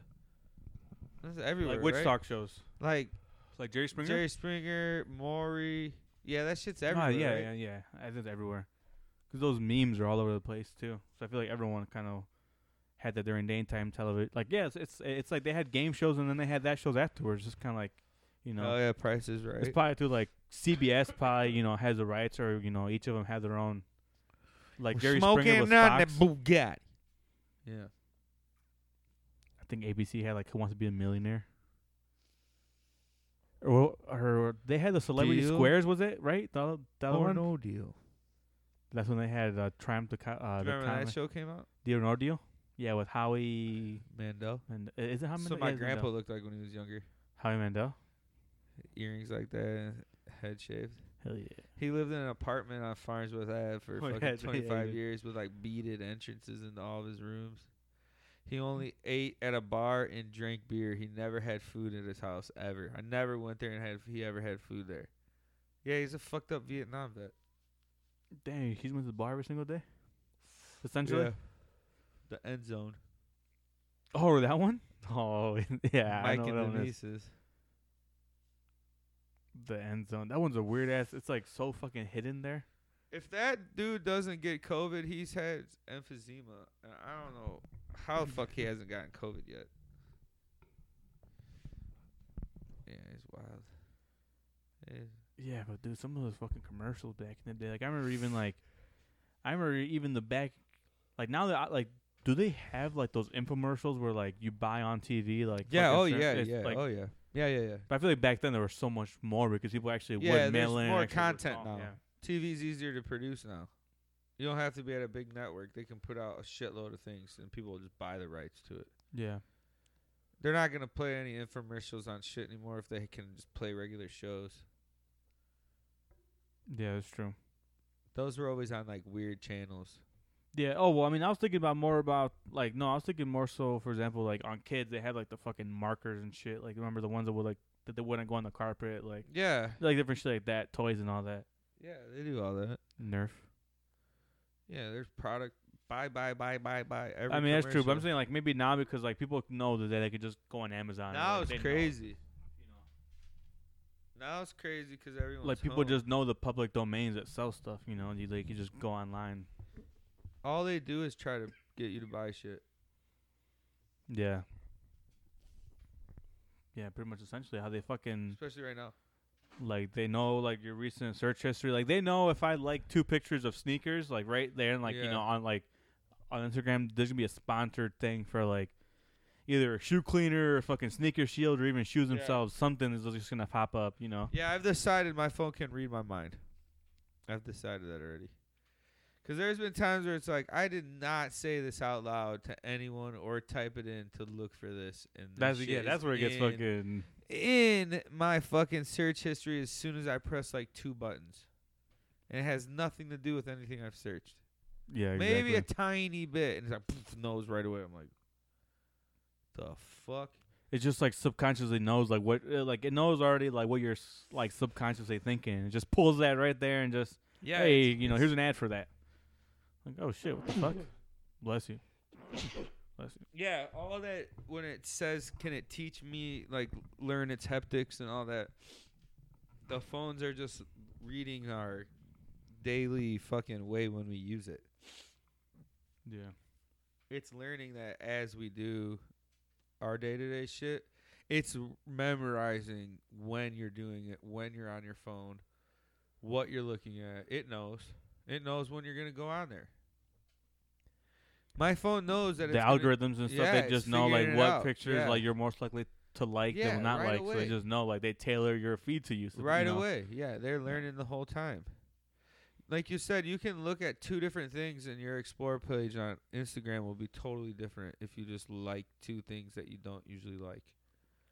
[SPEAKER 2] That's everywhere.
[SPEAKER 1] like which
[SPEAKER 2] right?
[SPEAKER 1] talk shows?
[SPEAKER 2] Like
[SPEAKER 1] Like Jerry Springer.
[SPEAKER 2] Jerry Springer, Maury. Yeah, that shit's everywhere.
[SPEAKER 1] Ah, yeah,
[SPEAKER 2] right?
[SPEAKER 1] yeah, yeah. I think it's everywhere. Because those memes are all over the place too. So I feel like everyone kind of had that during daytime television. Like, yeah, it's, it's it's like they had game shows and then they had that shows afterwards. Just kind of like, you know,
[SPEAKER 2] Oh yeah, Price is right.
[SPEAKER 1] it's probably through like CBS probably you know has the rights or you know each of them have their own. Like
[SPEAKER 2] We're
[SPEAKER 1] Jerry
[SPEAKER 2] smoking
[SPEAKER 1] Springer was
[SPEAKER 2] on
[SPEAKER 1] Fox.
[SPEAKER 2] the Bugatti. Yeah.
[SPEAKER 1] I think ABC had like Who Wants to Be a Millionaire. Or, or they had the Celebrity
[SPEAKER 2] Deal? Oh,
[SPEAKER 1] Squares, was it right? The, the other one.
[SPEAKER 2] no deal.
[SPEAKER 1] That's when they had uh, Triumph the co- uh, the
[SPEAKER 2] Remember when that
[SPEAKER 1] Comet.
[SPEAKER 2] show came out?
[SPEAKER 1] Deal or No Deal? Yeah, with Howie
[SPEAKER 2] Mandel.
[SPEAKER 1] and uh, is it Howie
[SPEAKER 2] So
[SPEAKER 1] Mandel?
[SPEAKER 2] my
[SPEAKER 1] Yeah, it's Mandel.
[SPEAKER 2] grandpa looked like when he was younger.
[SPEAKER 1] Howie Mandel.
[SPEAKER 2] Earrings like that, and head shaved.
[SPEAKER 1] Hell yeah.
[SPEAKER 2] He lived in an apartment on Farnsworth Ave for
[SPEAKER 1] Oh, yeah,
[SPEAKER 2] fucking
[SPEAKER 1] yeah,
[SPEAKER 2] 25
[SPEAKER 1] yeah.
[SPEAKER 2] years with like beaded entrances into all of his rooms. He only ate at a bar and drank beer. He never had food at his house ever. I never went there and had he ever had food there. Yeah, he's a fucked up Vietnam vet.
[SPEAKER 1] Dang, he's went to the bar every single day. Essentially.
[SPEAKER 2] The end zone.
[SPEAKER 1] Oh, that one. Oh yeah, I
[SPEAKER 2] Mike
[SPEAKER 1] know
[SPEAKER 2] and
[SPEAKER 1] that
[SPEAKER 2] the
[SPEAKER 1] one is.
[SPEAKER 2] nieces.
[SPEAKER 1] The end zone. That one's a weird ass. It's like so fucking hidden there.
[SPEAKER 2] If that dude doesn't get COVID, he's had emphysema. And I don't know how the fuck he hasn't gotten COVID yet. Yeah, is wild. It is.
[SPEAKER 1] Yeah, but dude, some of those fucking commercials back in the day. Like I remember even like, I remember even the back, like now that I, like, do they have like those infomercials where like you buy on TV like
[SPEAKER 2] Yeah.
[SPEAKER 1] fucking
[SPEAKER 2] Oh
[SPEAKER 1] certain-
[SPEAKER 2] yeah.
[SPEAKER 1] it's,
[SPEAKER 2] Yeah.
[SPEAKER 1] like-
[SPEAKER 2] oh yeah. Yeah. Yeah. Yeah.
[SPEAKER 1] But I feel like back then there was so much more because people actually
[SPEAKER 2] Yeah,
[SPEAKER 1] would
[SPEAKER 2] there's
[SPEAKER 1] mail in and
[SPEAKER 2] more
[SPEAKER 1] actually would-
[SPEAKER 2] content now.
[SPEAKER 1] oh, yeah.
[SPEAKER 2] TV's easier to produce now. You don't have to be at a big network. They can put out a shitload of things, and people will just buy the rights to it.
[SPEAKER 1] Yeah.
[SPEAKER 2] They're not gonna play any infomercials on shit anymore if they can just play regular shows.
[SPEAKER 1] Yeah, that's true.
[SPEAKER 2] Those were always on like weird channels.
[SPEAKER 1] Yeah. Oh well, I mean, I was thinking about more about like no, I was thinking more so, for example, like on kids, they had like the fucking markers and shit. Like remember the ones that would like that they wouldn't go on the carpet, like
[SPEAKER 2] Yeah.
[SPEAKER 1] like different shit like that, toys and all that.
[SPEAKER 2] Yeah. They do all that.
[SPEAKER 1] Nerf.
[SPEAKER 2] Yeah. There's product. Buy. Buy. Buy. Buy. Buy. Every
[SPEAKER 1] I mean, that's true, but I'm
[SPEAKER 2] commercial.
[SPEAKER 1] saying like maybe now because like people know that they could just go on Amazon. and,
[SPEAKER 2] now
[SPEAKER 1] like,
[SPEAKER 2] it's
[SPEAKER 1] they know,
[SPEAKER 2] crazy.
[SPEAKER 1] you know.
[SPEAKER 2] Now it's crazy because everyone's
[SPEAKER 1] Like people
[SPEAKER 2] home.
[SPEAKER 1] just know the public domains that sell stuff, you know. You like you just go online.
[SPEAKER 2] all they do is try to get you to buy shit.
[SPEAKER 1] Yeah. Yeah, pretty much essentially how they fucking
[SPEAKER 2] Especially right now.
[SPEAKER 1] Like they know like your recent search history. Like they know if I like two pictures of sneakers, like right there, and like you
[SPEAKER 2] Yeah.
[SPEAKER 1] know on like on Instagram, there's gonna be a sponsored thing for like either a shoe cleaner or fucking sneaker shield or even shoes
[SPEAKER 2] Yeah.
[SPEAKER 1] themselves. Something is just gonna pop up, you know.
[SPEAKER 2] Yeah, I've decided my phone can read my mind. I've decided that already. Because there's been times where it's like, I did not say this out loud to anyone or type it in to look for this. And this
[SPEAKER 1] That's
[SPEAKER 2] shit
[SPEAKER 1] yeah, that's
[SPEAKER 2] is
[SPEAKER 1] where it gets
[SPEAKER 2] in,
[SPEAKER 1] fucking.
[SPEAKER 2] In my fucking search history as soon as I press like two buttons. And it has nothing to do with anything I've searched.
[SPEAKER 1] Yeah,
[SPEAKER 2] Maybe a
[SPEAKER 1] exactly.
[SPEAKER 2] tiny bit. And it's like, poof, knows right away. I'm like, the fuck?
[SPEAKER 1] it's just like subconsciously knows like what uh, like it knows already like what you're s- like subconsciously thinking. It just pulls that right there and just
[SPEAKER 2] Yeah.
[SPEAKER 1] hey, you know, here's an ad for that. Like oh shit, what the fuck? Bless you. Bless you.
[SPEAKER 2] Yeah, all that when it says, "Can it teach me like learn its heptics and all that?" The phones are just reading our daily fucking way when we use it.
[SPEAKER 1] Yeah.
[SPEAKER 2] It's learning that as we do our day-to-day shit. It's memorizing when you're doing it, when you're on your phone, what you're looking at. It knows. It knows when you're gonna go on there. My phone knows that
[SPEAKER 1] the
[SPEAKER 2] it's gonna-
[SPEAKER 1] algorithms and stuff
[SPEAKER 2] Yeah,
[SPEAKER 1] they
[SPEAKER 2] it's
[SPEAKER 1] just know
[SPEAKER 2] figuring
[SPEAKER 1] like
[SPEAKER 2] it
[SPEAKER 1] what
[SPEAKER 2] out.
[SPEAKER 1] pictures
[SPEAKER 2] Yeah.
[SPEAKER 1] like you're most likely to like
[SPEAKER 2] Yeah,
[SPEAKER 1] them not
[SPEAKER 2] right
[SPEAKER 1] like so
[SPEAKER 2] away.
[SPEAKER 1] they just know like they tailor your feed to you so,
[SPEAKER 2] right
[SPEAKER 1] you know.
[SPEAKER 2] away. Yeah, they're learning the whole time. Like you said, you can look at two different things, and your explore page on Instagram will be totally different if you just like two things that you don't usually like.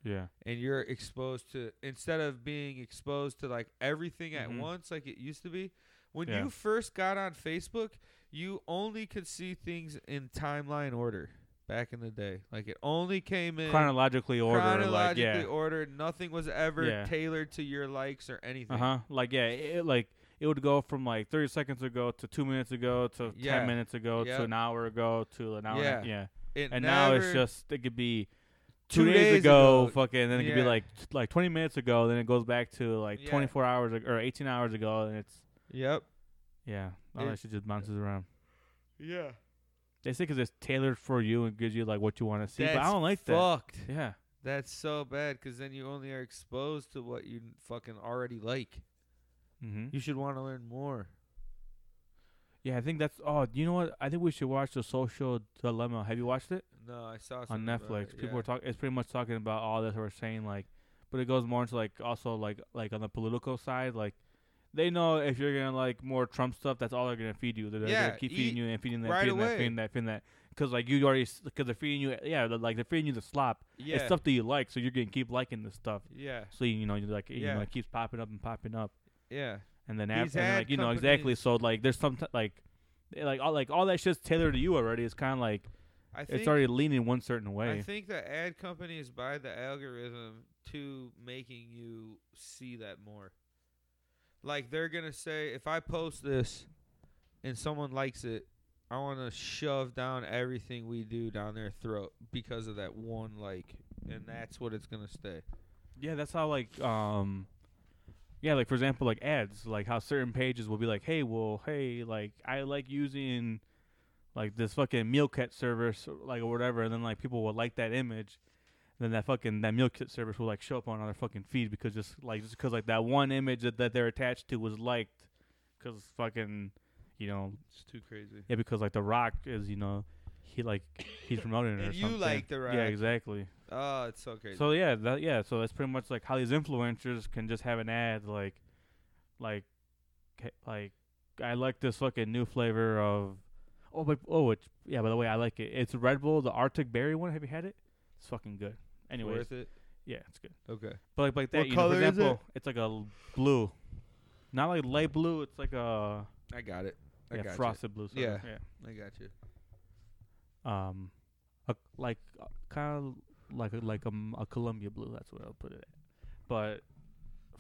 [SPEAKER 1] yeah
[SPEAKER 2] And you're exposed to, instead of being exposed to like everything at
[SPEAKER 1] Mhm.
[SPEAKER 2] once like it used to be, when
[SPEAKER 1] Yeah.
[SPEAKER 2] you first got on Facebook, you only could see things in timeline order back in the day. Like it only came in
[SPEAKER 1] chronologically order
[SPEAKER 2] chronologically
[SPEAKER 1] like yeah
[SPEAKER 2] ordered. Nothing was ever
[SPEAKER 1] Yeah.
[SPEAKER 2] tailored to your likes or anything.
[SPEAKER 1] uh-huh like yeah it, like it would go from like 30 seconds ago to two minutes ago to
[SPEAKER 2] Yeah.
[SPEAKER 1] 10 minutes ago
[SPEAKER 2] Yep.
[SPEAKER 1] to an hour ago to an hour yeah,
[SPEAKER 2] Yeah.
[SPEAKER 1] yeah.
[SPEAKER 2] It
[SPEAKER 1] and now it's
[SPEAKER 2] never-
[SPEAKER 1] just it could be two, days, ago, fucking then it could
[SPEAKER 2] Yeah.
[SPEAKER 1] be like t- like 20 minutes ago then it goes back to like
[SPEAKER 2] Yeah.
[SPEAKER 1] 24 hours ag- or 18 hours ago and it's
[SPEAKER 2] Yep.
[SPEAKER 1] yeah all
[SPEAKER 2] It-
[SPEAKER 1] that shit just bounces around
[SPEAKER 2] Yeah.
[SPEAKER 1] They say 'cause it's tailored for you and gives you like what you want to see. but I don't like that.
[SPEAKER 2] fucked.
[SPEAKER 1] Yeah,
[SPEAKER 2] That's so bad because then you only are exposed to what you fucking already like.
[SPEAKER 1] hmm
[SPEAKER 2] You should want to learn more.
[SPEAKER 1] yeah. I think that's. Oh, you know what? I think we should watch the Social Dilemma. Have you watched it
[SPEAKER 2] No, I saw
[SPEAKER 1] on
[SPEAKER 2] something about
[SPEAKER 1] Netflix?
[SPEAKER 2] it,
[SPEAKER 1] People
[SPEAKER 2] yeah.
[SPEAKER 1] are talking. It's pretty much talking about all this. We're saying like, but it goes more into like also like like on the political side. Like, they know if you're gonna like more Trump stuff, that's all they're gonna feed you. They're
[SPEAKER 2] Yeah,
[SPEAKER 1] gonna keep
[SPEAKER 2] eat
[SPEAKER 1] feeding you and feeding that,
[SPEAKER 2] right
[SPEAKER 1] feeding,
[SPEAKER 2] away.
[SPEAKER 1] that feeding that, feeding that. Because like you already, because they're feeding you. Yeah, they're, like they're feeding you the slop.
[SPEAKER 2] Yeah.
[SPEAKER 1] It's stuff that you like, so you're gonna keep liking this stuff.
[SPEAKER 2] yeah.
[SPEAKER 1] So you know, you're like, you
[SPEAKER 2] Yeah.
[SPEAKER 1] know, it keeps popping up and popping up.
[SPEAKER 2] Yeah.
[SPEAKER 1] and then
[SPEAKER 2] These
[SPEAKER 1] after, and
[SPEAKER 2] ad
[SPEAKER 1] like you know exactly.
[SPEAKER 2] companies-
[SPEAKER 1] So like, there's some t- like, eh, like all like all that shit's tailored to you already. It's kind of like
[SPEAKER 2] I think,
[SPEAKER 1] it's already leaning one certain
[SPEAKER 2] I
[SPEAKER 1] way.
[SPEAKER 2] think the ad companies buy the algorithm to making you see that more. Like they're gonna say, if I post this and someone likes it, I want to shove down everything we do down their throat because of that one like, and that's what it's gonna stay.
[SPEAKER 1] yeah, that's how like um, yeah, like for example, like ads, like how certain pages will be like, hey, well, hey, like I like using like this fucking meal kit service, or, like or whatever, and then like people will like that image. then that fucking that meal kit service will like show up on our fucking feed because just like just because like that one image that, that they're attached to was liked because fucking you know
[SPEAKER 2] It's too crazy.
[SPEAKER 1] yeah because like the Rock is you know he like he's promoting it or
[SPEAKER 2] And you
[SPEAKER 1] something.
[SPEAKER 2] like The
[SPEAKER 1] yeah
[SPEAKER 2] Rock.
[SPEAKER 1] exactly
[SPEAKER 2] Oh, it's so crazy.
[SPEAKER 1] so yeah, that, yeah. So that's pretty much like how these influencers can just have an ad like, like, ca- like I like this fucking new flavor of. Oh, but oh, it's, yeah. By the way, I like it. It's Red Bull, the Arctic Berry one. Have you had it? It's fucking good. Anyways,
[SPEAKER 2] worth it.
[SPEAKER 1] yeah, it's good.
[SPEAKER 2] Okay.
[SPEAKER 1] But like, like that,
[SPEAKER 2] What
[SPEAKER 1] you know, for
[SPEAKER 2] color is it?
[SPEAKER 1] example, it's like a l- blue, not like light blue. It's like a
[SPEAKER 2] I got it. I
[SPEAKER 1] yeah,
[SPEAKER 2] got
[SPEAKER 1] frosted blue. Sort
[SPEAKER 2] Yeah.
[SPEAKER 1] of, yeah.
[SPEAKER 2] you. I got you.
[SPEAKER 1] Um, a, like kind of like a, like a, m- a Columbia blue. That's what I'll put it. At. But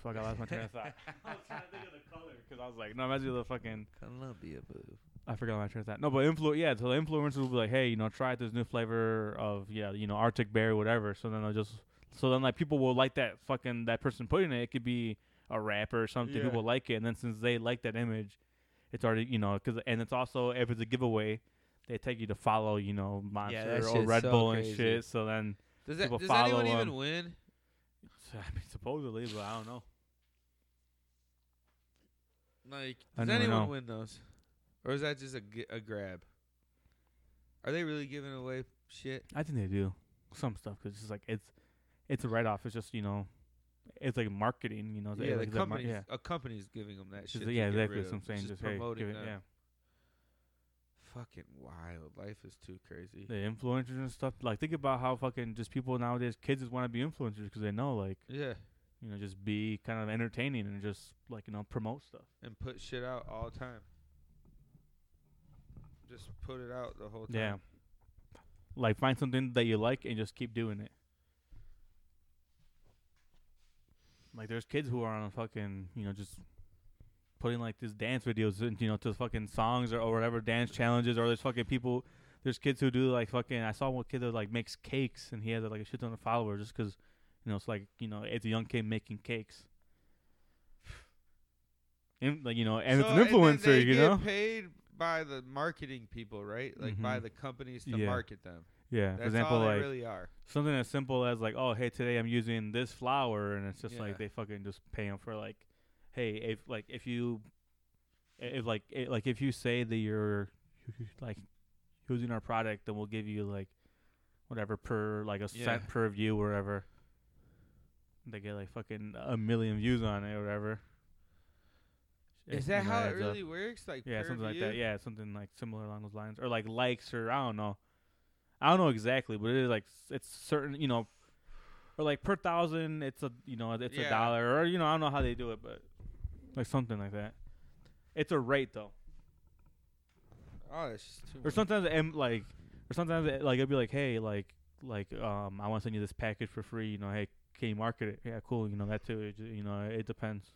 [SPEAKER 1] fuck, I lost my train of thought. I was trying to think of the color because I was like, no, imagine the fucking.
[SPEAKER 2] Columbia boo.
[SPEAKER 1] I forgot my train of thought. No, but influ yeah. So the influencers will be like, hey, you know, try this new flavor of yeah, you know, Arctic berry, whatever. So then they'll just so then like people will like that fucking that person putting it. It could be a rapper or something.
[SPEAKER 2] Yeah.
[SPEAKER 1] People like it, and then since they like that image, it's already you know because and it's also if it's a giveaway. They take you to follow, you know, Monster
[SPEAKER 2] that
[SPEAKER 1] or
[SPEAKER 2] shit's
[SPEAKER 1] Red
[SPEAKER 2] so
[SPEAKER 1] Bull
[SPEAKER 2] crazy.
[SPEAKER 1] and shit. So then,
[SPEAKER 2] Does that
[SPEAKER 1] People
[SPEAKER 2] does anyone
[SPEAKER 1] follow
[SPEAKER 2] even
[SPEAKER 1] him.
[SPEAKER 2] win?
[SPEAKER 1] I mean, supposedly, but I don't know.
[SPEAKER 2] Like,
[SPEAKER 1] I
[SPEAKER 2] does
[SPEAKER 1] never
[SPEAKER 2] anyone
[SPEAKER 1] know.
[SPEAKER 2] win those, or is that just a, g- a grab? Are they really giving away shit?
[SPEAKER 1] I think they do some stuff because it's just like it's it's a write off. It's just you know, it's like marketing. You know, it's
[SPEAKER 2] yeah,
[SPEAKER 1] like
[SPEAKER 2] the
[SPEAKER 1] it's a mar-
[SPEAKER 2] company's
[SPEAKER 1] yeah.
[SPEAKER 2] a company's giving them that
[SPEAKER 1] Just,
[SPEAKER 2] shit.
[SPEAKER 1] uh,
[SPEAKER 2] to get
[SPEAKER 1] yeah, exactly.
[SPEAKER 2] rid
[SPEAKER 1] That's what I'm
[SPEAKER 2] of.
[SPEAKER 1] saying.
[SPEAKER 2] Just
[SPEAKER 1] Just, hey,
[SPEAKER 2] promoting
[SPEAKER 1] give it,
[SPEAKER 2] that.
[SPEAKER 1] yeah.
[SPEAKER 2] Fucking wild. Life is too crazy.
[SPEAKER 1] The influencers and stuff. Like, think about how fucking just people nowadays, kids just want to be influencers because they know, like,
[SPEAKER 2] Yeah,
[SPEAKER 1] you know, just be kind of entertaining and just like you know promote stuff.
[SPEAKER 2] and put shit out all the time. Just put it out the whole time.
[SPEAKER 1] Yeah. Like, find something that you like and just keep doing it. Like, there's kids who are on fucking, you know, just putting like these dance videos, in, you know, to fucking songs or, or whatever dance challenges, or there's fucking people. There's kids who do like fucking. I saw one kid that like makes cakes, and he has like a shit ton of followers just 'cause you know it's like you know it's a young kid making cakes. And like you know, and
[SPEAKER 2] So-
[SPEAKER 1] it's an
[SPEAKER 2] then
[SPEAKER 1] influencer,
[SPEAKER 2] they
[SPEAKER 1] you
[SPEAKER 2] get
[SPEAKER 1] know.
[SPEAKER 2] Paid by the marketing people, right? Like by
[SPEAKER 1] Mhm.
[SPEAKER 2] the companies to
[SPEAKER 1] Yeah.
[SPEAKER 2] market them.
[SPEAKER 1] Yeah,
[SPEAKER 2] That's
[SPEAKER 1] for example,
[SPEAKER 2] all they
[SPEAKER 1] like
[SPEAKER 2] really are.
[SPEAKER 1] something as simple as like, oh, hey, today I'm using this flower, and it's just
[SPEAKER 2] Yeah.
[SPEAKER 1] like they fucking just pay them for like, hey, if like if you, if like i like if you say that you're like using our product, then we'll give you like whatever per like a
[SPEAKER 2] Yeah.
[SPEAKER 1] cent per view, or whatever. They get like fucking a million views on it, or whatever.
[SPEAKER 2] Is
[SPEAKER 1] you
[SPEAKER 2] that
[SPEAKER 1] know,
[SPEAKER 2] how it
[SPEAKER 1] adds up.
[SPEAKER 2] really works? Like
[SPEAKER 1] Yeah,
[SPEAKER 2] per
[SPEAKER 1] something like
[SPEAKER 2] view?
[SPEAKER 1] that. Yeah, something like similar along those lines, or like likes, or I don't know. I don't know exactly, but it is like s- it's certain, you know, or like per thousand, it's a you know it's
[SPEAKER 2] Yeah.
[SPEAKER 1] a dollar, or you know I don't know how they do it, but like something like that. It's a rate though,
[SPEAKER 2] Oh, it's just too
[SPEAKER 1] or
[SPEAKER 2] much.
[SPEAKER 1] sometimes it, like, or sometimes it, like it'll be like, hey, like like um I want to send you this package for free, you know, hey, can you market it? Yeah, cool, you know that too, it, j- you know it depends.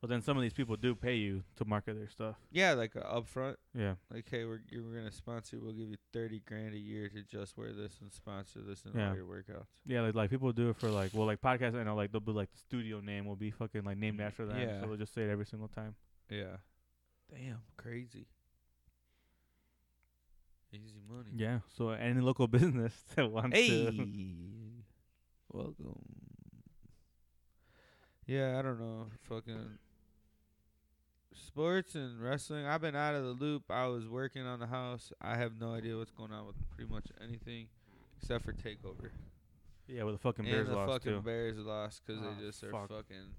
[SPEAKER 1] But then some of these people do pay you to market their stuff.
[SPEAKER 2] Yeah, like uh, upfront.
[SPEAKER 1] Yeah.
[SPEAKER 2] Like, hey, we're you're, we're gonna sponsor. We'll give you thirty grand a year to just wear this and sponsor this in all
[SPEAKER 1] Yeah.
[SPEAKER 2] your workouts.
[SPEAKER 1] Yeah, like, like people do it for like well like podcasts I know like they'll be like the studio name will be fucking like named after them.
[SPEAKER 2] Yeah.
[SPEAKER 1] So they'll just say it every single time.
[SPEAKER 2] Yeah. Damn, crazy. Easy money.
[SPEAKER 1] Yeah. So any local business that wants to
[SPEAKER 2] Mm. Hey, welcome. Yeah, I don't know. Fucking sports and wrestling. I've been out of the loop. I was working on the house. I have no idea what's going on with pretty much anything except for Takeover.
[SPEAKER 1] Yeah, with the fucking
[SPEAKER 2] and
[SPEAKER 1] Bears
[SPEAKER 2] the
[SPEAKER 1] lost
[SPEAKER 2] fucking
[SPEAKER 1] too.
[SPEAKER 2] Bears lost because
[SPEAKER 1] Oh,
[SPEAKER 2] they just are
[SPEAKER 1] fuck.
[SPEAKER 2] fucking.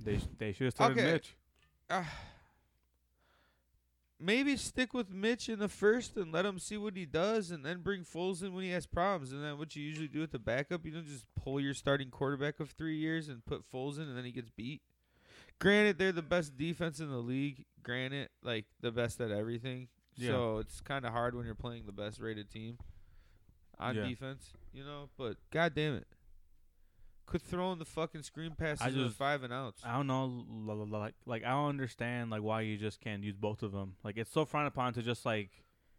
[SPEAKER 1] They sh- they should have started
[SPEAKER 2] Okay.
[SPEAKER 1] Mitch.
[SPEAKER 2] Maybe stick with Mitch in the first and let him see what he does, and then bring Foles in when he has problems. And then what you usually do with the backup, you don't just pull your starting quarterback of three years and put Foles in, and then he gets beat. Granted, they're the best defense in the league. Granted, like the best at everything.
[SPEAKER 1] Yeah.
[SPEAKER 2] So it's kind of hard when you're playing the best rated team on
[SPEAKER 1] Yeah.
[SPEAKER 2] defense, you know. But god damn it, quit throwing the fucking screen passes to the
[SPEAKER 1] just-
[SPEAKER 2] five and outs.
[SPEAKER 1] I don't know l- l- like like I don't understand like why you just can't use both of them. Like it's so frowned upon to just like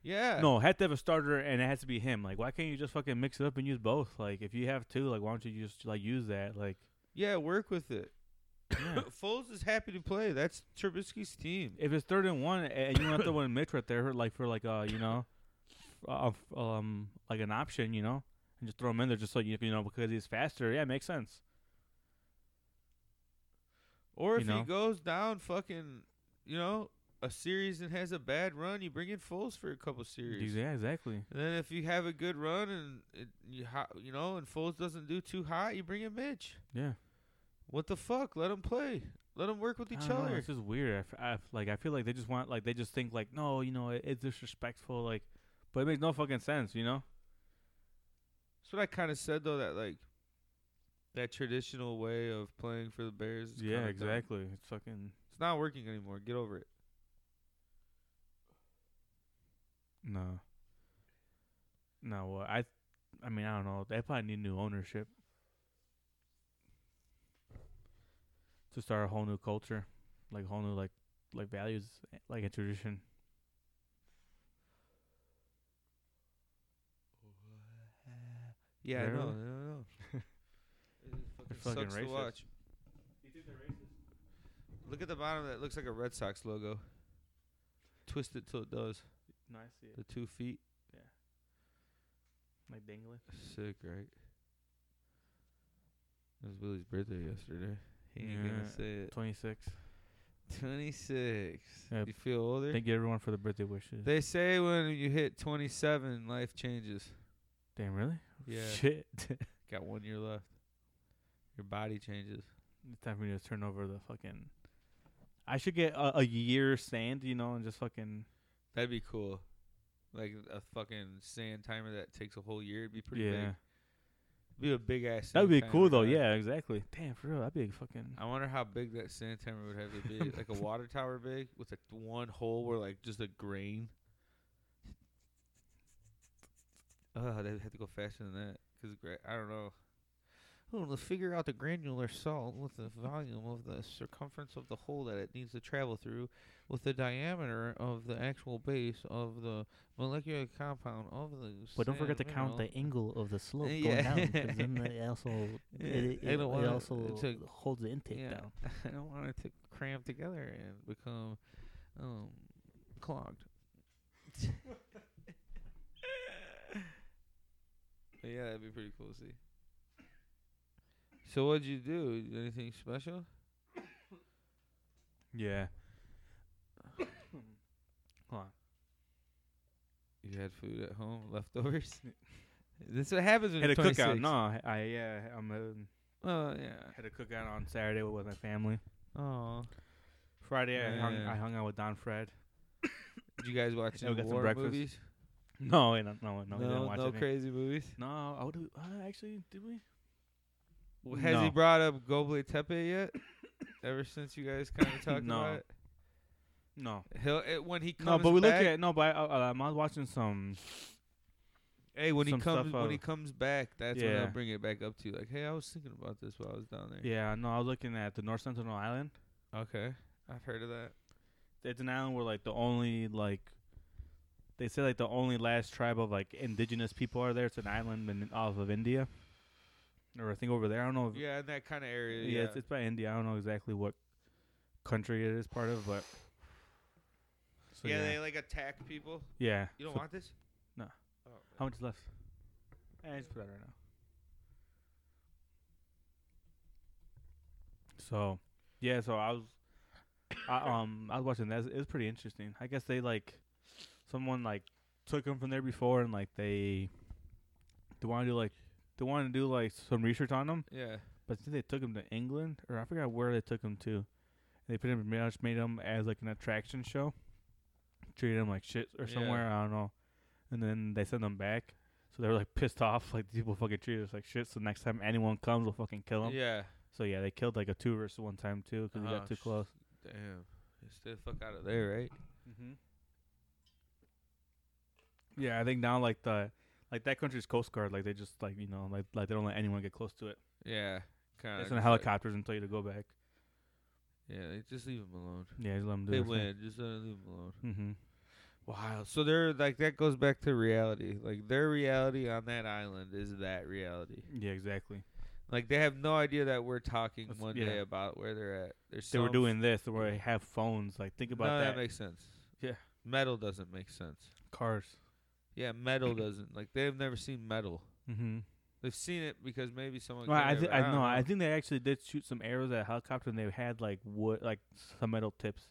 [SPEAKER 2] yeah.
[SPEAKER 1] no, had to have a starter and it has to be him. Like why can't you just fucking mix it up and use both? Like if you have two, like why don't you just like use that? Like
[SPEAKER 2] Yeah, work with it.
[SPEAKER 1] yeah.
[SPEAKER 2] Foles is happy to play. That's Trubisky's team.
[SPEAKER 1] if it's third and one a- and you want to throw in Mitch right there, like for like uh, you know, of um like an option, you know, and just throw him in there just so you you know because he's faster. Yeah, it makes sense.
[SPEAKER 2] Or
[SPEAKER 1] You
[SPEAKER 2] if
[SPEAKER 1] know?
[SPEAKER 2] he goes down, fucking, you know, a series and has a bad run, you bring in Foles for a couple series.
[SPEAKER 1] Yeah, exactly.
[SPEAKER 2] And then if you have a good run and it, you ho- you know and Foles doesn't do too hot, you bring in Mitch.
[SPEAKER 1] Yeah.
[SPEAKER 2] What the fuck? Let him play. Let him work with
[SPEAKER 1] I
[SPEAKER 2] each
[SPEAKER 1] don't know,
[SPEAKER 2] other.
[SPEAKER 1] It's just weird. I f- I f- like I feel like they just want like they just think like no, you know, it, it's disrespectful. Like, but it makes no fucking sense, you know.
[SPEAKER 2] That's what I kind of said though. That like that traditional way of playing for the Bears. Is
[SPEAKER 1] yeah,
[SPEAKER 2] kinda dumb.
[SPEAKER 1] exactly. It's fucking
[SPEAKER 2] It's not working anymore. Get over it.
[SPEAKER 1] no, no. Well, I, I mean, I don't know. They probably need new ownership to start a whole new culture, like whole new like like values, eh, like a tradition.
[SPEAKER 2] Yeah, I
[SPEAKER 1] Really?
[SPEAKER 2] know. I know. It fucking
[SPEAKER 1] fucking
[SPEAKER 2] sucks to
[SPEAKER 1] racist.
[SPEAKER 2] watch. Look at the bottom. That looks like a Red Sox logo. Twist it till it does.
[SPEAKER 1] No, I see it.
[SPEAKER 2] The two feet.
[SPEAKER 1] Like dangling.
[SPEAKER 2] Sick, right? It was Willie's birthday yesterday. He ain't
[SPEAKER 1] Yeah.
[SPEAKER 2] gonna say it.
[SPEAKER 1] Twenty six.
[SPEAKER 2] Twenty six.
[SPEAKER 1] Yeah,
[SPEAKER 2] You feel older?
[SPEAKER 1] Thank you everyone for the birthday wishes.
[SPEAKER 2] They say when you hit twenty seven, life changes.
[SPEAKER 1] Damn, really?
[SPEAKER 2] Yeah.
[SPEAKER 1] Shit.
[SPEAKER 2] Got one year left. Your body changes.
[SPEAKER 1] It's time for me to turn over the fucking. I should get a, a year sand, you know, and just fucking.
[SPEAKER 2] That'd be cool. Like a fucking sand timer that takes a whole year. It'd be pretty
[SPEAKER 1] yeah,
[SPEAKER 2] big. Be a big ass.
[SPEAKER 1] that would be
[SPEAKER 2] sand
[SPEAKER 1] cool
[SPEAKER 2] timer,
[SPEAKER 1] though.
[SPEAKER 2] right?
[SPEAKER 1] Yeah, exactly. Damn, for real, that'd be a fucking.
[SPEAKER 2] I wonder how big that sand timer would have to be. like a water tower big with like one hole where like just a grain. Oh, they'd have to go faster than that because gra- I don't know. Oh, to figure out the granular salt with the volume of the circumference of the hole that it needs to travel through, with the diameter of the actual base of the molecular compound of the.
[SPEAKER 4] But don't forget to
[SPEAKER 2] sand
[SPEAKER 4] count
[SPEAKER 2] mineral.
[SPEAKER 4] the angle of the slope
[SPEAKER 2] Uh, yeah.
[SPEAKER 4] going down, because then it also
[SPEAKER 2] Yeah,
[SPEAKER 4] it, it,
[SPEAKER 2] I
[SPEAKER 4] it,
[SPEAKER 2] don't wanna-
[SPEAKER 4] also
[SPEAKER 2] to-
[SPEAKER 4] holds the intake
[SPEAKER 2] yeah.
[SPEAKER 4] down.
[SPEAKER 2] I don't want it to cram together and become um, clogged. But yeah, that'd be pretty cool to see. So what'd you do? Anything special?
[SPEAKER 1] Yeah. Hold on.
[SPEAKER 2] You had food at home, leftovers. this is what happens when
[SPEAKER 1] Had a
[SPEAKER 2] you're 26.
[SPEAKER 1] cookout. No, I- I yeah, I'm uh,
[SPEAKER 2] Oh yeah.
[SPEAKER 1] had a cookout on Saturday with my family.
[SPEAKER 2] Oh.
[SPEAKER 1] Friday, I hung,
[SPEAKER 2] Yeah.
[SPEAKER 1] I hung out with Don Fred.
[SPEAKER 2] Did you guys watch
[SPEAKER 1] Yeah,
[SPEAKER 2] any
[SPEAKER 1] we got some
[SPEAKER 2] war
[SPEAKER 1] breakfast.
[SPEAKER 2] movies?
[SPEAKER 1] No, I don't- no, no, we didn't
[SPEAKER 2] no,
[SPEAKER 1] watch
[SPEAKER 2] no
[SPEAKER 1] anything.
[SPEAKER 2] crazy movies.
[SPEAKER 1] No, I would uh, actually. Did we?
[SPEAKER 2] W- Has he
[SPEAKER 1] No.
[SPEAKER 2] brought up Goble Tepe yet? Ever since you guys kind of talked
[SPEAKER 1] No.
[SPEAKER 2] about it.
[SPEAKER 1] No.
[SPEAKER 2] He'll it, when he comes
[SPEAKER 1] No, but we
[SPEAKER 2] back,
[SPEAKER 1] look at no, but I, uh, um, I was watching some.
[SPEAKER 2] hey when he
[SPEAKER 1] some
[SPEAKER 2] comes
[SPEAKER 1] stuff
[SPEAKER 2] when he
[SPEAKER 1] of-
[SPEAKER 2] comes back, that's when
[SPEAKER 1] Yeah.
[SPEAKER 2] I'll bring it back up to you. Like, hey, I was thinking about this while I was down there.
[SPEAKER 1] Yeah, no, I was looking at the North Sentinel Island.
[SPEAKER 2] Okay, I've heard of that.
[SPEAKER 1] It's an island where like the only like they say like the only last tribe of like indigenous people are there. It's an island in, off of India, or I think over there. I don't know. If,
[SPEAKER 2] Yeah, in that kind of
[SPEAKER 1] yeah,
[SPEAKER 2] area.
[SPEAKER 1] It's, it's by India. I don't know exactly what country it is part of, but so,
[SPEAKER 2] yeah,
[SPEAKER 1] yeah,
[SPEAKER 2] they like attack people.
[SPEAKER 1] yeah.
[SPEAKER 2] You don't
[SPEAKER 1] So-
[SPEAKER 2] want this?
[SPEAKER 1] No.
[SPEAKER 2] Oh,
[SPEAKER 1] how much is left? Eh, just put that right now. So, yeah. So I was, I, um, I was watching that. It was pretty interesting. I guess they like, someone like took them from there before, and like they, they want to do like, they want to do like some research on them.
[SPEAKER 2] yeah.
[SPEAKER 1] But since they took him to England, or I forgot where they took him to, they pretty much made him as like an attraction show, treated him like shit or
[SPEAKER 2] Yeah.
[SPEAKER 1] somewhere. I don't know. And then they sent him back, so they were like pissed off, like people fucking treated us like shit. So next time anyone comes, we'll fucking kill him.
[SPEAKER 2] Yeah.
[SPEAKER 1] So yeah, they killed like a tourist one time too because he
[SPEAKER 2] Oh,
[SPEAKER 1] got too
[SPEAKER 2] sh-
[SPEAKER 1] close.
[SPEAKER 2] Damn. They Stay the fuck out of there, right?
[SPEAKER 1] Mm-hmm. Yeah, I think now like the like that country's coast guard, like they just like you know like like they don't let anyone get close to it.
[SPEAKER 2] Yeah. Kind
[SPEAKER 1] They send helicopters and tell you to go back.
[SPEAKER 2] yeah, they just leave them alone.
[SPEAKER 1] Yeah, just let 'em do
[SPEAKER 2] They
[SPEAKER 1] their thing.
[SPEAKER 2] win. Just let 'em leave them alone.
[SPEAKER 1] Mm-hmm.
[SPEAKER 2] Wow. So they're like that goes back to reality. Like their reality on that island is that reality.
[SPEAKER 1] Yeah, exactly.
[SPEAKER 2] Like they have no idea that we're talking
[SPEAKER 1] That's-
[SPEAKER 2] one
[SPEAKER 1] yeah.
[SPEAKER 2] day about where they're at. They're
[SPEAKER 1] They were doing this. They were have phones. Like think about
[SPEAKER 2] no,
[SPEAKER 1] that.
[SPEAKER 2] makes sense.
[SPEAKER 1] Yeah.
[SPEAKER 2] metal doesn't make sense.
[SPEAKER 1] Cars.
[SPEAKER 2] Yeah, metal doesn't like they've never seen metal.
[SPEAKER 1] Mm-hmm.
[SPEAKER 2] They've seen it because maybe someone.
[SPEAKER 1] Well, I,
[SPEAKER 2] gave
[SPEAKER 1] thi-
[SPEAKER 2] it-
[SPEAKER 1] I
[SPEAKER 2] don't
[SPEAKER 1] no, I think they actually did shoot some arrows at a helicopter, and they had like wood, like some metal tips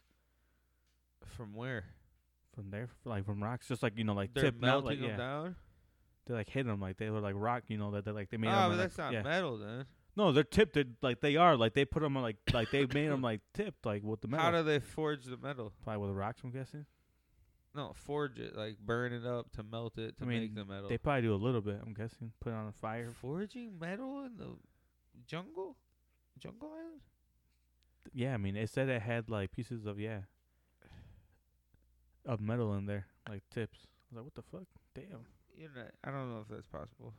[SPEAKER 2] from where
[SPEAKER 1] from there, like from rocks, just like you know, like
[SPEAKER 2] they're
[SPEAKER 1] tipped out,
[SPEAKER 2] melting
[SPEAKER 1] like,
[SPEAKER 2] them
[SPEAKER 1] yeah.
[SPEAKER 2] down.
[SPEAKER 1] They like hit them, like they were like rock, you know, that they like they made
[SPEAKER 2] oh,
[SPEAKER 1] 'em
[SPEAKER 2] but
[SPEAKER 1] and,
[SPEAKER 2] that's
[SPEAKER 1] like,
[SPEAKER 2] not
[SPEAKER 1] yeah.
[SPEAKER 2] metal then.
[SPEAKER 1] No, they're tipped. They're, like they are. Like they put them on. Like like they made them like tipped. Like with the metal.
[SPEAKER 2] How do they forge the metal?
[SPEAKER 1] Probably with rocks. I'm guessing.
[SPEAKER 2] No, forge it like burn it up to melt it to
[SPEAKER 1] I
[SPEAKER 2] make
[SPEAKER 1] mean,
[SPEAKER 2] the metal.
[SPEAKER 1] They probably do a little bit. I'm guessing. Put it on a fire.
[SPEAKER 2] forging metal in the jungle, jungle island.
[SPEAKER 1] Yeah, I mean, it said it had like pieces of yeah, of metal in there, like tips. I was like, what the fuck? Damn.
[SPEAKER 2] You're not, I don't know if that's possible.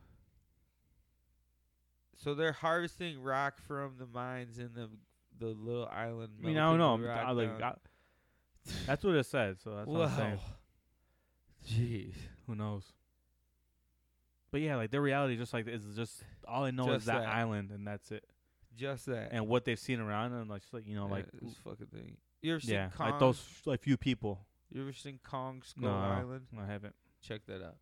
[SPEAKER 2] So they're harvesting rock from the mines in the the little island.
[SPEAKER 1] I mean, I don't know.
[SPEAKER 2] melting the
[SPEAKER 1] I,
[SPEAKER 2] rock
[SPEAKER 1] like,
[SPEAKER 2] down.
[SPEAKER 1] I, that's what it said. So that's what I'm saying.
[SPEAKER 2] Wow. Jeez.
[SPEAKER 1] Who knows? But yeah, like their reality, just like is just all I know
[SPEAKER 2] Just
[SPEAKER 1] is that,
[SPEAKER 2] that. Eh.
[SPEAKER 1] island, and that's it,
[SPEAKER 2] Just that.
[SPEAKER 1] and what they've seen around, and like, just, like you know,
[SPEAKER 2] Yeah,
[SPEAKER 1] like
[SPEAKER 2] this fucking thing. You ever seen
[SPEAKER 1] yeah,
[SPEAKER 2] Kong?
[SPEAKER 1] like those like few people.
[SPEAKER 2] You ever seen Kong Skull
[SPEAKER 1] No,
[SPEAKER 2] Island?
[SPEAKER 1] I haven't.
[SPEAKER 2] Check that out.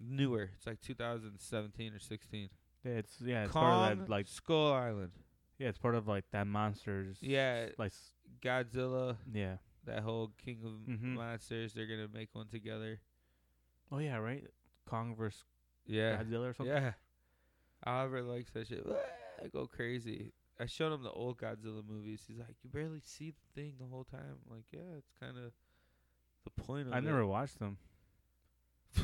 [SPEAKER 2] Newer. It's like 2017 or 16.
[SPEAKER 1] Yeah, it's yeah, it's part
[SPEAKER 2] Kong
[SPEAKER 1] of that like
[SPEAKER 2] Skull Island.
[SPEAKER 1] yeah, it's part of like that monsters.
[SPEAKER 2] Yeah,
[SPEAKER 1] like s-
[SPEAKER 2] Godzilla,
[SPEAKER 1] yeah.
[SPEAKER 2] that whole King of
[SPEAKER 1] Mhm.
[SPEAKER 2] Monsters. They're gonna make one together.
[SPEAKER 1] Oh yeah, right. Kong versus
[SPEAKER 2] Yeah.
[SPEAKER 1] Godzilla or something.
[SPEAKER 2] Yeah. Oliver likes that shit. I go crazy. I showed him the old Godzilla movies. He's like, you barely see the thing the whole time. I'm like, yeah, it's kind of the point of
[SPEAKER 1] I
[SPEAKER 2] it.
[SPEAKER 1] never watched them.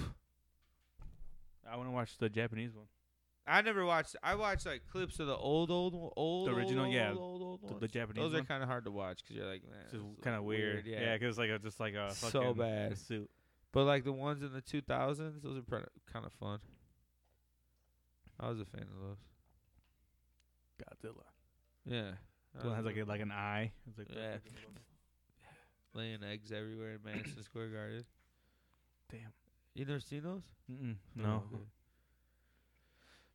[SPEAKER 1] I want to watch the Japanese one,
[SPEAKER 2] I never watched. I watched like clips of the old, old, one- old,
[SPEAKER 1] The original,
[SPEAKER 2] old,
[SPEAKER 1] yeah,
[SPEAKER 2] old, old, old
[SPEAKER 1] the, the
[SPEAKER 2] ones.
[SPEAKER 1] Japanese
[SPEAKER 2] Those are
[SPEAKER 1] one.
[SPEAKER 2] kind of hard to watch because you're like, man,
[SPEAKER 1] It's just kind of weird. yeah,
[SPEAKER 2] yeah.
[SPEAKER 1] because like a, just like a
[SPEAKER 2] So
[SPEAKER 1] fucking
[SPEAKER 2] bad.
[SPEAKER 1] suit.
[SPEAKER 2] but like the ones in the 2000s, those are kind of fun. I was a fan of those.
[SPEAKER 1] Godzilla.
[SPEAKER 2] Yeah,
[SPEAKER 1] The one has like a, like an eye. It's like
[SPEAKER 2] Yeah. laying eggs everywhere in Madison Square Garden.
[SPEAKER 1] Damn.
[SPEAKER 2] You never seen those? Oh,
[SPEAKER 1] Mm-mm, no.
[SPEAKER 2] okay.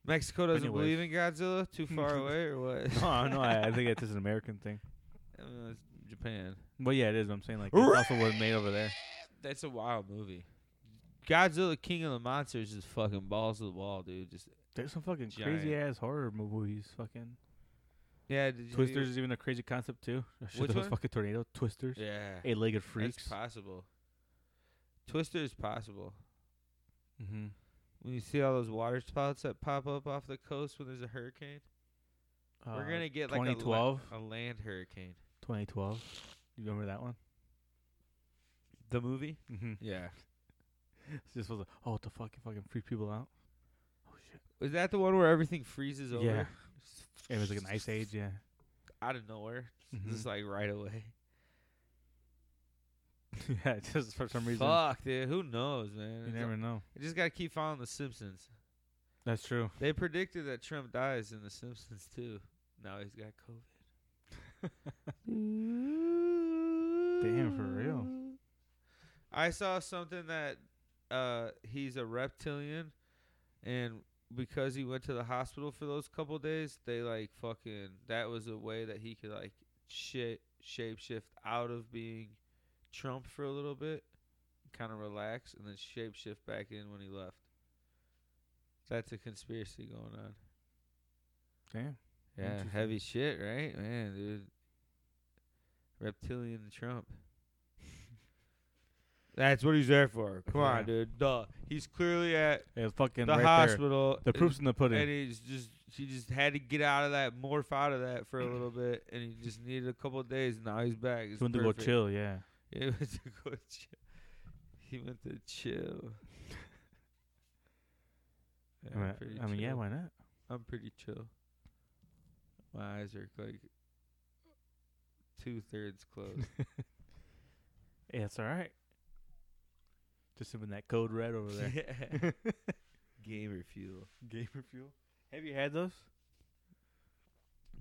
[SPEAKER 2] Mexico doesn't
[SPEAKER 1] Anyways.
[SPEAKER 2] believe in Godzilla. Too far away or what?
[SPEAKER 1] oh no, I, I think it's just an American thing.
[SPEAKER 2] I mean, it's Japan.
[SPEAKER 1] But yeah, it is. I'm saying like it's also was made over there.
[SPEAKER 2] That's a wild movie. Godzilla King of the Monsters is fucking balls to the wall, dude. Just
[SPEAKER 1] There's some fucking
[SPEAKER 2] Giant.
[SPEAKER 1] crazy ass horror movies. Fucking
[SPEAKER 2] yeah, did you
[SPEAKER 1] Twisters is even a crazy concept too. That shit,
[SPEAKER 2] Which
[SPEAKER 1] those
[SPEAKER 2] one?
[SPEAKER 1] fucking tornado twisters.
[SPEAKER 2] Yeah,
[SPEAKER 1] Eight-legged freaks.
[SPEAKER 2] That's possible. Twister is possible.
[SPEAKER 1] mm-hmm.
[SPEAKER 2] When you see all those water spouts that pop up off the coast when there's a hurricane,
[SPEAKER 1] Oh,
[SPEAKER 2] we're gonna get like a la-
[SPEAKER 1] 2012?
[SPEAKER 2] a land hurricane.
[SPEAKER 1] 2012. You remember that one?
[SPEAKER 2] The movie?
[SPEAKER 1] Mm-hmm.
[SPEAKER 2] Yeah.
[SPEAKER 1] It's just was like, oh, to fucking fucking freak people out. Oh shit.
[SPEAKER 2] Was that the one where everything freezes over?
[SPEAKER 1] Yeah. It was like an ice age. Yeah.
[SPEAKER 2] Out of nowhere,
[SPEAKER 1] Mhm.
[SPEAKER 2] just like right away.
[SPEAKER 1] yeah. Just for some reason,
[SPEAKER 2] Fuck, dude. Who knows, man?
[SPEAKER 1] you
[SPEAKER 2] It's
[SPEAKER 1] never
[SPEAKER 2] like-
[SPEAKER 1] know.
[SPEAKER 2] I just gotta keep following The Simpsons.
[SPEAKER 1] That's true.
[SPEAKER 2] They predicted that Trump dies in The Simpsons too. Now he's got COVID.
[SPEAKER 1] Damn, for real.
[SPEAKER 2] I saw something that uh, he's a reptilian, and because he went to the hospital for those couple days, they like fucking. That was a way that he could like shit shapeshift out of being Trump for a little bit, kind of relax, and then shapeshift back in when he left. That's a conspiracy going on.
[SPEAKER 1] Damn.
[SPEAKER 2] Yeah,
[SPEAKER 1] Interesting.
[SPEAKER 2] heavy shit, right? Man, dude. Reptilian Trump. That's what he's there for. Come
[SPEAKER 1] Yeah.
[SPEAKER 2] on, dude. Duh. He's clearly at
[SPEAKER 1] It was fucking
[SPEAKER 2] the
[SPEAKER 1] right there.
[SPEAKER 2] hospital.
[SPEAKER 1] The proof's in the
[SPEAKER 2] and,
[SPEAKER 1] pudding.
[SPEAKER 2] and he's just he just had to get out of that, morph out of that for a little bit, and he just needed a couple of days. Now he's back. It's
[SPEAKER 1] He went to go
[SPEAKER 2] perfect.
[SPEAKER 1] chill, yeah.
[SPEAKER 2] Yeah, he went to go chill. He went to chill. Yeah,
[SPEAKER 1] I
[SPEAKER 2] I'm
[SPEAKER 1] mean,
[SPEAKER 2] pretty
[SPEAKER 1] I mean yeah,
[SPEAKER 2] chill.
[SPEAKER 1] why not?
[SPEAKER 2] I'm pretty chill. My eyes are like two thirds closed.
[SPEAKER 1] Yeah, it's all right. Just sipping that code red over there.
[SPEAKER 2] yeah. Gamer fuel.
[SPEAKER 1] Gamer fuel. Have you had those?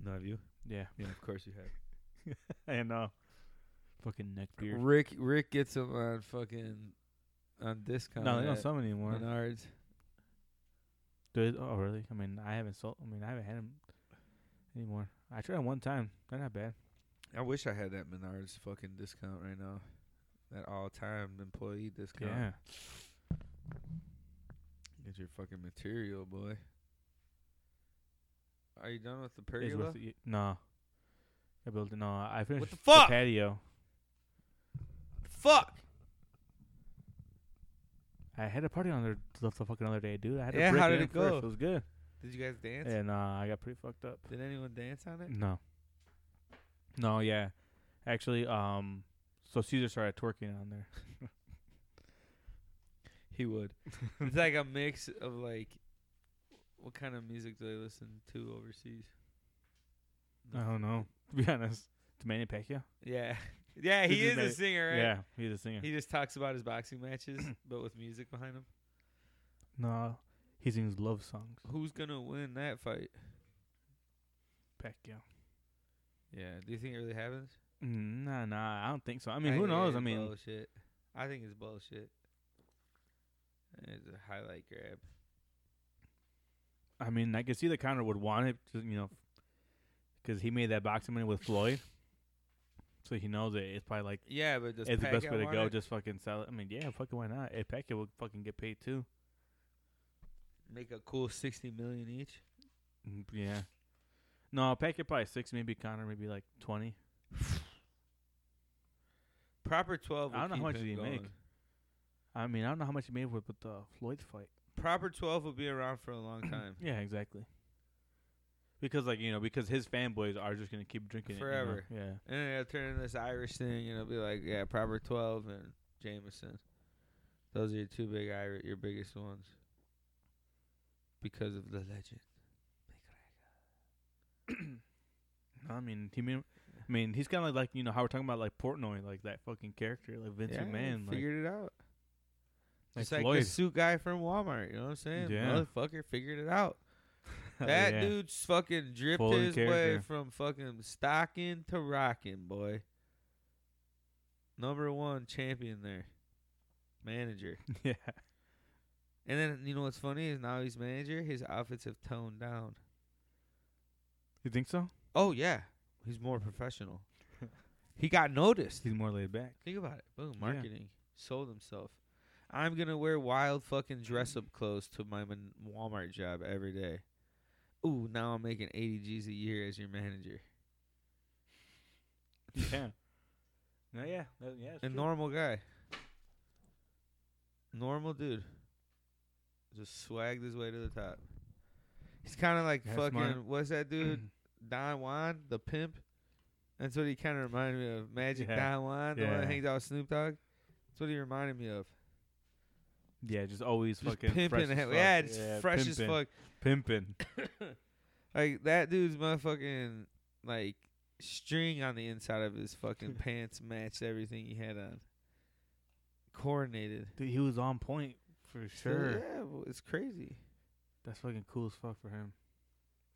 [SPEAKER 2] Not you.
[SPEAKER 1] Yeah,
[SPEAKER 2] Yeah, of course you have.
[SPEAKER 1] I know. Fucking neck beard.
[SPEAKER 2] Rick Rick gets them on fucking on discount.
[SPEAKER 1] No, they don't
[SPEAKER 2] at
[SPEAKER 1] sell 'em anymore.
[SPEAKER 2] Menards.
[SPEAKER 1] Do they- Oh, really? I mean, I haven't sold. I mean, I haven't had them anymore. I tried 'em one time. They're not bad.
[SPEAKER 2] I wish I had that Menards fucking discount right now. That all time employee discount.
[SPEAKER 1] Yeah.
[SPEAKER 2] Get your fucking material, boy. Are you done with the
[SPEAKER 1] Is
[SPEAKER 2] pergola?
[SPEAKER 1] with the- no. I built no. I finished
[SPEAKER 2] the fuck?
[SPEAKER 1] patio.
[SPEAKER 2] Fuck.
[SPEAKER 1] I had a party on there the, the fucking other day, dude. I had
[SPEAKER 2] Yeah,
[SPEAKER 1] to break
[SPEAKER 2] how
[SPEAKER 1] it
[SPEAKER 2] did
[SPEAKER 1] in
[SPEAKER 2] it
[SPEAKER 1] first.
[SPEAKER 2] go?
[SPEAKER 1] It was good.
[SPEAKER 2] Did you guys dance?
[SPEAKER 1] And uh, I got pretty fucked up.
[SPEAKER 2] Did anyone dance on it?
[SPEAKER 1] No. No, yeah. Actually, um so Caesar started twerking on there.
[SPEAKER 2] He would. it's like a mix of like, what kind of music do they listen to overseas?
[SPEAKER 1] I don't know. To be honest. To Manny Pacquiao?
[SPEAKER 2] Yeah, yeah,
[SPEAKER 1] This
[SPEAKER 2] he is
[SPEAKER 1] is
[SPEAKER 2] a
[SPEAKER 1] many-
[SPEAKER 2] singer, right?
[SPEAKER 1] Yeah, he's a singer.
[SPEAKER 2] He just talks about his boxing matches, but with music behind him.
[SPEAKER 1] no. He sings love songs.
[SPEAKER 2] Who's gonna win that fight?
[SPEAKER 1] Pacquiao.
[SPEAKER 2] Yeah, do you think it really happens?
[SPEAKER 1] Mm, Nah, nah, I don't think so. I mean, who knows?
[SPEAKER 2] it's
[SPEAKER 1] I mean,
[SPEAKER 2] bullshit. I think it's bullshit. It's a highlight grab.
[SPEAKER 1] I mean, I could see the counter would want it, to, you know, because he made that boxing money with Floyd, so he knows it. It's probably like
[SPEAKER 2] Yeah, but does
[SPEAKER 1] it's the best
[SPEAKER 2] Pacquiao
[SPEAKER 1] way to
[SPEAKER 2] want
[SPEAKER 1] go.
[SPEAKER 2] it?
[SPEAKER 1] Just fucking sell it. I mean, yeah, fucking why not? If Pacquiao would fucking get paid too,
[SPEAKER 2] make a cool sixty million each.
[SPEAKER 1] Mm, yeah. No, Pacquiao probably six, maybe Connor maybe like twenty.
[SPEAKER 2] Proper twelve.
[SPEAKER 1] I don't know
[SPEAKER 2] will
[SPEAKER 1] how
[SPEAKER 2] keep
[SPEAKER 1] much
[SPEAKER 2] him
[SPEAKER 1] did he make.
[SPEAKER 2] going.
[SPEAKER 1] I mean, I don't know how much he made with, with the Floyd fight.
[SPEAKER 2] Proper twelve will be around for a long time.
[SPEAKER 1] Yeah, exactly. Because like you know, because his fanboys are just gonna keep drinking it, you know?
[SPEAKER 2] Forever.
[SPEAKER 1] Yeah.
[SPEAKER 2] And then it'll turn into this Irish thing, and it'll be like, yeah, Proper 12 and Jameson. Those are your two big Irish, your biggest ones. Because of the legend.
[SPEAKER 1] I mean, he mean, I mean, he's kind of like, you know how we're talking about like Portnoy, like that fucking character, like Vince
[SPEAKER 2] yeah,
[SPEAKER 1] McMahon, like,
[SPEAKER 2] figured it out.
[SPEAKER 1] like
[SPEAKER 2] It's like the
[SPEAKER 1] Floyd.
[SPEAKER 2] suit guy from Walmart. You know what I'm saying?
[SPEAKER 1] Yeah.
[SPEAKER 2] Motherfucker figured it out.
[SPEAKER 1] Hell
[SPEAKER 2] that
[SPEAKER 1] Oh, yeah.
[SPEAKER 2] dude's fucking dripped
[SPEAKER 1] Full in
[SPEAKER 2] his way
[SPEAKER 1] character.
[SPEAKER 2] from fucking stocking to rocking, boy. Number one champion there. Manager.
[SPEAKER 1] yeah,
[SPEAKER 2] And then you know what's funny is now he's manager, his outfits have toned down.
[SPEAKER 1] you think so?
[SPEAKER 2] Oh yeah, he's more professional. he got noticed.
[SPEAKER 1] He's more laid back.
[SPEAKER 2] Think about it. Boom,
[SPEAKER 1] Yeah.
[SPEAKER 2] marketing sold himself. I'm gonna wear wild fucking dress up clothes to my mon- Walmart job every day. Ooh, now I'm making 80 G's a year as your manager.
[SPEAKER 1] Yeah. no, yeah, that- yeah. it's
[SPEAKER 2] A
[SPEAKER 1] true.
[SPEAKER 2] normal guy. Normal dude. Just swagged his way to the top. He's kind of like
[SPEAKER 1] That's
[SPEAKER 2] fucking,
[SPEAKER 1] smart.
[SPEAKER 2] what's that dude? Don Juan, the pimp. That's what he kind of reminded me of. Magic
[SPEAKER 1] Yeah.
[SPEAKER 2] Don Juan, the one that
[SPEAKER 1] Yeah.
[SPEAKER 2] hangs out with Snoop Dogg. That's what he reminded me of.
[SPEAKER 1] yeah, just always
[SPEAKER 2] Just
[SPEAKER 1] fucking
[SPEAKER 2] pimping.
[SPEAKER 1] fresh as
[SPEAKER 2] the hell-
[SPEAKER 1] fuck.
[SPEAKER 2] yeah, just
[SPEAKER 1] Yeah,
[SPEAKER 2] fresh as
[SPEAKER 1] pimping.
[SPEAKER 2] fuck.
[SPEAKER 1] Pimping.
[SPEAKER 2] Like, that dude's motherfucking, like, string on the inside of his fucking pants matched everything he had on. Coordinated.
[SPEAKER 1] Dude, he was on point for
[SPEAKER 2] So,
[SPEAKER 1] sure.
[SPEAKER 2] yeah, well, it's crazy.
[SPEAKER 1] That's fucking cool as fuck for him.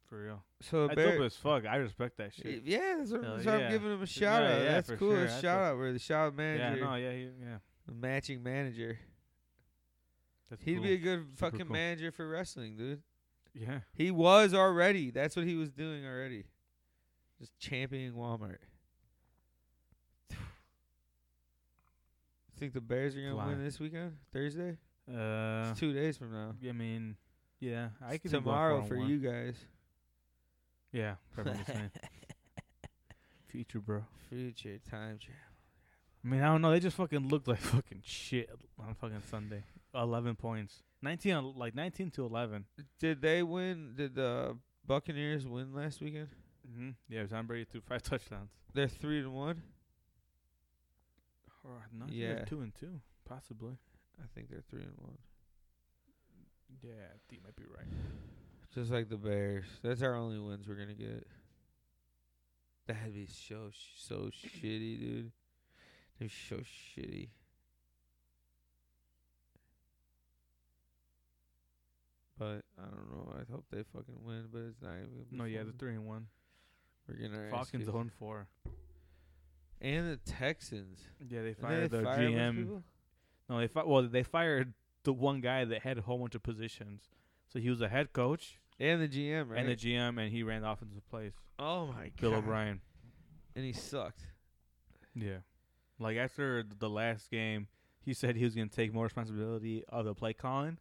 [SPEAKER 1] For real.
[SPEAKER 2] So
[SPEAKER 1] That's
[SPEAKER 2] Barrett-
[SPEAKER 1] dope as fuck. I respect that shit.
[SPEAKER 2] yeah, that's what,
[SPEAKER 1] Hell
[SPEAKER 2] that's why
[SPEAKER 1] yeah.
[SPEAKER 2] I'm giving him a
[SPEAKER 1] Yeah,
[SPEAKER 2] shout out.
[SPEAKER 1] yeah,
[SPEAKER 2] that's
[SPEAKER 1] for
[SPEAKER 2] cool.
[SPEAKER 1] sure.
[SPEAKER 2] A
[SPEAKER 1] That's
[SPEAKER 2] shout
[SPEAKER 1] a-
[SPEAKER 2] out, where the shout out
[SPEAKER 1] Yeah,
[SPEAKER 2] manager,
[SPEAKER 1] no, yeah, he, yeah.
[SPEAKER 2] the matching manager.
[SPEAKER 1] That's
[SPEAKER 2] He'd
[SPEAKER 1] cool.
[SPEAKER 2] be a good fucking
[SPEAKER 1] cool.
[SPEAKER 2] manager for wrestling, dude.
[SPEAKER 1] yeah.
[SPEAKER 2] He was already. That's what he was doing already. Just championing Walmart. Think the Bears are gonna win
[SPEAKER 1] Fly.
[SPEAKER 2] this weekend, Thursday?
[SPEAKER 1] Uh,
[SPEAKER 2] it's two days from now.
[SPEAKER 1] I mean, yeah, I
[SPEAKER 2] It's
[SPEAKER 1] could see going
[SPEAKER 2] tomorrow
[SPEAKER 1] four and
[SPEAKER 2] for
[SPEAKER 1] one.
[SPEAKER 2] you guys.
[SPEAKER 1] Yeah, probably the same. Future, bro.
[SPEAKER 2] Future time travel.
[SPEAKER 1] I mean, I don't know. They just fucking looked like fucking shit on fucking Sunday. Eleven points, nineteen, on- like nineteen to eleven.
[SPEAKER 2] Did they win? Did the Buccaneers win last weekend?
[SPEAKER 1] Mm-hmm. Yeah, Tom Brady threw five touchdowns.
[SPEAKER 2] They're three to one.
[SPEAKER 1] Or not? Yeah,
[SPEAKER 2] Yeah.
[SPEAKER 1] two and two, possibly.
[SPEAKER 2] I think they're three and one.
[SPEAKER 1] Yeah, I think you might be right.
[SPEAKER 2] Just like the Bears. That's our only wins we're gonna get. That'd be so sh- so shitty, dude. They're so shitty. But I don't know. I hope they fucking win, but it's not even. Gonna be
[SPEAKER 1] No, yeah, the
[SPEAKER 2] fun.
[SPEAKER 1] three and one.
[SPEAKER 2] we're gonna
[SPEAKER 1] Falcons
[SPEAKER 2] execute.
[SPEAKER 1] zero and four.
[SPEAKER 2] and the Texans.
[SPEAKER 1] Yeah, they
[SPEAKER 2] Didn't
[SPEAKER 1] fired
[SPEAKER 2] they
[SPEAKER 1] the
[SPEAKER 2] fire a bunch of
[SPEAKER 1] GM.
[SPEAKER 2] people?
[SPEAKER 1] No, they fi- well, they fired the one guy that had a whole bunch of positions. So he was a head coach
[SPEAKER 2] and the GM, right?
[SPEAKER 1] and the GM, and he ran the offensive plays.
[SPEAKER 2] oh my god,
[SPEAKER 1] Bill O'Brien.
[SPEAKER 2] and he sucked.
[SPEAKER 1] Yeah. Like after th- the last game, he said he was going to take more responsibility of the play calling.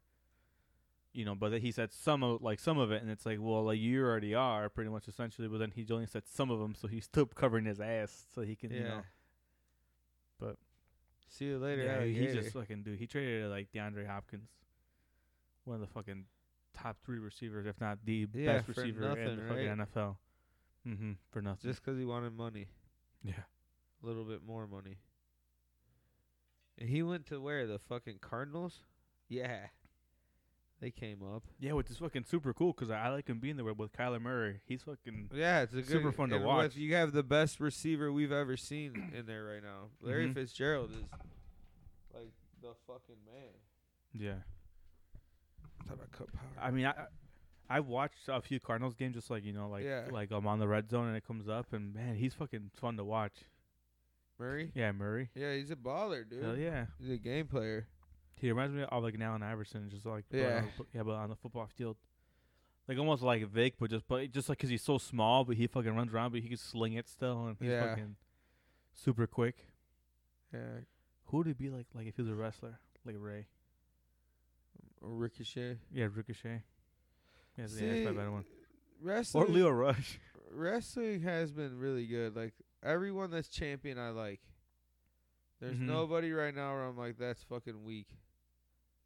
[SPEAKER 1] You know, but then he said some of like some of it, and it's like, well, like you already are pretty much essentially. But then he only said some of them, so he's still covering his ass, so he can,
[SPEAKER 2] Yeah.
[SPEAKER 1] you know, but-
[SPEAKER 2] see you later.
[SPEAKER 1] yeah, he- he
[SPEAKER 2] alligator.
[SPEAKER 1] just fucking dude. He traded like DeAndre Hopkins, one of the fucking top three receivers, if not the
[SPEAKER 2] Yeah,
[SPEAKER 1] best
[SPEAKER 2] for
[SPEAKER 1] receiver in
[SPEAKER 2] nothing,
[SPEAKER 1] the
[SPEAKER 2] right?
[SPEAKER 1] fucking NFL. Mm-hmm. For nothing.
[SPEAKER 2] just because he wanted money,
[SPEAKER 1] yeah.
[SPEAKER 2] a little bit more money. And he went to where the fucking Cardinals? Yeah, they came up.
[SPEAKER 1] Yeah, which is fucking super cool because I, I like him being there with, with Kyler Murray. He's fucking
[SPEAKER 2] Yeah, it's a good,
[SPEAKER 1] Super fun to
[SPEAKER 2] and with-
[SPEAKER 1] watch.
[SPEAKER 2] you have the best receiver we've ever seen in there right now. Larry
[SPEAKER 1] Mhm.
[SPEAKER 2] Fitzgerald is like the fucking man.
[SPEAKER 1] yeah.
[SPEAKER 2] Talk about cup power.
[SPEAKER 1] I mean, I I watched a few Cardinals games just like you know like
[SPEAKER 2] Yeah.
[SPEAKER 1] like I'm on the red zone and it comes up and man he's fucking fun to watch.
[SPEAKER 2] Murray.
[SPEAKER 1] Yeah, Murray.
[SPEAKER 2] Yeah, he's a baller, dude.
[SPEAKER 1] Hell yeah,
[SPEAKER 2] He's a game player.
[SPEAKER 1] he reminds me of like an Allen Iverson, just like but
[SPEAKER 2] Yeah.
[SPEAKER 1] on the, yeah, but on the football field, like almost like Vic, but just but just like 'cause he's so small, but he fucking runs around, but he can sling it still and he's
[SPEAKER 2] Yeah.
[SPEAKER 1] fucking super quick.
[SPEAKER 2] Yeah,
[SPEAKER 1] Who would he be like like if he was a wrestler like Ray?
[SPEAKER 2] or Ricochet.
[SPEAKER 1] Yeah, Ricochet. Yeah, that's- yeah, that's my
[SPEAKER 2] See,
[SPEAKER 1] better one.
[SPEAKER 2] Wrestling,
[SPEAKER 1] Or Leo Rush.
[SPEAKER 2] wrestling has been really good. Like everyone that's champion, I like. There's
[SPEAKER 1] Mhm.
[SPEAKER 2] nobody right now where I'm like, that's fucking weak.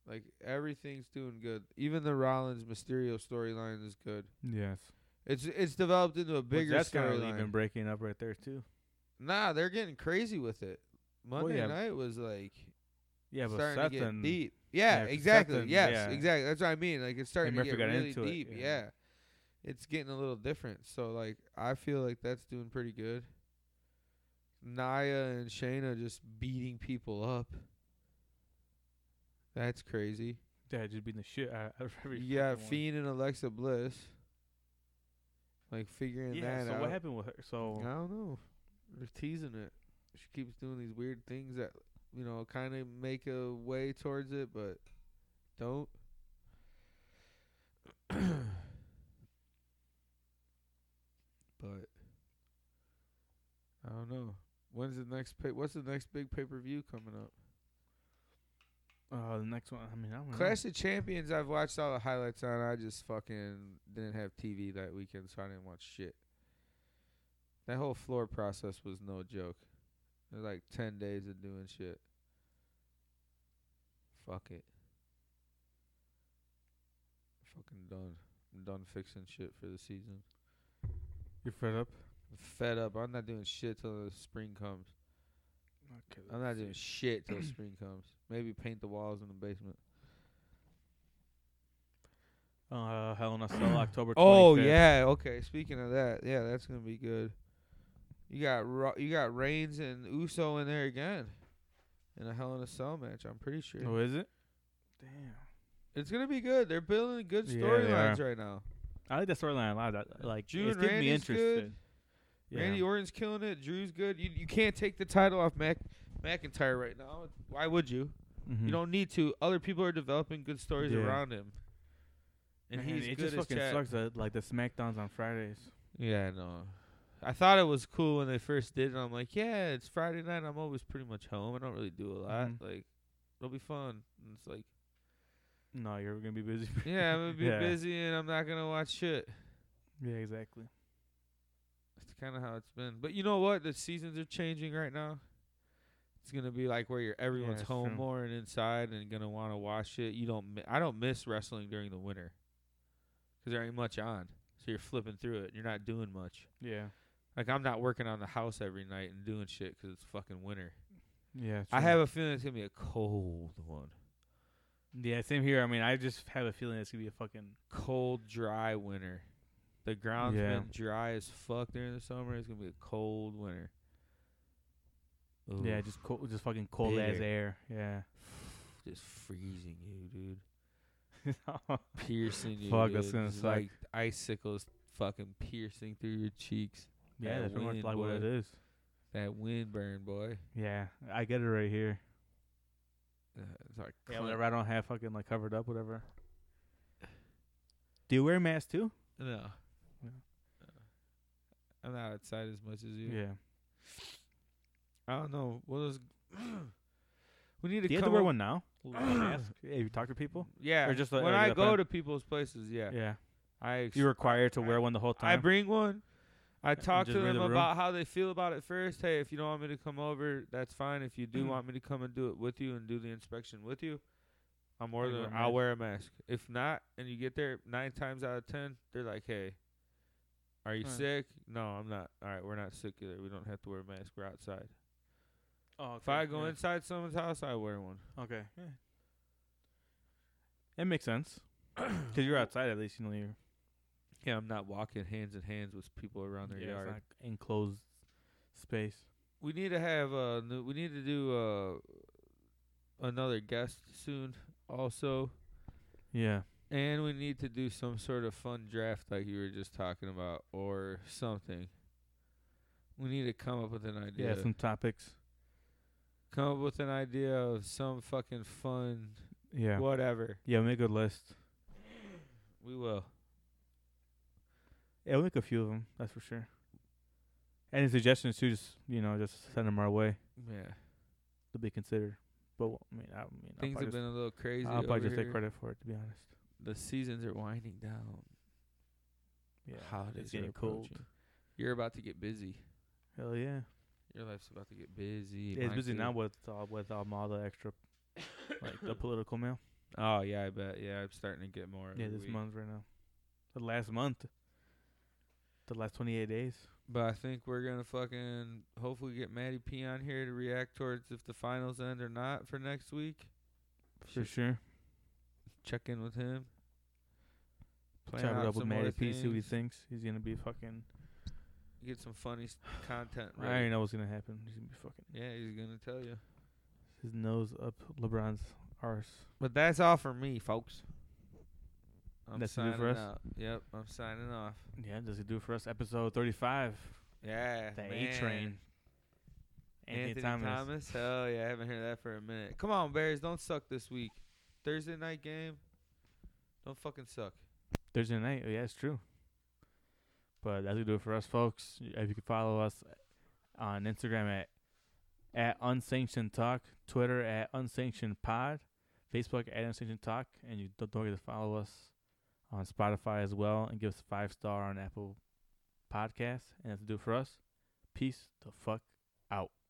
[SPEAKER 2] Like everything's doing good. Even the Rollins Mysterio storyline is good.
[SPEAKER 1] Yes.
[SPEAKER 2] It's it's developed into a bigger
[SPEAKER 1] that's kind of even
[SPEAKER 2] storyline.
[SPEAKER 1] breaking up right there too.
[SPEAKER 2] Nah, they're getting crazy with it.
[SPEAKER 1] Well,
[SPEAKER 2] Monday
[SPEAKER 1] yeah.
[SPEAKER 2] night was like
[SPEAKER 1] Yeah, but
[SPEAKER 2] starting
[SPEAKER 1] Seth
[SPEAKER 2] to get
[SPEAKER 1] and
[SPEAKER 2] deep. Yeah,
[SPEAKER 1] yeah,
[SPEAKER 2] exactly.
[SPEAKER 1] Sutton,
[SPEAKER 2] yes,
[SPEAKER 1] yeah.
[SPEAKER 2] exactly. That's what I mean. Like it's starting to
[SPEAKER 1] Murphy
[SPEAKER 2] get
[SPEAKER 1] got
[SPEAKER 2] really
[SPEAKER 1] into it,
[SPEAKER 2] deep.
[SPEAKER 1] yeah.
[SPEAKER 2] yeah. it's getting a little different. So like I feel like that's doing pretty good. Naya and Shayna just beating people up. That's crazy.
[SPEAKER 1] yeah, just beating the shit out of every.
[SPEAKER 2] You got
[SPEAKER 1] fucking one.
[SPEAKER 2] Fiend and Alexa Bliss. Like figuring that
[SPEAKER 1] Yeah.
[SPEAKER 2] uh,
[SPEAKER 1] So
[SPEAKER 2] out.
[SPEAKER 1] what happened with her? So
[SPEAKER 2] I don't know. They're teasing it. She keeps doing these weird things that you know kind of make a way towards it, but don't. but I don't know. When's the next pay? What's the next big pay per view coming up?
[SPEAKER 1] uh, the next one. I mean, I don't
[SPEAKER 2] Clash of Champions. I've watched all the highlights on. I just fucking didn't have TV that weekend, so I didn't watch shit. That whole floor process was no joke. It was like ten days of doing shit. Fuck it. Fucking done. I'm done fixing shit for the season.
[SPEAKER 1] know. You're fed up.
[SPEAKER 2] I'm fed up. I'm not doing shit till the spring comes.
[SPEAKER 1] Okay,
[SPEAKER 2] I'm not doing shit till spring comes. Maybe paint the walls in the basement.
[SPEAKER 1] Uh, Hell in a Cell, October. 25th.
[SPEAKER 2] Oh yeah, okay. Speaking of that, yeah, that's gonna be good. You got Ro- you got Reigns and Uso in there again, in a Hell in a Cell match. I'm pretty sure
[SPEAKER 1] Oh, is it? Damn.
[SPEAKER 2] it's gonna be good. They're building good
[SPEAKER 1] Yeah, they
[SPEAKER 2] storylines right now.
[SPEAKER 1] I like that storyline a lot. That, like,
[SPEAKER 2] Drew
[SPEAKER 1] it's
[SPEAKER 2] and
[SPEAKER 1] getting me
[SPEAKER 2] Randy's good.
[SPEAKER 1] interested. Yeah.
[SPEAKER 2] Randy Orton's killing it. Drew's good. You you can't take the title off Mac McIntyre right now. Why would you?
[SPEAKER 1] Mhm.
[SPEAKER 2] You don't need to. Other people are developing good stories
[SPEAKER 1] Yeah.
[SPEAKER 2] around him, and
[SPEAKER 1] Man,
[SPEAKER 2] he's
[SPEAKER 1] it
[SPEAKER 2] good
[SPEAKER 1] just
[SPEAKER 2] as
[SPEAKER 1] fucking
[SPEAKER 2] chat.
[SPEAKER 1] sucks that like the Smackdowns on Fridays.
[SPEAKER 2] Yeah, I know. I thought it was cool when they first did it. I'm like, yeah, it's Friday night. I'm always pretty much home. I don't really do a lot.
[SPEAKER 1] Mhm.
[SPEAKER 2] Like, it'll be fun. And it's like,
[SPEAKER 1] No, you're gonna be busy.
[SPEAKER 2] yeah, I'm gonna be
[SPEAKER 1] Yeah.
[SPEAKER 2] busy and I'm not gonna watch shit.
[SPEAKER 1] yeah, exactly.
[SPEAKER 2] That's kind of how it's been. But you know what? The seasons are changing right now. It's gonna be like where you're everyone's
[SPEAKER 1] that's
[SPEAKER 2] home
[SPEAKER 1] true.
[SPEAKER 2] more and inside and gonna want to watch it. You don't. Mi- I don't miss wrestling during the winter. 'Cause there ain't much on. So you're flipping through it. You're not doing much.
[SPEAKER 1] Yeah.
[SPEAKER 2] Like I'm not working on the house every night and doing shit 'cause it's fucking winter.
[SPEAKER 1] Yeah.
[SPEAKER 2] I
[SPEAKER 1] true.
[SPEAKER 2] have a feeling it's gonna be a cold one,
[SPEAKER 1] Yeah, same here. I mean, I just have a feeling it's gonna be a fucking.
[SPEAKER 2] cold, dry winter. The ground's
[SPEAKER 1] Yeah.
[SPEAKER 2] been dry as fuck during the summer. It's gonna be a cold winter.
[SPEAKER 1] Yeah,
[SPEAKER 2] Oof.
[SPEAKER 1] just cold, just fucking cold as
[SPEAKER 2] Bitter.
[SPEAKER 1] air. Yeah.
[SPEAKER 2] just freezing you, dude.
[SPEAKER 1] yeah,
[SPEAKER 2] Piercing you.
[SPEAKER 1] Fuck, that's
[SPEAKER 2] dude.
[SPEAKER 1] gonna
[SPEAKER 2] Just
[SPEAKER 1] suck.
[SPEAKER 2] Like icicles, fucking piercing through your cheeks. That
[SPEAKER 1] that's pretty much
[SPEAKER 2] wind,
[SPEAKER 1] like what it
[SPEAKER 2] boy.
[SPEAKER 1] is.
[SPEAKER 2] That wind burn, boy.
[SPEAKER 1] Yeah, I get it right here.
[SPEAKER 2] Uh, it's like
[SPEAKER 1] Yeah,
[SPEAKER 2] clump.
[SPEAKER 1] whatever. I don't have fucking like covered up, whatever. Do you wear a mask too?
[SPEAKER 2] No. Uh,
[SPEAKER 1] Yeah.
[SPEAKER 2] I'm not outside as much as you.
[SPEAKER 1] Yeah.
[SPEAKER 2] I don't know. What is? we need to.
[SPEAKER 1] Do you have to
[SPEAKER 2] come
[SPEAKER 1] wear
[SPEAKER 2] up-
[SPEAKER 1] one now? Ask if you talk to people.
[SPEAKER 2] Yeah.
[SPEAKER 1] Or just like-
[SPEAKER 2] when
[SPEAKER 1] like
[SPEAKER 2] I
[SPEAKER 1] that
[SPEAKER 2] go
[SPEAKER 1] plan?
[SPEAKER 2] to people's places, yeah.
[SPEAKER 1] Yeah,
[SPEAKER 2] I ex-
[SPEAKER 1] you're required to wear one the whole
[SPEAKER 2] I
[SPEAKER 1] time.
[SPEAKER 2] bring one. I talk to
[SPEAKER 1] just read
[SPEAKER 2] them
[SPEAKER 1] the room?
[SPEAKER 2] about how they feel about it first. Hey, if you don't want me to come over, that's fine. If you do want me to come and do it with you and do the inspection with you, I'm more
[SPEAKER 1] I'd
[SPEAKER 2] than
[SPEAKER 1] wear a
[SPEAKER 2] I'll
[SPEAKER 1] mask.
[SPEAKER 2] wear a mask. If not, and you get there nine times out of ten, they're like, "Hey, are you
[SPEAKER 1] Alright.
[SPEAKER 2] sick? No, I'm not. All right, we're not sick either. We don't have to wear a mask. We're outside.
[SPEAKER 1] oh,
[SPEAKER 2] If I go inside someone's house, I wear one.
[SPEAKER 1] Okay. Yeah. It makes sense. Because you're outside at least, you know, you're
[SPEAKER 2] Yeah, I'm not walking hands in hands with people around their
[SPEAKER 1] yeah,
[SPEAKER 2] yard.
[SPEAKER 1] it's not enclosed space.
[SPEAKER 2] we need to have uh new, we need to do uh another guest soon also
[SPEAKER 1] Yeah.
[SPEAKER 2] and we need to do some sort of fun draft like you were just talking about or something we need to come up with an idea
[SPEAKER 1] Yeah, some topics.
[SPEAKER 2] come up with an idea of some fucking fun
[SPEAKER 1] Yeah.
[SPEAKER 2] whatever
[SPEAKER 1] Yeah, make a list.
[SPEAKER 2] we will
[SPEAKER 1] Yeah, we'll make a few of them, that's for sure. Any suggestions too, just, you know, just send them our way
[SPEAKER 2] yeah
[SPEAKER 1] to be considered. But, well, I mean, I, I mean I'll
[SPEAKER 2] things
[SPEAKER 1] probably
[SPEAKER 2] have
[SPEAKER 1] just,
[SPEAKER 2] been a little crazy
[SPEAKER 1] I'll probably
[SPEAKER 2] over
[SPEAKER 1] just take
[SPEAKER 2] here.
[SPEAKER 1] credit for it, to be honest.
[SPEAKER 2] the seasons are winding down
[SPEAKER 1] Yeah.
[SPEAKER 2] holidays
[SPEAKER 1] it's getting
[SPEAKER 2] are
[SPEAKER 1] cold.
[SPEAKER 2] approaching. you're about to get busy
[SPEAKER 1] Hell yeah.
[SPEAKER 2] your life's about to get busy
[SPEAKER 1] Yeah, it's
[SPEAKER 2] mine
[SPEAKER 1] busy
[SPEAKER 2] too.
[SPEAKER 1] now with, uh, with um, all the extra, like, the political mail.
[SPEAKER 2] Oh yeah, I bet. Yeah, I'm starting to get more.
[SPEAKER 1] Yeah,
[SPEAKER 2] every
[SPEAKER 1] this
[SPEAKER 2] week.
[SPEAKER 1] month right now. The last month. The last 28 days.
[SPEAKER 2] But I think we're gonna fucking hopefully get Maddie P on here to react towards if the finals end or not for next week.
[SPEAKER 1] For sure.
[SPEAKER 2] Check in with him. Plan
[SPEAKER 1] Chat it
[SPEAKER 2] out
[SPEAKER 1] up with
[SPEAKER 2] some more
[SPEAKER 1] Matty P, see what he
[SPEAKER 2] things.
[SPEAKER 1] thinks. He's going to be fucking.
[SPEAKER 2] Get some funny s- content.
[SPEAKER 1] I already
[SPEAKER 2] Right.
[SPEAKER 1] know what's going to happen. He's going to be fucking.
[SPEAKER 2] Yeah, he's gonna tell you.
[SPEAKER 1] His nose up LeBron's arse.
[SPEAKER 2] But that's all for me, folks. I'm
[SPEAKER 1] That's to do
[SPEAKER 2] signing
[SPEAKER 1] for us?
[SPEAKER 2] out. Yep, I'm signing off.
[SPEAKER 1] Yeah, does it do it for us? Episode 35.
[SPEAKER 2] Yeah,
[SPEAKER 1] The
[SPEAKER 2] man.
[SPEAKER 1] A Train. Anthony,
[SPEAKER 2] Anthony
[SPEAKER 1] Thomas.
[SPEAKER 2] Thomas. Hell yeah, I haven't heard that for a minute. Come on, Bears, don't suck this week. Thursday night game. Don't fucking suck.
[SPEAKER 1] Thursday night. Yeah, it's true. But that's going to do it for us, folks. If you can follow us on Instagram at at unsanctioned talk, Twitter at unsanctioned pod, Facebook at unsanctioned talk, and you don't, don't forget to follow us on Spotify as well and give us a five star on Apple Podcasts. And that's to do it for us. Peace the fuck out.